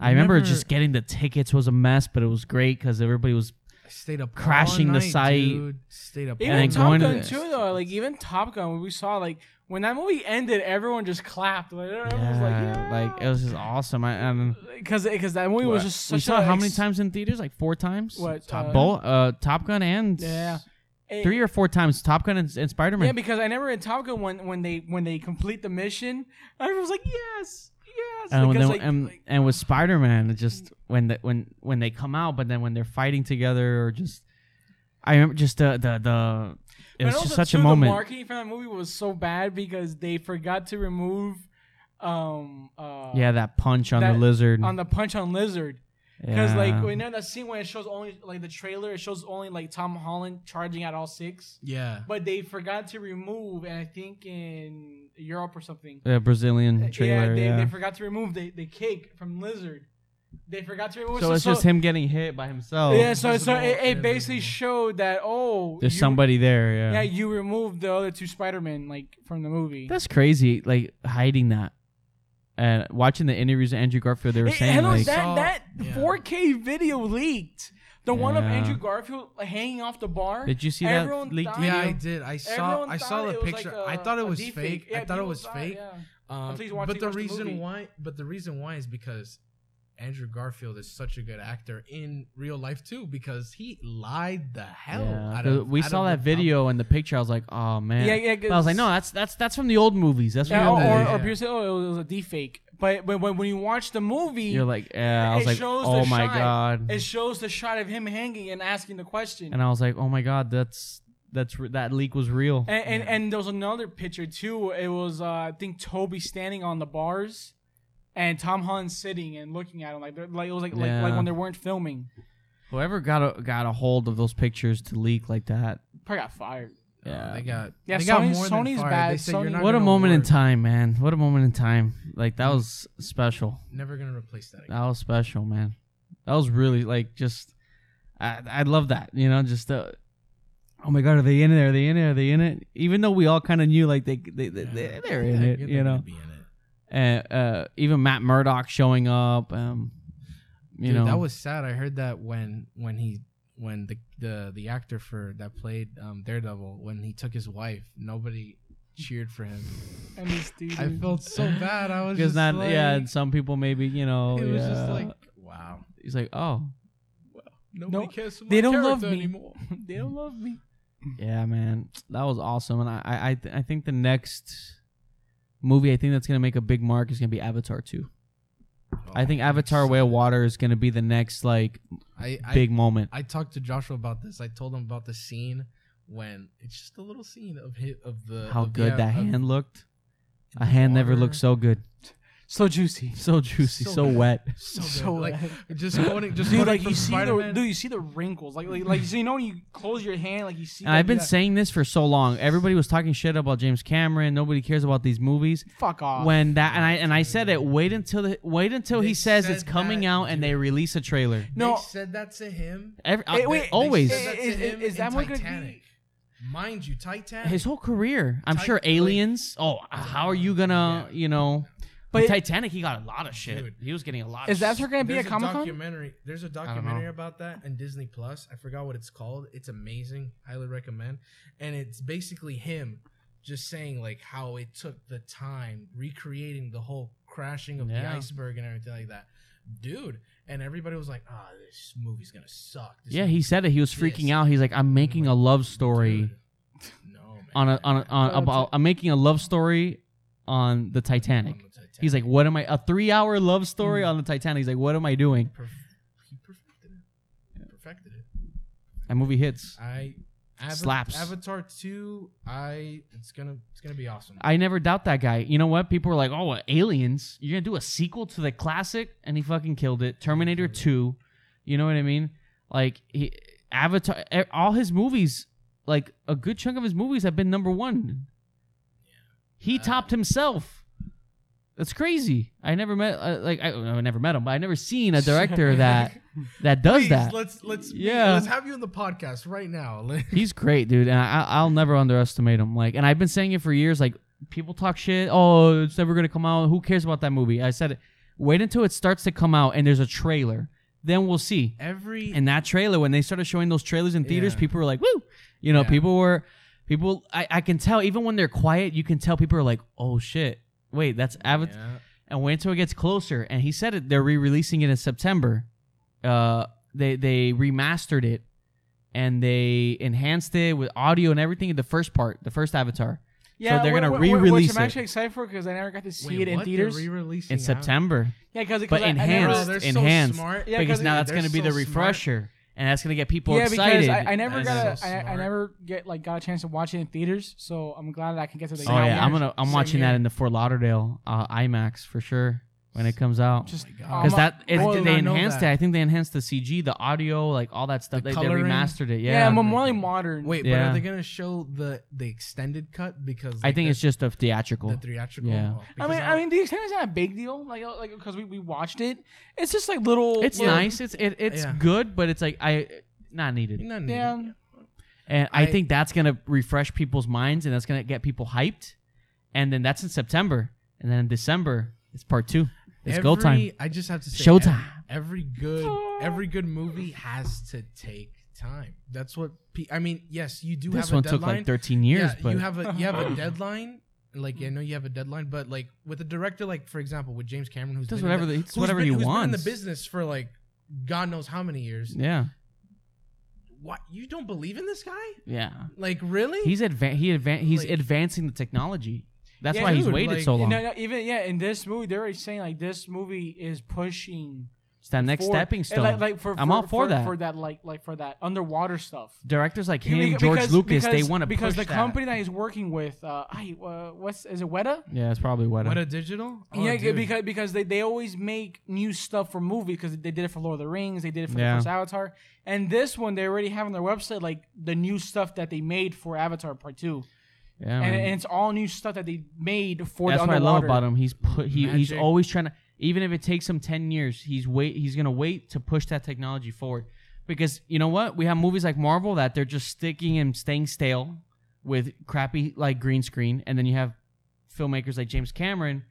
I remember
Remember-
just getting the tickets was a mess, but it was great because everybody was.
I stayed up all
Crashing the
night,
site.
dude. Stayed up
Even
all
then
Top
going to
Gun
the-
too, though. Like even Top Gun, when we saw like when that movie ended, everyone just clapped. Like everyone was like,
Yeah, like it was just awesome. I, and
because because that movie was
What?
just such
we saw
a
how many
ex-
times in theaters? Like four times.
What
Top
uh,
Both, uh, Top Gun and
Yeah. it-
three or four times Top Gun and, and Spider Man.
Yeah, because I never in Top Gun when when they when they complete the mission, everyone was like, yes, yes.
and when
because,
they,
like,
and,
like- uh,
and with Spider Man, just when the, when when they come out, but then when they're fighting together, or just I remember just the the, the it
but
was
also,
just such a
too,
moment.
The marketing for that movie was so bad because they forgot to remove, um, uh,
yeah, that punch on
that-
the lizard.
on the punch on lizard. Because
Yeah.
like we know that scene when it shows only like the trailer, it shows only like Tom Holland charging at all six,
Yeah.
but they forgot to remove, and I think in Europe or something.
the Brazilian
yeah,
trailer. Yeah,
they, they forgot to remove the, the cake from lizard. They forgot to remove.
so it's just him getting hit by himself.
Yeah, so so
Visible
it, it
and
basically
invisible.
showed that oh,
There's
you-
somebody there. Yeah.
Yeah, you removed the other two Spider Men like from the movie.
That's crazy. Like hiding that. And watching the interviews of Andrew Garfield, they were
Hey,
saying
and
like,
that
Saw-
that
yeah.
4K video leaked. The one of
Yeah.
Andrew Garfield like, hanging off the bar.
Did you see that
Everyone
leaked
thought-
video?
Yeah, I did. I saw.
Everyone
I saw
thought
the
it was, like,
picture.
a-
I thought
a
it was
deepfake.
fake.
Yeah,
I thought it
people
was
thought,
fake.
yeah.
Um,
Until you watch-
but
you
the
watch the
reason
movie.
why, but the reason why is because Andrew Garfield is such a good actor in real life too, because he lied the hell
Yeah,
out
'cause
of.
we
out
saw
of
that
the top-
video and the picture. I was like, oh man.
Yeah, yeah, 'cause-
But I was like, no, that's that's that's from the old movies. That's
Yeah,
from
or,
the old
or,
movies.
or
Yeah.
people say, oh, it was a defake. But when, when, when you watch the movie,
You're like, yeah. I was
E. it
like,
shows
oh
the
my
shot.
god.
it shows the shot of him hanging and asking the question.
And I was like, oh my god, that's that's re- that leak was real.
And, and and there was another picture too. It was uh, I think Toby standing on the bars, and Tom Holland sitting and looking at him like they're- like it was like like, like
Yeah.
when they weren't filming.
Whoever got a, got a hold of those pictures to leak like that.
Probably got fired.
Oh,
Yeah.
they got.
Yeah,
they got
Sony-
more than
Sony's
fired.
bad.
They said, "You're
Sony-
not
what a
gonna
moment in
work.
time, man. What a moment in time. Like that was special.
Never gonna replace that. Again.
That was special, man. That was really like just. I I love that. You know, just uh, oh my god, are they in it? Are they in it? Are they in it? Even though we all kind of knew like they they, they
Yeah.
they're in
Yeah,
it.
they're
You
gonna
know,
be in it.
uh, uh, even Matt Murdock showing up. Um, you
Dude,
know,
that was sad. I heard that when when he when the the the actor for that played um, Daredevil when he took his wife, nobody cheered for him.
And this dude,
[LAUGHS]
[LAUGHS]
I felt so bad. I was
because
just
not
like,
yeah. And some people maybe you
Oh,
know
It was
yeah.
just like wow.
he's like oh
Nobody
No,
cares. For
they
my
don't love
character
me.
anymore.
[LAUGHS] they don't love me.
yeah man that was awesome and I I I, th- I think the next movie I think that's gonna make a big mark is gonna be Avatar two. I think Avatar Way of Water is going to be the next like
I, I
big moment.
I talked to Joshua about this. I told him about the scene when it's just a little scene of hit of the
How
of the- uh,
good that
of-
hand looked.
in
A
the
hand never
water.
looked so good. [LAUGHS]
So juicy.
So juicy,
So
so,
good.
wet.
[LAUGHS]
so,
So
good. like
bad.
just quoting just
Dude,
quoting
like
from
you see
Spider-Man.
the dude, you see the wrinkles. Like like, like so you know when you close your hand, like you see.
And I've been
like,
saying this for so long. Everybody was talking shit about James Cameron. Nobody cares about these movies.
yeah, fuck off.
When that and I and I said it. Wait until the, wait until
Ah, They
he says
said
it's coming
that,
out and
dude.
they release a trailer.
no.
they said that to him
Every, uh,
Hey, wait,
always.
They said that to
Is- is-
him
is
in
that one gonna be-
Titanic. Mind you, Titan.
His whole career, I'm
Tit-
sure
like-
aliens. oh, how are you gonna,
Yeah.
you know?
But-
But Titanic, he got a lot of shit.
Dude.
he was getting a lot.
Is
of
that
shit.
her gonna be
there's
at
a
Comic Con?
documentary. There's a
know.
documentary about that on Disney Plus. I forgot what it's called. It's amazing. Highly recommend. And it's basically him just saying like how it took the time recreating the whole crashing of the
Yeah.
iceberg and everything like that. Dude, and everybody was like, "Ah, this movie's gonna suck." This
Yeah,
movie's
he said it. He was freaking
Yes. Oh
out. He's like, I'm making a love story
Dude. No, man.
on a on a, on
Oh, it's
about.
a-
I'm making a love story on the Titanic.
On the Titanic.
He's like, what am I? A three hour love story
Mm.
on the Titanic. He's like, what am I doing?
Perf- he perfected it. He perfected it.
That movie hits.
I Ava-
Slaps.
Avatar two. I it's gonna it's gonna be awesome.
I never doubt that guy. You know what? People were like, "Oh, uh, aliens! You're gonna do a sequel to the classic," and he fucking killed it. Terminator
killed it.
Two, you know what I mean? Like he, Avatar, e- all his movies, like a good chunk of his movies have been number one. He
Uh,
topped himself. That's crazy. I never met uh, like I, I never met him, but I never seen a
[LAUGHS]
director that that does
Please,
that.
Let's let's yeah.
Yeah.
Let's have you in the podcast right now. [LAUGHS]
He's great, dude, and I, I'll never underestimate him. Like, and I've been saying it for years. Like, people talk shit. Oh, it's never gonna come out. Who cares about that movie? I said, it. wait until it starts to come out and there's a trailer, then we'll see.
Every
And that trailer, when they started showing those trailers in theaters,
Yeah.
people were like, "Woo!" You know,
Yeah.
people were, people. I, I can tell even when they're quiet, you can tell people are like, "Oh shit, wait, that's Avatar."
Yeah.
and wait until it gets closer. And he said it. They're re-releasing it in September. Uh, they they remastered it and they enhanced it with audio and everything. The first part, the first Avatar,
Yeah,
they're
wh-
gonna
wh- wh-
re-release
Which I'm
it.
actually excited for because I never got to see
Wait,
it in
what? They're
theaters.
re-releasing
in
out?
September
yeah, because
but
Bro,
enhanced.
they're
Enhanced.
so smart.
Yeah,
because
'cause
now
it-
that's
they're
going to be
so
the
smart.
refresher and that's going to get people
yeah,
excited.
because I, I never
That's-
so
got a, I, I
smart.
never get like got a chance to watch it in theaters, so I'm glad that I can get to the.
Oh yeah, I'm
gonna
gonna I'm
Same
watching
here.
that in the Fort Lauderdale uh, IMAX for sure when it comes out.
just
Oh
uh,
God.
all
Because
my-
that it,
well,
all
did
they
I know
enhanced
that.
it. I think they enhanced the CG, the audio, like all that stuff. they,
The
they
coloring.
remastered it.
Yeah,
Yeah,
I'm more like modern.
Wait, but
Yeah.
are they gonna show the the extended cut? Because
I
like,
think
the-
it's just a theatrical.
the theatrical.
Yeah.
Oh,
I
because
mean, I, mean, the extent is not a big deal. Like, uh, like because we, we watched it, it's just like little.
It's
little-
nice. It's it, it's
Yeah.
good, but it's like I not needed.
Not needed.
Yeah,
And I,
I-
think that's gonna refresh people's minds, and that's gonna get people hyped. And then that's in September, and then in December it's part two. It's
every,
go time.
I just have to say,
Showtime.
ev- Every, good, every good movie has to take time. That's what. Pe- I mean, yes, you do.
This
have a
one
deadline.
took like 13 years,
yeah,
but
you have a you
[LAUGHS]
have a deadline. Like I know you have a deadline, but like with a director, like for example, with James Cameron, who's
does
been in
whatever
the,
the, it's
who's
whatever
been,
he
who's been in
wants.
the business for like God knows how many years.
Yeah,
What you don't believe in this guy?
yeah.
Like really?
He's advan- he advan- he's
Like-
advancing the technology. That's
Yeah,
why he's
dude,
waited
like-
so
No,
long.
no, even yeah, in this movie, they're already saying like this movie is pushing
it's that next
forward.
stepping
And,
stone.
Like, like for,
I'm
for,
all for that.
For that, like, like for that underwater stuff.
Directors like him,
Because-
George
because-
Lucas, they
because-
want to
because
push
the
that.
company that he's working with, uh, I uh, what's is it Weta?
Yeah, it's probably what.
what a digital. Oh,
yeah,
dude.
because because they, they always make new stuff for movies because they did it for Lord of the Rings, they did it for
Yeah.
the first Avatar, and this one they already have on their website like the new stuff that they made for Avatar Part Two,
Oh, yeah,
and,
man.
and it's all new stuff that they made for
That's
the
what I
underwater.
love about him. He's put he, he's
Magic.
always trying to even if it takes him ten years, he's wait he's gonna wait to push that technology forward. Because you know what? We have movies like Marvel that they're just sticking and staying stale with crappy like green screen, and then you have filmmakers like James Cameron.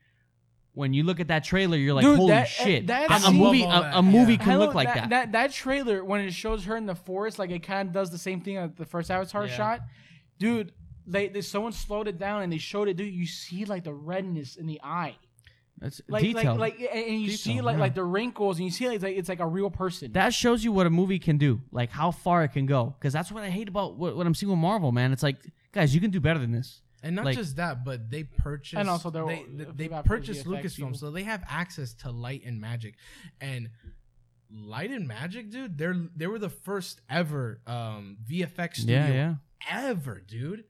When you look at that trailer, you're like,
Dude,
"Holy
that-
shit!"
that
a, a
scene-
movie,
Love all
a,
that,
a movie
yeah.
can
Hello,
look like that.
that. trailer when it shows her in the forest, like it kind of does the same thing that the first Avatar
Yeah.
shot, dude. They, they someone slowed it down and they showed it, dude. You see like the redness in the eye,
That's
like
detailed.
like like, and and you see
Detailed,
like
yeah.
like the wrinkles, and you see like it's like, it's like a real person.
that shows you what a movie can do, like how far it can go. Because that's what I hate about what, what I'm seeing with Marvel, man. It's like, guys, you can do better than this.
And not
Like-
just that, but they purchased
And also they're-
they
uh,
they,
about
purchased
the effects people.
Lucasfilm, so they have access to light and magic, and light and magic, dude. They're they were the first ever um, VFX studio
Yeah, yeah.
ever, dude.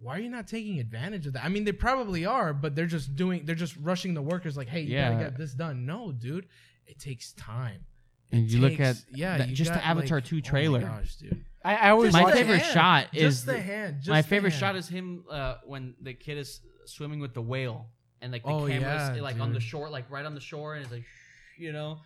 Why are you not taking advantage of that? I mean, they probably are, but they're just doing they're just rushing the workers like, hey, you
Yeah.
gotta get this done. No, dude, it takes time.
And
It
you look at
takes- yeah,
that-
you
just the
got,
Avatar 2 trailer.
Oh my gosh, dude.
I, I always
My
watch
favorite
it.
hand,
shot
just
is
the
the-
hand. Just
My favorite
the
shot
hand.
is him uh, when the kid is swimming with the whale, and like the
Oh,
camera's
yeah,
like on the
dude.
shore, like right on the shore, and it's like, you know,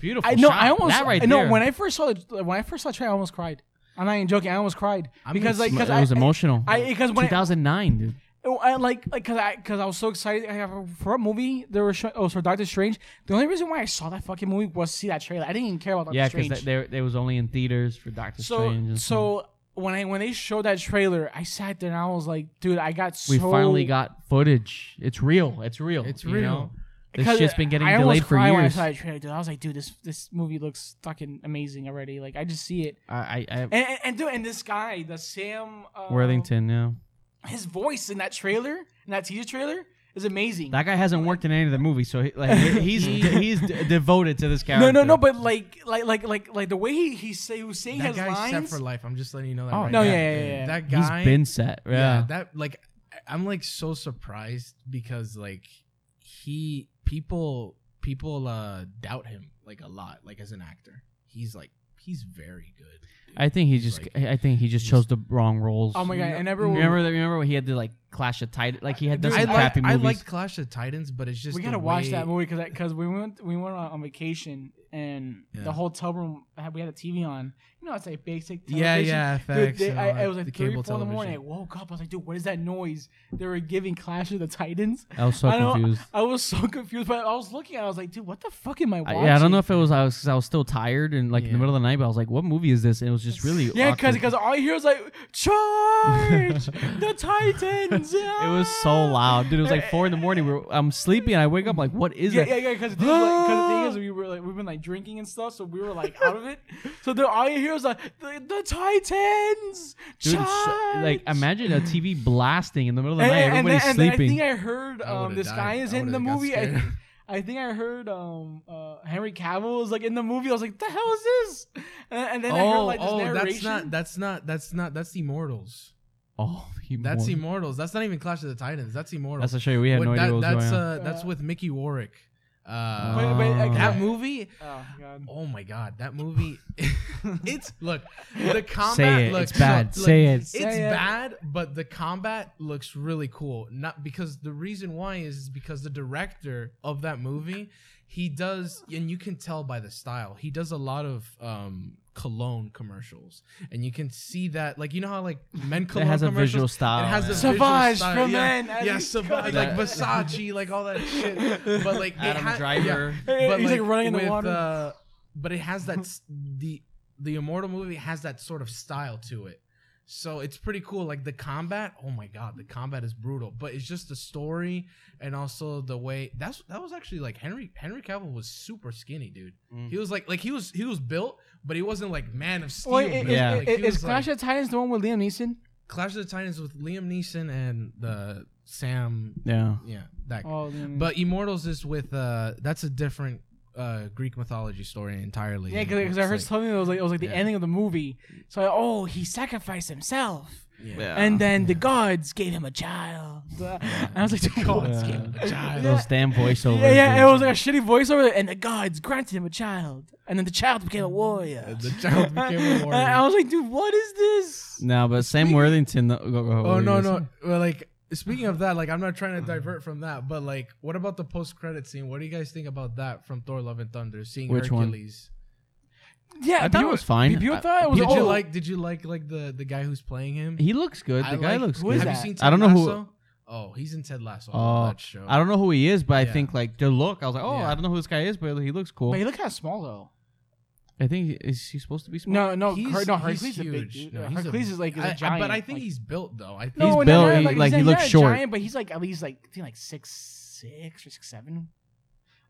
beautiful.
I know.
shot.
I almost.
that right
no,
there.
when I first saw it, when I first saw the trailer, I almost cried. I'm not even joking. I almost cried
I'm
because like
ins-
because
it was
I,
emotional.
I because when
2009, dude.
Oh, I like like cause I cause I was so excited I, for a movie. There was oh for Doctor Strange. The only reason why I saw that fucking movie was to see that trailer. I didn't even care about Doctor
Yeah, because
Strange.
there there was only in theaters for Doctor Strange.
so
and stuff.
so when I when they showed that trailer, I sat there and I was like, dude, I got so
we finally got footage. It's real. It's real.
It's
you
real.
know? This
because
shit's been getting
I almost
delayed for
cried When I
years.
saw that trailer, dude. I was like, dude, this this movie looks fucking amazing already. Like I just see it.
I, I, I
And, and, and dude, and this guy, the Sam uh,
Worthington. Yeah,
his voice in that trailer, in that teaser trailer, is amazing.
that guy hasn't worked in any of the movies, so he,
[LAUGHS]
like he- he's he's d- devoted to this character.
No, no, no. But like, like, like, like, like the way he he say he was saying
That
his
guy's set
lines.
for life. I'm just letting you know that.
Oh,
right
no,
now.
yeah, yeah, yeah, yeah.
That
he's
guy.
been set. Yeah,
yeah. That like, I- I'm like so surprised because like he people people uh doubt him like a lot. Like as an actor, he's like he's very good. dude.
I think he
He's
just
like-
I think he just
he's-
chose the wrong roles.
oh my god! And everyone,
remember that? Remember when he had to like clash of titans? Like he had done
Dude,
some
I like
crappy
I
movies.
liked Clash of Titans, but it's just
we
the
gotta watch that
way-
movie because because we went we went on, on vacation and
Yeah.
the hotel room had, we had a TV on. You know, it's like basic. Television.
Yeah, yeah, uh,
Dude,
FX.
they,
and all
I, I
that,
was like three, four in the morning. I woke up. I was like, "Dude, what is that noise?" They were giving Clash of the Titans. [LAUGHS]
I was so
I don't-
confused.
I was so confused, but I was looking. I was like, "Dude, what the fuck am I
I,
watching?"
yeah, I don't know if it was I was 'cause I was still tired and like in
Yeah.
the middle of the night, but I was like, "What movie is this?" And it was just really
Yeah, because
awkward.
all I hear is like, "Charge the Titans!"
it was so loud, dude. It was like four in the morning. We were, I'm sleepy and I wake up like, "What is
yeah,
that?"
yeah, yeah, because the, thing is, like, 'cause the thing is, we were like, we've been like drinking and stuff, so we were like
[LAUGHS]
out of it. So the, all you hear is like, the, the Titans!
Dude, it's so- like
charge!"
imagine a TV blasting in the middle of the
And,
night,
and, and,
everybody's
then, and then I
sleeping.
think I heard
I
um,
would've
this
died.
guy is
I
in the
would've got
movie. I,
scared.
I think I heard um, uh, Henry Cavill was like in the movie. I was like, the hell is this? And, [LAUGHS] and then I heard
Oh,
like this
oh,
narration.
that's not that's not that's not that's Immortals.
oh, he
That's
won.
Immortals. That's not even Clash of the Titans. That's Immortals.
That's to show you we had
What-
no
that-
idea what was
that's
going on. Oh.
uh, that's with Mickey Warwick. Uh,
Wait, wait, I-
that movie.
oh, God.
Oh my god, that movie. [LAUGHS] it's look the combat.
Say it.
Looks,
it's bad.
look,
Say it.
It's
Say it.
bad, but the combat looks really cool. Not because the reason why is because the director of that movie, he does, and you can tell by the style, he does a lot of um cologne commercials, and you can see that, like you know how like men
It
cologne
has a
commercials,
visual style.
it has a
man.
Savage
visual style,
from E
yeah.
men, as
yeah,
he's
Savage,
[LAUGHS] called.
like Versace, like all that shit. But like it
Adam
ha- yeah
Driver.
But He's like, running in the
with,
water.
uh, but it has that
[LAUGHS]
s- the the Immortal movie has that sort of style to it. So it's pretty cool. Like the combat, oh my god, the combat is brutal. But it's just the story and also the way that's that was actually like Henry Henry Cavill was super skinny, dude.
Mm.
He was like like he was he was built, but he wasn't like Man of Steel.
Wait,
built.
is,
Yeah.
Like,
is,
he
is
was,
Clash
like,
of Titans the one with Liam Neeson?
Clash of the Titans with Liam Neeson and the Sam.
Yeah.
Yeah, that. guy.
Oh, Liam
But Immortals is with uh that's a different uh Greek mythology story entirely.
Yeah, because I heard
It's like-
something that was like it was like the
Yeah.
ending of the movie. So I, oh, he sacrificed himself,
Uh-huh.
Yeah.
and then the gods gave him a child.
[LAUGHS]
And I was like, the gods
Yeah.
gave him a child.
Those damn voiceovers.
Yeah, yeah,
dude.
it was like a shitty voiceover, and the gods granted him a child, and then the child became a warrior.
And the child became a
[LAUGHS] And I
warrior.
was like, dude, what is this?
No, but Sam Worthington. the- go- go- go-
oh
what
no
were you gonna
no. Well, like speaking of that, like I'm not trying to
Uh-huh.
divert from that, but like what about the post credit scene? What do you guys think about that from Thor Love and Thunder? Seeing
Which one?
Hercules.
Yeah,
I thought it
people-
was fine.
People
I-
thought it was.
Did
oh,
you like did you like like the the guy who's playing him?
say? He looks good. The
I
guy
like-
looks
who is
good.
Have you
that?
seen
I
Ted
don't know who-
Lasso? Oh, he's in Ted Lasso. I
Oh,
love that show.
I don't know who he is, but I
Yeah.
think like the look. I was like, oh,
Yeah.
I don't know who this guy is, but he looks cool.
But he looked kind of small though.
I think he- is he supposed to be small?
No, no,
He's-
Her- no.
he's
Hercules is a big
huge.
dude.
No, he's a-
Hercules is like is a
I- I-
giant.
but I think
like-
he's built though. I think
No, He's
not-
built,
not
he- like,
he's
he
not-
looks
not a
short.
Giant, but he's like at least like I think like six six or six seven.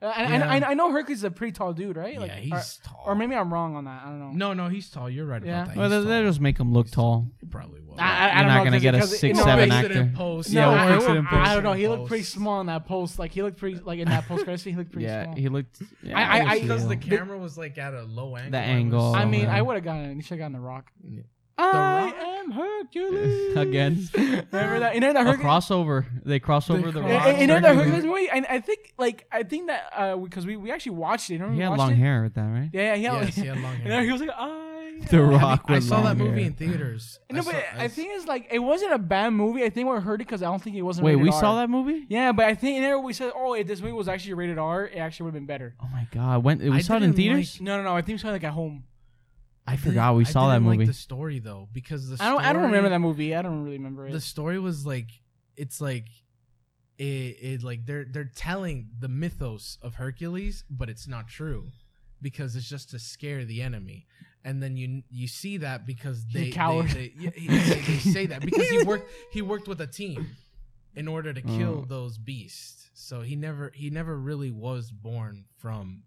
Uh, and-
Yeah.
and I, I know Hercules is a pretty tall dude, right? Like,
yeah,
or,
he's tall.
or maybe I'm wrong on that. I don't know.
No, no, he's tall. You're right
Yeah.
about that.
Well,
He's
they, they
tall.
just make him look
He's
tall.
He probably was.
I, I, I
You're
don't
not
know,
gonna
'cause-
get a
'cause it-
six,
no,
seven
but-
act- actor.
Post.
Yeah,
no,
we'll
I,
fix it in
I, I
post.
don't know. He looked pretty small in that post. Like he looked pretty like in that post credit scene. He looked pretty
Yeah,
small.
he looked. yeah,
I- I-
he
I-
looked
because the
little.
camera was like at a low angle.
The
it was
angle,
I
so-
Oh,
mean,
yeah.
I would have gotten. He should have gotten the Rock.
Yeah.
I
Rock?
am
[LAUGHS]
Hercules
Again.
Remember that? You know that
a
Hercules.
crossover. They cross over the
cross-
rock.
Yeah,
And, and, and that
Hercules.
Hercules movie, and I think like I think that uh because we, we actually watched it. Remember
He
we
had
watched
long
it?
hair with that, right?
Yeah, yeah,
Yes, he had [LAUGHS] long
And
hair.
he was like, I.
The
am-
Rock
I
with
saw
long
that movie
hair.
in theaters.
No,
saw-
but I think it's like it wasn't a bad movie. I think what hurt it because I don't think it wasn't.
Wait,
rated
we
R.
saw that movie?
Yeah, but I think in there we said, oh, if this movie was actually rated R, it actually would have been better.
Oh my god! When we
I
saw it in
didn't like-
theaters?
No, no, no. I think we saw it like at home.
I
didn't-
forgot we
I
saw that
didn't
movie.
Like the story though, because the
I don't. I don't remember
story-
that movie. I don't really remember it.
The story was like, it's like, it, it like they're they're telling the mythos of Hercules, but it's not true, because it's just to scare the enemy. And then you you see that because
He's a
they
coward.
They, they, yeah, he- they- they say
[LAUGHS]
that because he worked he worked with a team in order to kill
Oh.
those beasts. So he never he never really was born from,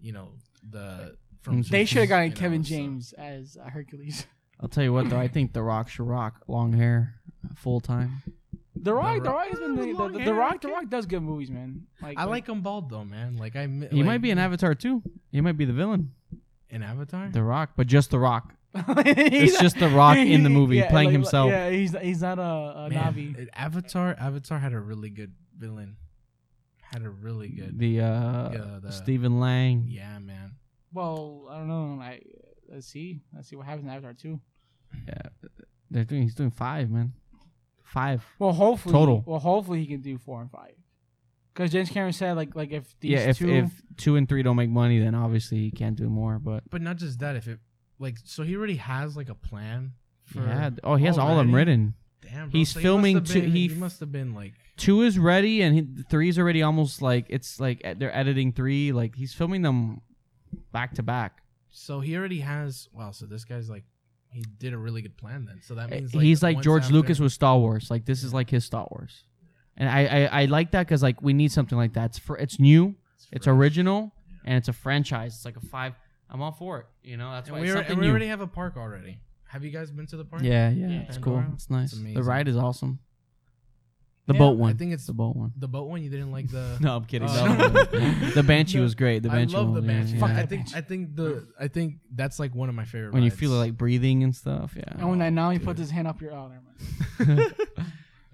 you know the from.
They
they should have gotten
you know,
Kevin
so-
James as uh, Hercules.
I'll tell you what though, I think The Rock should rock long hair full time.
The Rock, The
Rock-
Rock has
Oh,
been the, the,
Long
the,
hair,
Rock. The
okay.
Rock does good movies, man. Like
I
[LAUGHS]
like him bald though, man. Like I mi-
He
like,
might be an Avatar too. He might be the villain.
an Avatar.
The Rock, but just The Rock.
it's
It's just The Rock in
[LAUGHS]
the movie playing himself.
Yeah, he's he's not a, a
Man,
Navi.
it- Avatar. Avatar had a really good villain. Had a really good.
The uh,
Yeah, the-
Stephen Lang.
Yeah, man.
Well, I don't know. I let's see. Let's see what happens in Avatar two.
They're doing. He's doing five, man. Five.
Well, hopefully,
Total.
Well, hopefully he can do four and five. Because James Cameron said like like if these
yeah. If
two
if two and three don't make money, then obviously he can't do more. But
But not just that. If it like, so he already has like a plan. For,
yeah. Oh, he has all of them
already?
written.
Damn,
He's
he
filming
must have
two-
Been,
he
he
f-
must have been like.
Two is ready, and he, three's already almost like it's like e- they're editing three. Like he's filming them back to back.
So he already has. Wow. So this guy's like, he did a really good plan then. So that means
Eh, he's like
once
George
after-
Lucas with Star Wars. Like this is like his Star Wars, and I I, I like that because like we need something like that. It's for it's new, it's
fresh.
original, and it's a franchise. It's like a five. I'm all for it. You know that's
And
why
we,
it's
are,
something
and we
new.
already have a park already. Have you guys been to the park?
Yeah, yeah,
Yeah.
it's cool.
Pandora.
It's nice.
It's
the
amazing.
ride is awesome. The
Yeah,
boat one.
I think it's
the boat one.
the boat one. You didn't like the.
[LAUGHS] No, I'm kidding.
Oh.
No, no, no. [LAUGHS] the Banshee
No,
was great. The Banshee.
I love the
one, yeah,
Banshee.
yeah.
Fuck,
that
I think
Banshee.
I think the I think that's like one of my favorite.
When you
rides.
feel it like breathing and stuff. Yeah.
[LAUGHS]
and when that now he
dude.
puts his hand up your oh, never
[LAUGHS]
mind.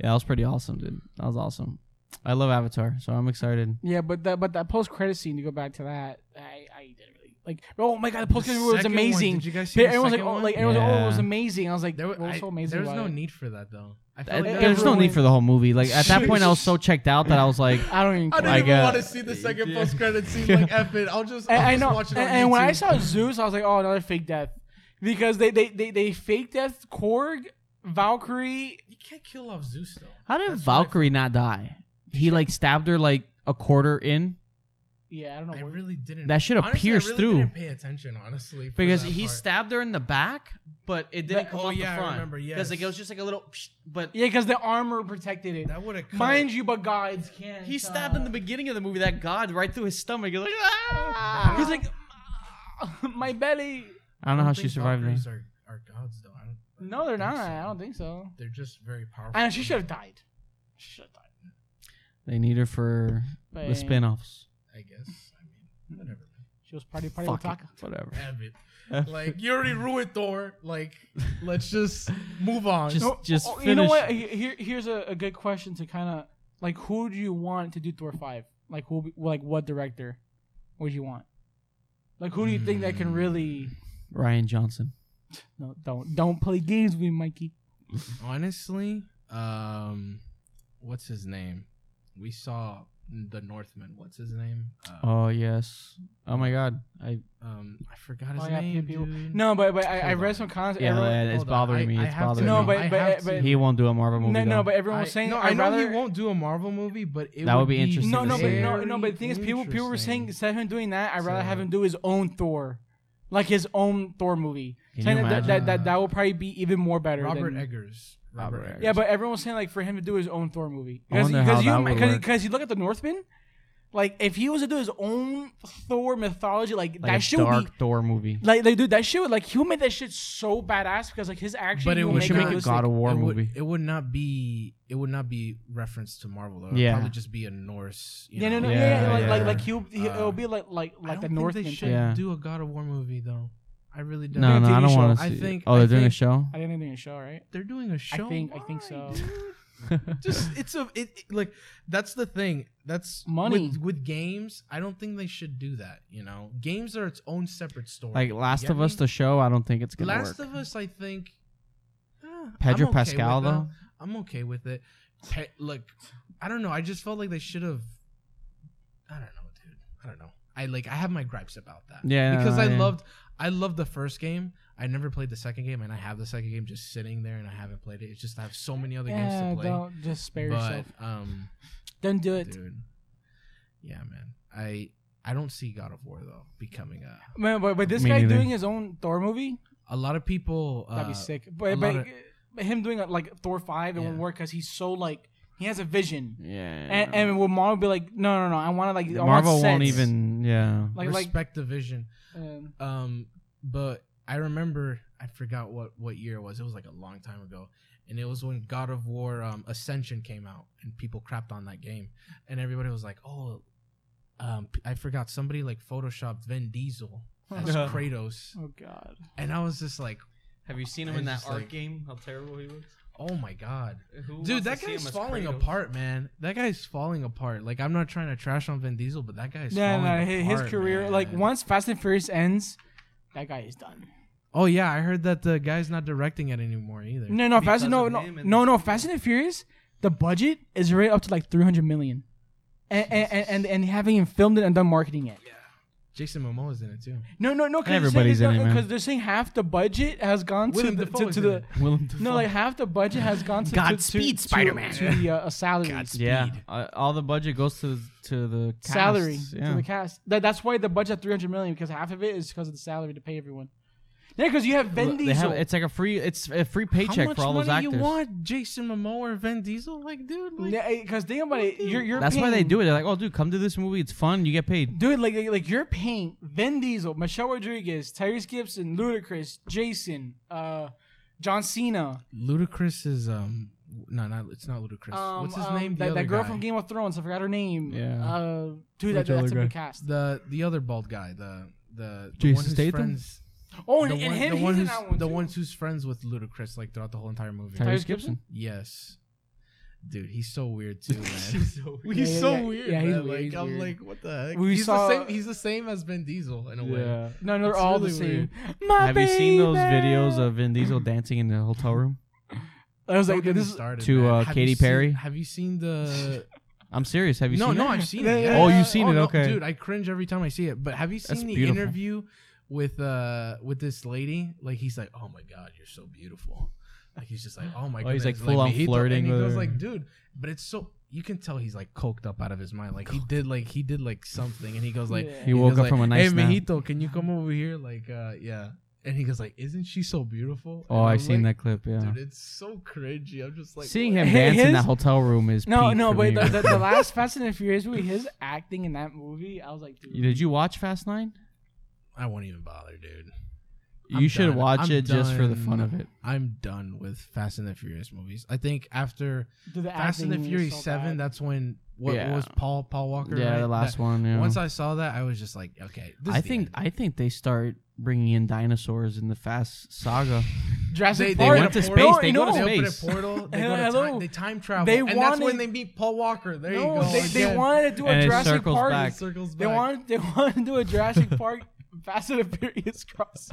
Yeah, that was pretty awesome, dude. That was awesome. I love Avatar, so I'm excited.
Yeah, but that but that post credit scene to go back to that, I I didn't really like. Oh my god, the post credit was
second one,
amazing.
did you guys see the
Everyone was like,
second
oh,
one?
like everyone was like, oh, it was
Yeah.
amazing. I was like,
there, wa-
what was
I-
so amazing?
there was
about
no
it?
need for that though. I
I-
felt like that
there's no
everyone-
need for the whole movie. Like at that point, I was so checked out that I was like,
I don't even.
I
Care.
didn't
I
even
got-
want to see the second
Yeah.
post
[LAUGHS]
credit scene.
Yeah.
Like, F it. I'll just. I'll
I, I
just
know.
Watch it
And,
on
and when I
YouTube.
saw Zeus, I was like, oh, another fake death, because they they they, they fake death Korg, Valkyrie.
you can't kill off Zeus though.
how did
That's what I-
Valkyrie not die? He like stabbed her like a quarter in
Yeah, I don't know.
I
where-
really didn't.
That should have
honestly,
pierced
I really
through.
Didn't pay attention honestly for
because
that
he
part.
stabbed her in the back, but it didn't
That-
come
oh,
off
yeah, I
the front.
remember,
Because like it
yes.
was just like a little, psh, but
yeah, because the armor protected it.
That would have
Mind you, but gods can't.
He stabbed in the
uh,
beginning of the movie that god right through his stomach. He's like,
Oh,
ah!
He's like, "Uh, my belly.
I don't know how she survived
Valkyries
that.
are, are gods though. I don't,
No, they're
think
not.
so.
I don't think so.
They're just very powerful.
And she should have died. She should have died.
They need her for the
But
spin-offs.
I guess. I mean, whatever.
She was party party
Fuck
with Taka.
it. Whatever.
Have it.
[LAUGHS]
Like you already ruined Thor. Like let's just move on.
Just-
No,
just
oh, you know
finish.
what? He- Here, here's a, a good question to kind of like, who do you want to do Thor five? Like who? be- Like what director would you want? Like who do you think that can
Hmm.
really?
Ryan Johnson.
No, don't don't play games with me, Mikey.
Honestly, um, what's his name? We saw the Northman. What's his name? Uh,
Oh yes. Oh my god. I
um, I forgot his
Oh, yeah,
name.
people-
dude.
No, but but I, I
Hold
read
on.
some comments.
yeah,
everyone-
that- it's
Hold on,
bothering
I-
me.
I
It's
have to
bothering
know.
me.
No, but-
I
but-
have to
but-
know.
he won't do a Marvel movie.
no, no,
though.
but everyone
I,
was saying
no,
I'd
I know
rather,
he won't do a Marvel movie, but it
That would be
be
interesting
No,
to
no, but
see.
no, no, but the thing is, people people were saying
Interesting.
instead of him doing that, I'd rather have
So-
him do his own Thor, like his own Thor movie.
Can
Saying
you
that, that,
imagine?
that that will probably be even more better.
Robert
than,
Eggers.
Robert Eggers.
Yeah, but everyone was saying like for him to do his own Thor movie
I
because
wonder how that
because you
would
because
work.
because you look at the Northman, like if he was to do his own Thor mythology, like,
like a
that shit
dark
would be.
Thor movie.
Like, like, dude, that shit would like he would make that shit so badass because like his action.
But it would
would
we
make
should
it
make a
realistic.
God of War
it would,
movie.
It would not be. It would not be reference to Marvel. Though. It would
Yeah.
probably just be a Norse. You
Yeah,
know,
no, no,
Yeah,
yeah, yeah, like, like
yeah.
like he'll he,
Uh,
it'll be like like
I
like
don't
the
think
Northman.
they
thing.
should
Yeah.
do a God of War movie though. I really don't.
No,
a
no, I
TV
don't
show.
want to
I
see.
think-
it. oh, they're
I
doing a
think-
show.
I didn't do a show, right?
They're doing a show.
think- I think
Why,
so.
dude? [LAUGHS] just it's a it it- like that's the thing. That's
Money.
with, with games. I don't think they should do that. You know, games are its own separate
[LAUGHS]
story.
like
You
Last
get
of Us,
me?
the show. I don't think it's gonna
Last
work.
of Us, I think. eh, I'm
Pedro
okay
Pascal
with it.
though.
I'm okay with it. Pe- look, I don't know. I just felt like they should have. I don't know, dude. I don't know. I like. I have my gripes about that.
Yeah, no,
because
no,
I
yeah.
loved. I love the first game. I never played the second game, and I have the second game just sitting there, and I haven't played it. It's just I have so many other games
Yeah,
to play.
don't just spare
but
yourself.
um,
Don't do it.
dude, yeah, man, I I don't see God of War though becoming a
Man, but, but this
Me
guy
neither.
doing his own Thor movie,
a lot of people. Uh,
that'd be sick.
a
But,
lot
but,
of-
but him doing uh, like Thor 5, it won't
Yeah.
work because he's so like, he has a vision.
Yeah.
And, and will Marvel be like, no, no, no, I want to like, I
Marvel
want
won't
sets."
even. Yeah.
Like, like,
respect the vision.
um,
Um, but I remember I forgot what what year it was. It was like a long time ago, and it was when God of War um, Ascension came out, and people crapped on that game, and everybody was like, "Oh, um, p- I forgot somebody like photoshopped Vin Diesel as
[LAUGHS]
Yeah.
Kratos,"
oh God.
and I was just like,
Have you seen
him in that art
game? How terrible he was.
"Oh my god." Dude, that guy's falling apart, man. That guy's falling apart. Like, I'm not trying to trash on Vin Diesel, but that guy's
Yeah,
falling
no,
apart.
his, his career,
man.
like once Fast and Furious ends, that guy is done.
Oh yeah, I heard that the guy's not directing it anymore either.
No, no, Fast and no,
Because of
no,
him and
no,
the-
no, Fast and Furious. The budget is right up to like three hundred million, and and, and and and they haven't even filmed it and done marketing yet.
Jason Momoa's in it too.
No, no, no. Cause
Everybody's in it, man.
because they're saying half the budget has gone to
Willem
the
Dafoe
to,
is
to
in
the.
it.
Willem Dafoe.
No, like half the budget has gone to to-
Godspeed,
to, to,
Spider-Man.
to the uh, salaries,
yeah,
Speed.
uh, all the budget goes to to the cast.
salary
Yeah.
to the cast. That, that's why the budget three hundred million because half of it is because of the salary to pay everyone. Yeah, because you have Vin
They have-
Diesel.
it's like a free it's a free
How
paycheck
much
for all
money
those actors.
you want, Jason Momoa or Vin Diesel? Like, dude, like,
because think about it, you're, you're
That's
paying,
why they do it. They're like, "Oh, dude, come to this movie. It's fun. You get paid."
Dude, like like you're paying Vin Diesel, Michelle Rodriguez, Tyrese Gibson, Ludacris, Jason, uh, John Cena,
Ludacris is um, no, not it's not Ludacris.
um,
What's his
um,
name? The
That,
other
that girl
guy.
from Game of Thrones. I forgot her name.
Yeah.
Uh, dude,
Which
that, that's a
other guy?
big cast.
The the other bald guy. The the, the
Jason
one who's
Statham?
friends.
Oh,
The
and,
one,
and him,
the one
he's in
who's
that one.
the
too.
one who's friends with Ludacris like throughout the whole entire movie.
Tyrese Gibson?
Yes. Dude, he's so weird [LAUGHS] too, man.
He's Yeah, yeah, so yeah. weird, Yeah, he's man. weird, he's
Like, I'm
weird.
like, what the heck?
We
he's
saw-
the same. He's the same as Vin Diesel in a way.
No, no, they're
It's
all the
really
same.
weird.
My
Have you seen those
baby.
videos of Vin Diesel dancing in the hotel room?
I was
Don't
like,
get me
this is
started,
to,
man.
uh,
Have
Katy
you seen-
Perry?
have you seen [LAUGHS] the?
I'm serious. Have you
no,
seen?
no,
it?
I've seen
Yeah,
it.
yeah,
yeah.
Oh, you've seen it,
no,
okay.
dude, I cringe every time I see it. But have you seen
That's
the
beautiful.
interview with uh with this lady? Like he's like, oh my god, you're so beautiful. Like he's just like, oh my.
Oh, he's, like,
goodness,"
full on
he-
flirting
And he
with
goes
her.
like, dude, but it's so you can tell he's like coked up out of his mind. Like he did like he did like something, and he goes like,
Yeah. He
He woke
goes,
up
like,
from a
Hey,
nice nap.
mijito, can you come over here? Like, uh, yeah. And he goes like, isn't she so beautiful?
Oh,
And I'm
I've seen
like,
that clip. Yeah.
Dude, it's so cringy. I'm just like
Seeing
what?
him
His-
dance in that hotel room is
No,
peak
no,
for
but
me.
the, [LAUGHS] the, the last Fast and the Furious movie, his acting in that movie, I was like, dude,
Did you watch Fast Nine?
I won't even bother, dude.
you
I'm
should
done.
watch
I'm
it just for the fun
done.
of it.
I'm done with Fast and the Furious movies. I think after
dude, the
Fast and the
acting was
Furious
so
Seven,
bad.
that's when what
Yeah.
was Paul Paul Walker?
Yeah,
right?
the last
That-
one. Yeah.
Once I saw that, I was just like, okay. This
I
is the
think
end.
I think they start bringing in dinosaurs in the Fast
[LAUGHS]
saga.
Jurassic
They- they
Park.
went to
No,
space,
you
they go to
know,
they open a
space.
portal.
[LAUGHS]
They,
Hello,
go to
hello.
time, they time travel,
They
and that's when
wanted-
they meet Paul Walker. There you
No,
go.
they, they
again.
wanted to do
And
a
it
Jurassic
circles
Park.
back.
circles
They
back.
wanted they wanted to do a Jurassic Park Fast and the Furious [LAUGHS] cross.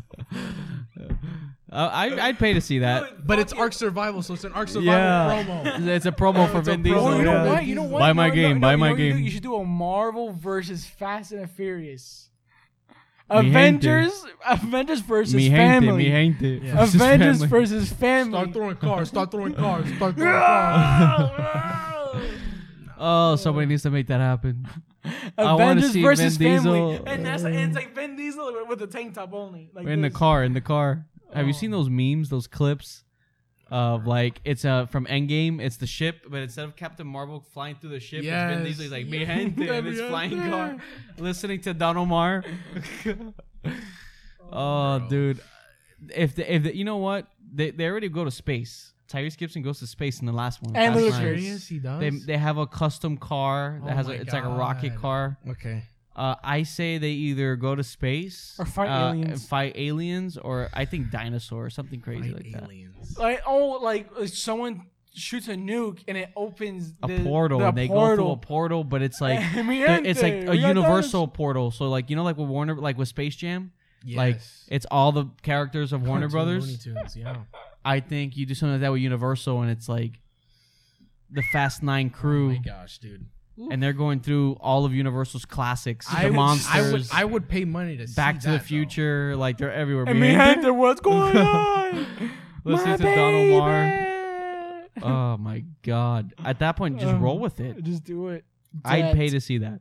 Uh, I I'd pay to see that.
but it's Ark Survival, so it's an Ark Survival
Yeah.
promo.
It's a promo for
It's a
Vin
promo.
Diesel.
Oh, you know
yeah.
what? You know what?
Buy my
No,
game,
No,
buy
no,
my
you know what you do?
game.
You should do a Marvel versus Fast and the Furious.
Mi gente.
Avengers, Avengers versus
Mi gente,
family.
mi gente.
Yeah.
Versus
Avengers
family.
versus
Start
[LAUGHS] family.
throwing cars. Start throwing cars. Start throwing cars.
Oh, somebody needs to make that happen. I wanna
Avengers
see
versus
Vin
family.
Diesel.
And that's and it's like Vin Diesel with a tank top only. Like
in the
this.
car, in the car. Have you seen those memes, those clips of like it's uh from Endgame, it's the ship, but instead of Captain Marvel flying through the ship, it's Vin
Yes.
Diesel he's like behind it in his
Yeah.
flying car, listening to Don Omar. [LAUGHS] oh, dude, if the, if the, you know what they they already go to space. Tyrese Gibson goes to space in the last one.
And
Fast
Ludacris.
Nine.
Serious? He does.
They they have a custom car that
Oh
has a,
my
it's like a rocket
God.
car.
okay.
Uh, I say they either go to space
Or fight
uh,
aliens.
fight aliens, or I think dinosaurs, something crazy like that.
aliens.
Like oh, like uh, someone shoots a nuke and it opens
A
the,
portal,
The
and they go through a
portal.
portal, but it's [LAUGHS]
[LAUGHS]
like
[LAUGHS] Mi
the- it's like
gente,
a
we got
universal portal. So like you know, like with Warner, like with Space Jam, like it's all the characters of Warner
Looney
Brothers.
Tunes, yeah.
I think you do something like that with Universal, and it's like the Fast Nine
Oh
crew.
my gosh, dude.
and they're going through all of Universal's classics, the
I would, I would
monsters,
I would pay money to see
Back to
that,
the
though.
Future, like they're everywhere.
And
man.
Mihanda, what's going on?
Listening
My
to Donald Marr.
[LAUGHS]
[LAUGHS]
baby.
Oh my god! At that point, just
Um,
roll with it.
Just do it.
I'd
Dead.
pay to see that.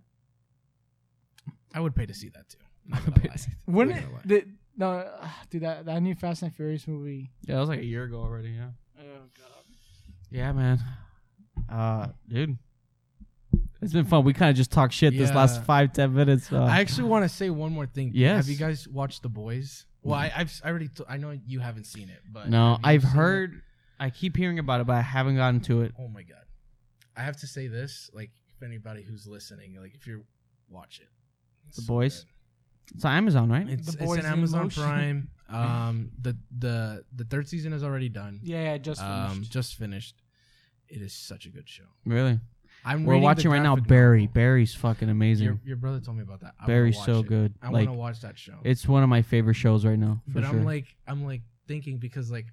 I would pay to see that too. Not
I'd
gonna
pay
lie.
to see-
When
Not gonna lie.
the no, ah, dude, that that new Fast and Furious movie.
Yeah, that was like a year ago already. Yeah.
Oh god.
Yeah, man. Uh, dude, it's been fun. We kind of just talked shit this
Yeah.
last five ten minutes. Uh,
I actually want to say one more thing.
Yes.
Have you guys watched The Boys? Well, I, I've I already t- I know you haven't seen it, but
no,
have you
I've
seen it?
heard. I keep hearing about it, but I haven't gotten to it.
Oh my god! I have to say this, like if anybody who's listening, like if you're watch it. It's
The
so
Boys?
good.
It's on Amazon, right?
It's,
The
it's
Boys
an
in
Amazon
motion. [LAUGHS]
Prime. Um, the the the third season is already done.
Yeah, yeah, just
um,
finished.
just finished. It is such a good show.
really?
I'm
We're
reading the
watching right now.
graphic
Barry.
novel.
Barry's fucking amazing.
Your, your brother told me about that. I wanna
Barry's
watch
so
it.
good.
I
like
want to watch that show.
it's one of my favorite shows right now. For
but
sure.
I'm like I'm like thinking because like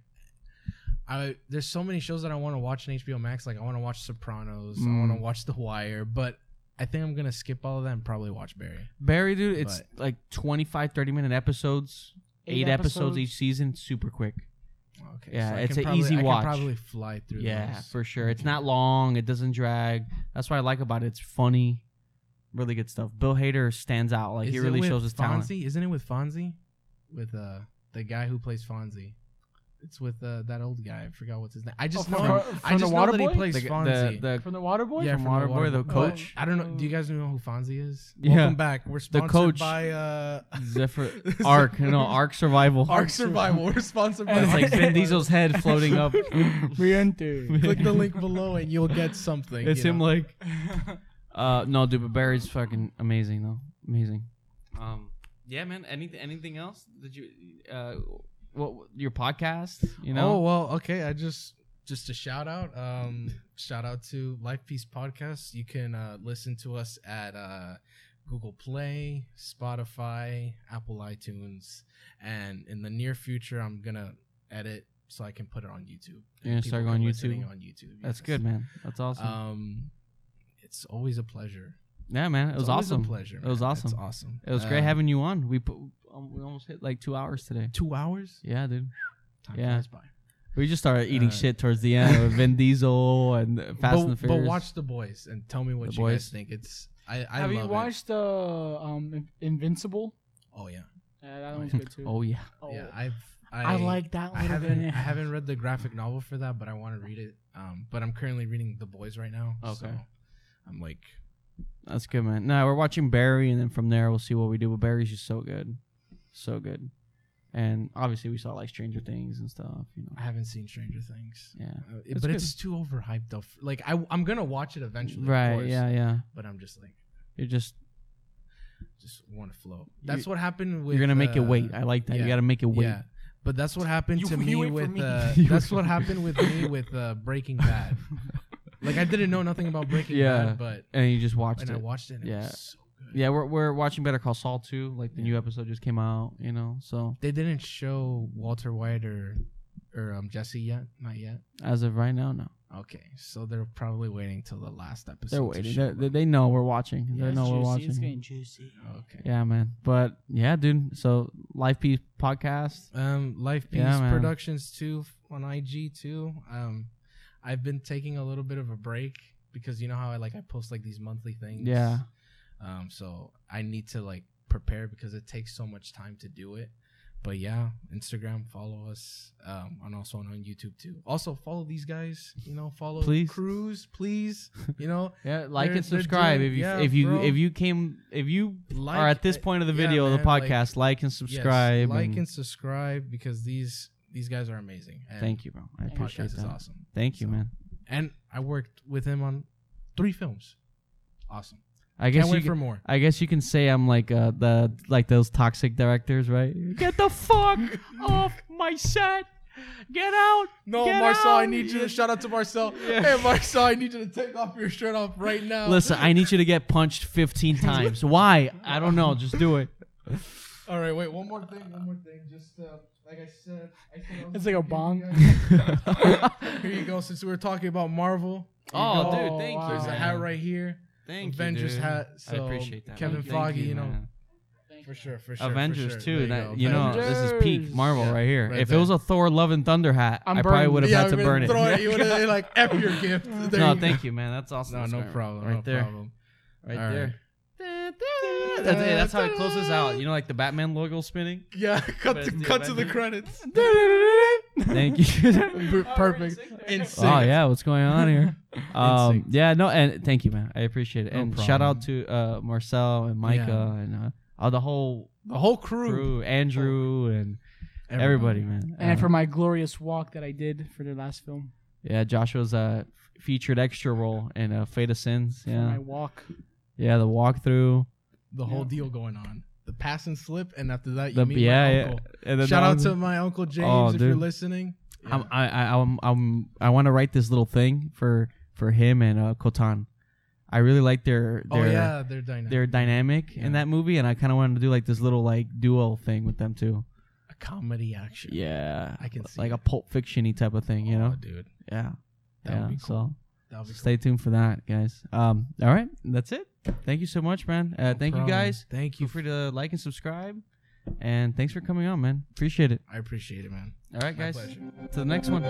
I there's so many shows that I want to watch on HBO Max. Like I want to watch Sopranos. I want
Mm.
to watch The Wire. But I think I'm gonna skip all of that and probably watch Barry.
Barry, dude, it's like 25, 30 minute episodes, eight, episodes. each season, super quick.
Okay.
Yeah,
I
it's
can
an
probably-
easy
I can
watch.
probably fly through.
Yeah,
those.
for sure. It's not long. It doesn't drag. That's what I like about it. It's funny, really good stuff. Bill Hader stands out. Like he
Is it
really
with
shows his
Fonzie?
talent.
Isn't it with Fonzie? With uh the guy who plays Fonzie. It's with uh, that old guy. I forgot what's his name. I just
from-
know.
Oh, from
him. I
the
just know
Water
that he
Boy?
plays
The, the,
Fonzie.
the,
from the Water Boy. Oh.
Yeah,
from
from the
Waterboy, the
Waterboy.
coach.
I don't know. Do you guys know who Fonzie is?
Yeah.
Welcome back. We're sponsored
coach. [LAUGHS]
by uh,
Zephyr
[LAUGHS]
Arc, no Arc Survival.
Ark Survival. We're sponsored by.
It's like Vin
Ark [LAUGHS]
[LAUGHS]
Survival.
[LAUGHS]
Diesel's head floating
[LAUGHS]
up.
Riente.
Click the link below and you'll get something.
It's
you
him
know?
like,
[LAUGHS]
uh, no, dude, but Barry's fucking amazing though, amazing. Um, yeah, man. Anything, anything else? Did you, uh, what your podcast? You
Oh
know,
well, okay. I just just a shout out. Um, shout out to Life Peace Podcast. You can uh, listen to us at uh, Google Play, Spotify, Apple iTunes, and in the near future, I'm gonna edit so I can put it on YouTube.
You're gonna
People
start
can
going
listen
YouTube?
On YouTube,
that's
yes.
good, man. That's awesome.
Um, it's always a pleasure.
yeah, man. It
It's
was
always
awesome.
A pleasure.
It was
man. It's
awesome.
awesome.
It was great
Um,
having you on. We put, um, we almost hit like two hours today.
two hours.
Yeah, dude.
Time
Yeah.
flies by.
We just started eating
Uh,
shit towards the end
[LAUGHS]
with Vin Diesel and Fast
but,
and the
but
Furious.
watch the boys and tell me what
The
you
Boys.
guys think. It's I. [LAUGHS] I
Have
love
you watched the um In- Invincible?
It. Oh yeah.
Yeah, that
Oh,
one's
yeah.
good too.
[LAUGHS] oh yeah,
Oh.
Yeah, I've I,
I, like that
I
one.
haven't I haven't read the graphic novel for that, but I want to read it. Um, but I'm currently reading The Boys right now.
Okay.
so I'm like,
that's good, man. No, we're watching Barry, and then from there we'll see what we do. But Barry's just so good, so good. And obviously, we saw like Stranger Things and stuff. You know,
I haven't seen Stranger Things.
yeah,
Uh, it-
That's
but it's too overhyped though. F- Like I, I'm gonna watch it eventually,
right,
Of course,
yeah, yeah.
But I'm just like,
You're just
just want to flow.
You-
That's what happened with.
you're gonna make it
uh,
wait. I like that. You
yeah,
gotta make it wait.
Yeah, but that's what happened
You-
to
you
me
wait for
with.
me.
Uh,
[LAUGHS] You
that's
wait.
what happened with me with uh,
[LAUGHS]
Breaking Bad. like I didn't know nothing about Breaking
Yeah.
Bad, but
and you just watched
and I
it.
watched it. And
Yeah.
it was so good.
yeah, we're we're watching Better Call Saul too. Like the new episode just came out. You know, so
they didn't show Walter White or or um, Jesse yet, not yet.
as of right now, no.
Okay, so they're probably waiting till the last episode.
They're
to
waiting.
show
They're, they
them.
they know we're watching.
Yeah,
they
it's
know we're watching.
It's getting juicy.
okay.
Yeah, man. But yeah, dude. So Life Peace podcast.
Um, Life Peace
Yeah, man.
Productions too f- on IG too. Um, I've been taking a little bit of a break because you know how I like I post like these monthly things.
Yeah,
Um, so I need to like prepare because it takes so much time to do it. But yeah, Instagram, follow us, um, and also on YouTube too. Also follow these guys, you know, follow
Please.
Cruz, please,
[LAUGHS]
you know,
yeah. Like
They're-
and
they're
subscribe
doing-
if you
yeah,
if you
bro.
if you came if you
like
are at this point of the
yeah,
video of the
man, like-
podcast, like, and
yes,
subscribe.
like
and-
and subscribe because these these guys are amazing. And
thank you, bro. I
and
the
appreciate
Podcast is
that.
awesome.
Thank you,
So-
man.
And I worked with him on three films. Awesome.
I guess
Can't
you.
wait
Can,
for more.
I guess you can say I'm like uh, the like those toxic directors, right? Get the
[LAUGHS]
fuck off my set. Get out.
No,
Get
Marcel, I
out.
need you to shout out
[LAUGHS]
to Marcel.
Yeah.
Hey, Marcel, I need you to take off your shirt off right
[LAUGHS]
now.
Listen, I need you to get punched 15 times. Why? I don't know. Just do it.
All right, wait. One more thing. One more thing. Just uh, like I said, I said I was
It's like a
gonna
bong.
give you
[LAUGHS]
guys- Here you go. Since we were talking about Marvel,
Oh,
go.
dude, thank
Oh,
you.
there's a
man.
hat right here.
Thank
Avengers
you, dude.
hat,
I
so
appreciate that.
Kevin
man. Thank
Feige, you know,
man.
for sure, for sure. for
Avengers
sure.
too.
There you
That,
go,
you know,
Avengers.
this is peak
Avengers.
Marvel
Yeah,
right here.
right
if
there.
it was a Thor Love and Thunder hat,
I'm
I probably
burning.
would have
Yeah,
had to
we're
burn
gonna
it. [LAUGHS]
throw You would have like F your gift. There
no,
you
thank you, man. That's awesome.
No,
That's
no
great.
problem.
Right
no
there.
problem.
Right
All
there. That's, hey, that's how it closes out. You know, like the Batman logo spinning.
Yeah, [LAUGHS] cut
Best
to
new
cut to the
Avenger.
credits.
[LAUGHS] Thank [LAUGHS] you.
Per- Perfect. In sync.
oh yeah, what's going on
[LAUGHS]
here? Um,
Insane.
yeah, no, and thank you, man. I appreciate it.
No
And shout out to uh, Marcel and Micah
Yeah.
and uh, all the whole
The whole crew.
crew, Andrew and
Everyone.
everybody, man.
and
Uh,
for my glorious walk that I did for their last film,
yeah, Joshua's uh, f- featured extra role in uh, Fate of Sins.
for my
Yeah,
walk,
yeah, the walkthrough.
The whole
Yeah.
deal going on. The pass and slip, and after that, you
The,
meet
yeah,
my
yeah.
uncle.
And then
Shout
the
out
one-
to my uncle James
Oh,
if you're
dude.
listening. Yeah.
I'm, I, I, I'm, I'm, I want to write this little thing for for him and uh, Kotan. I really like their
oh
their
yeah, they're dynamic.
their dynamic
Yeah.
in that movie, and I kind of wanted to do like this little like duo thing with them too.
a comedy action.
Yeah,
I can see
like
it.
a Pulp Fictiony type of thing, you
Oh,
know?
dude,
Yeah,
that
yeah.
would be cool. That
So
would be cool.
stay tuned for that, guys. Um, all right, that's it. Thank you so much, man. Uh,
No
thank you
problem.
guys.
Thank you.
Feel free to like and subscribe, and thanks for coming on, man. Appreciate it.
I appreciate it, man.
All right,
My
guys.
pleasure.
To the next one.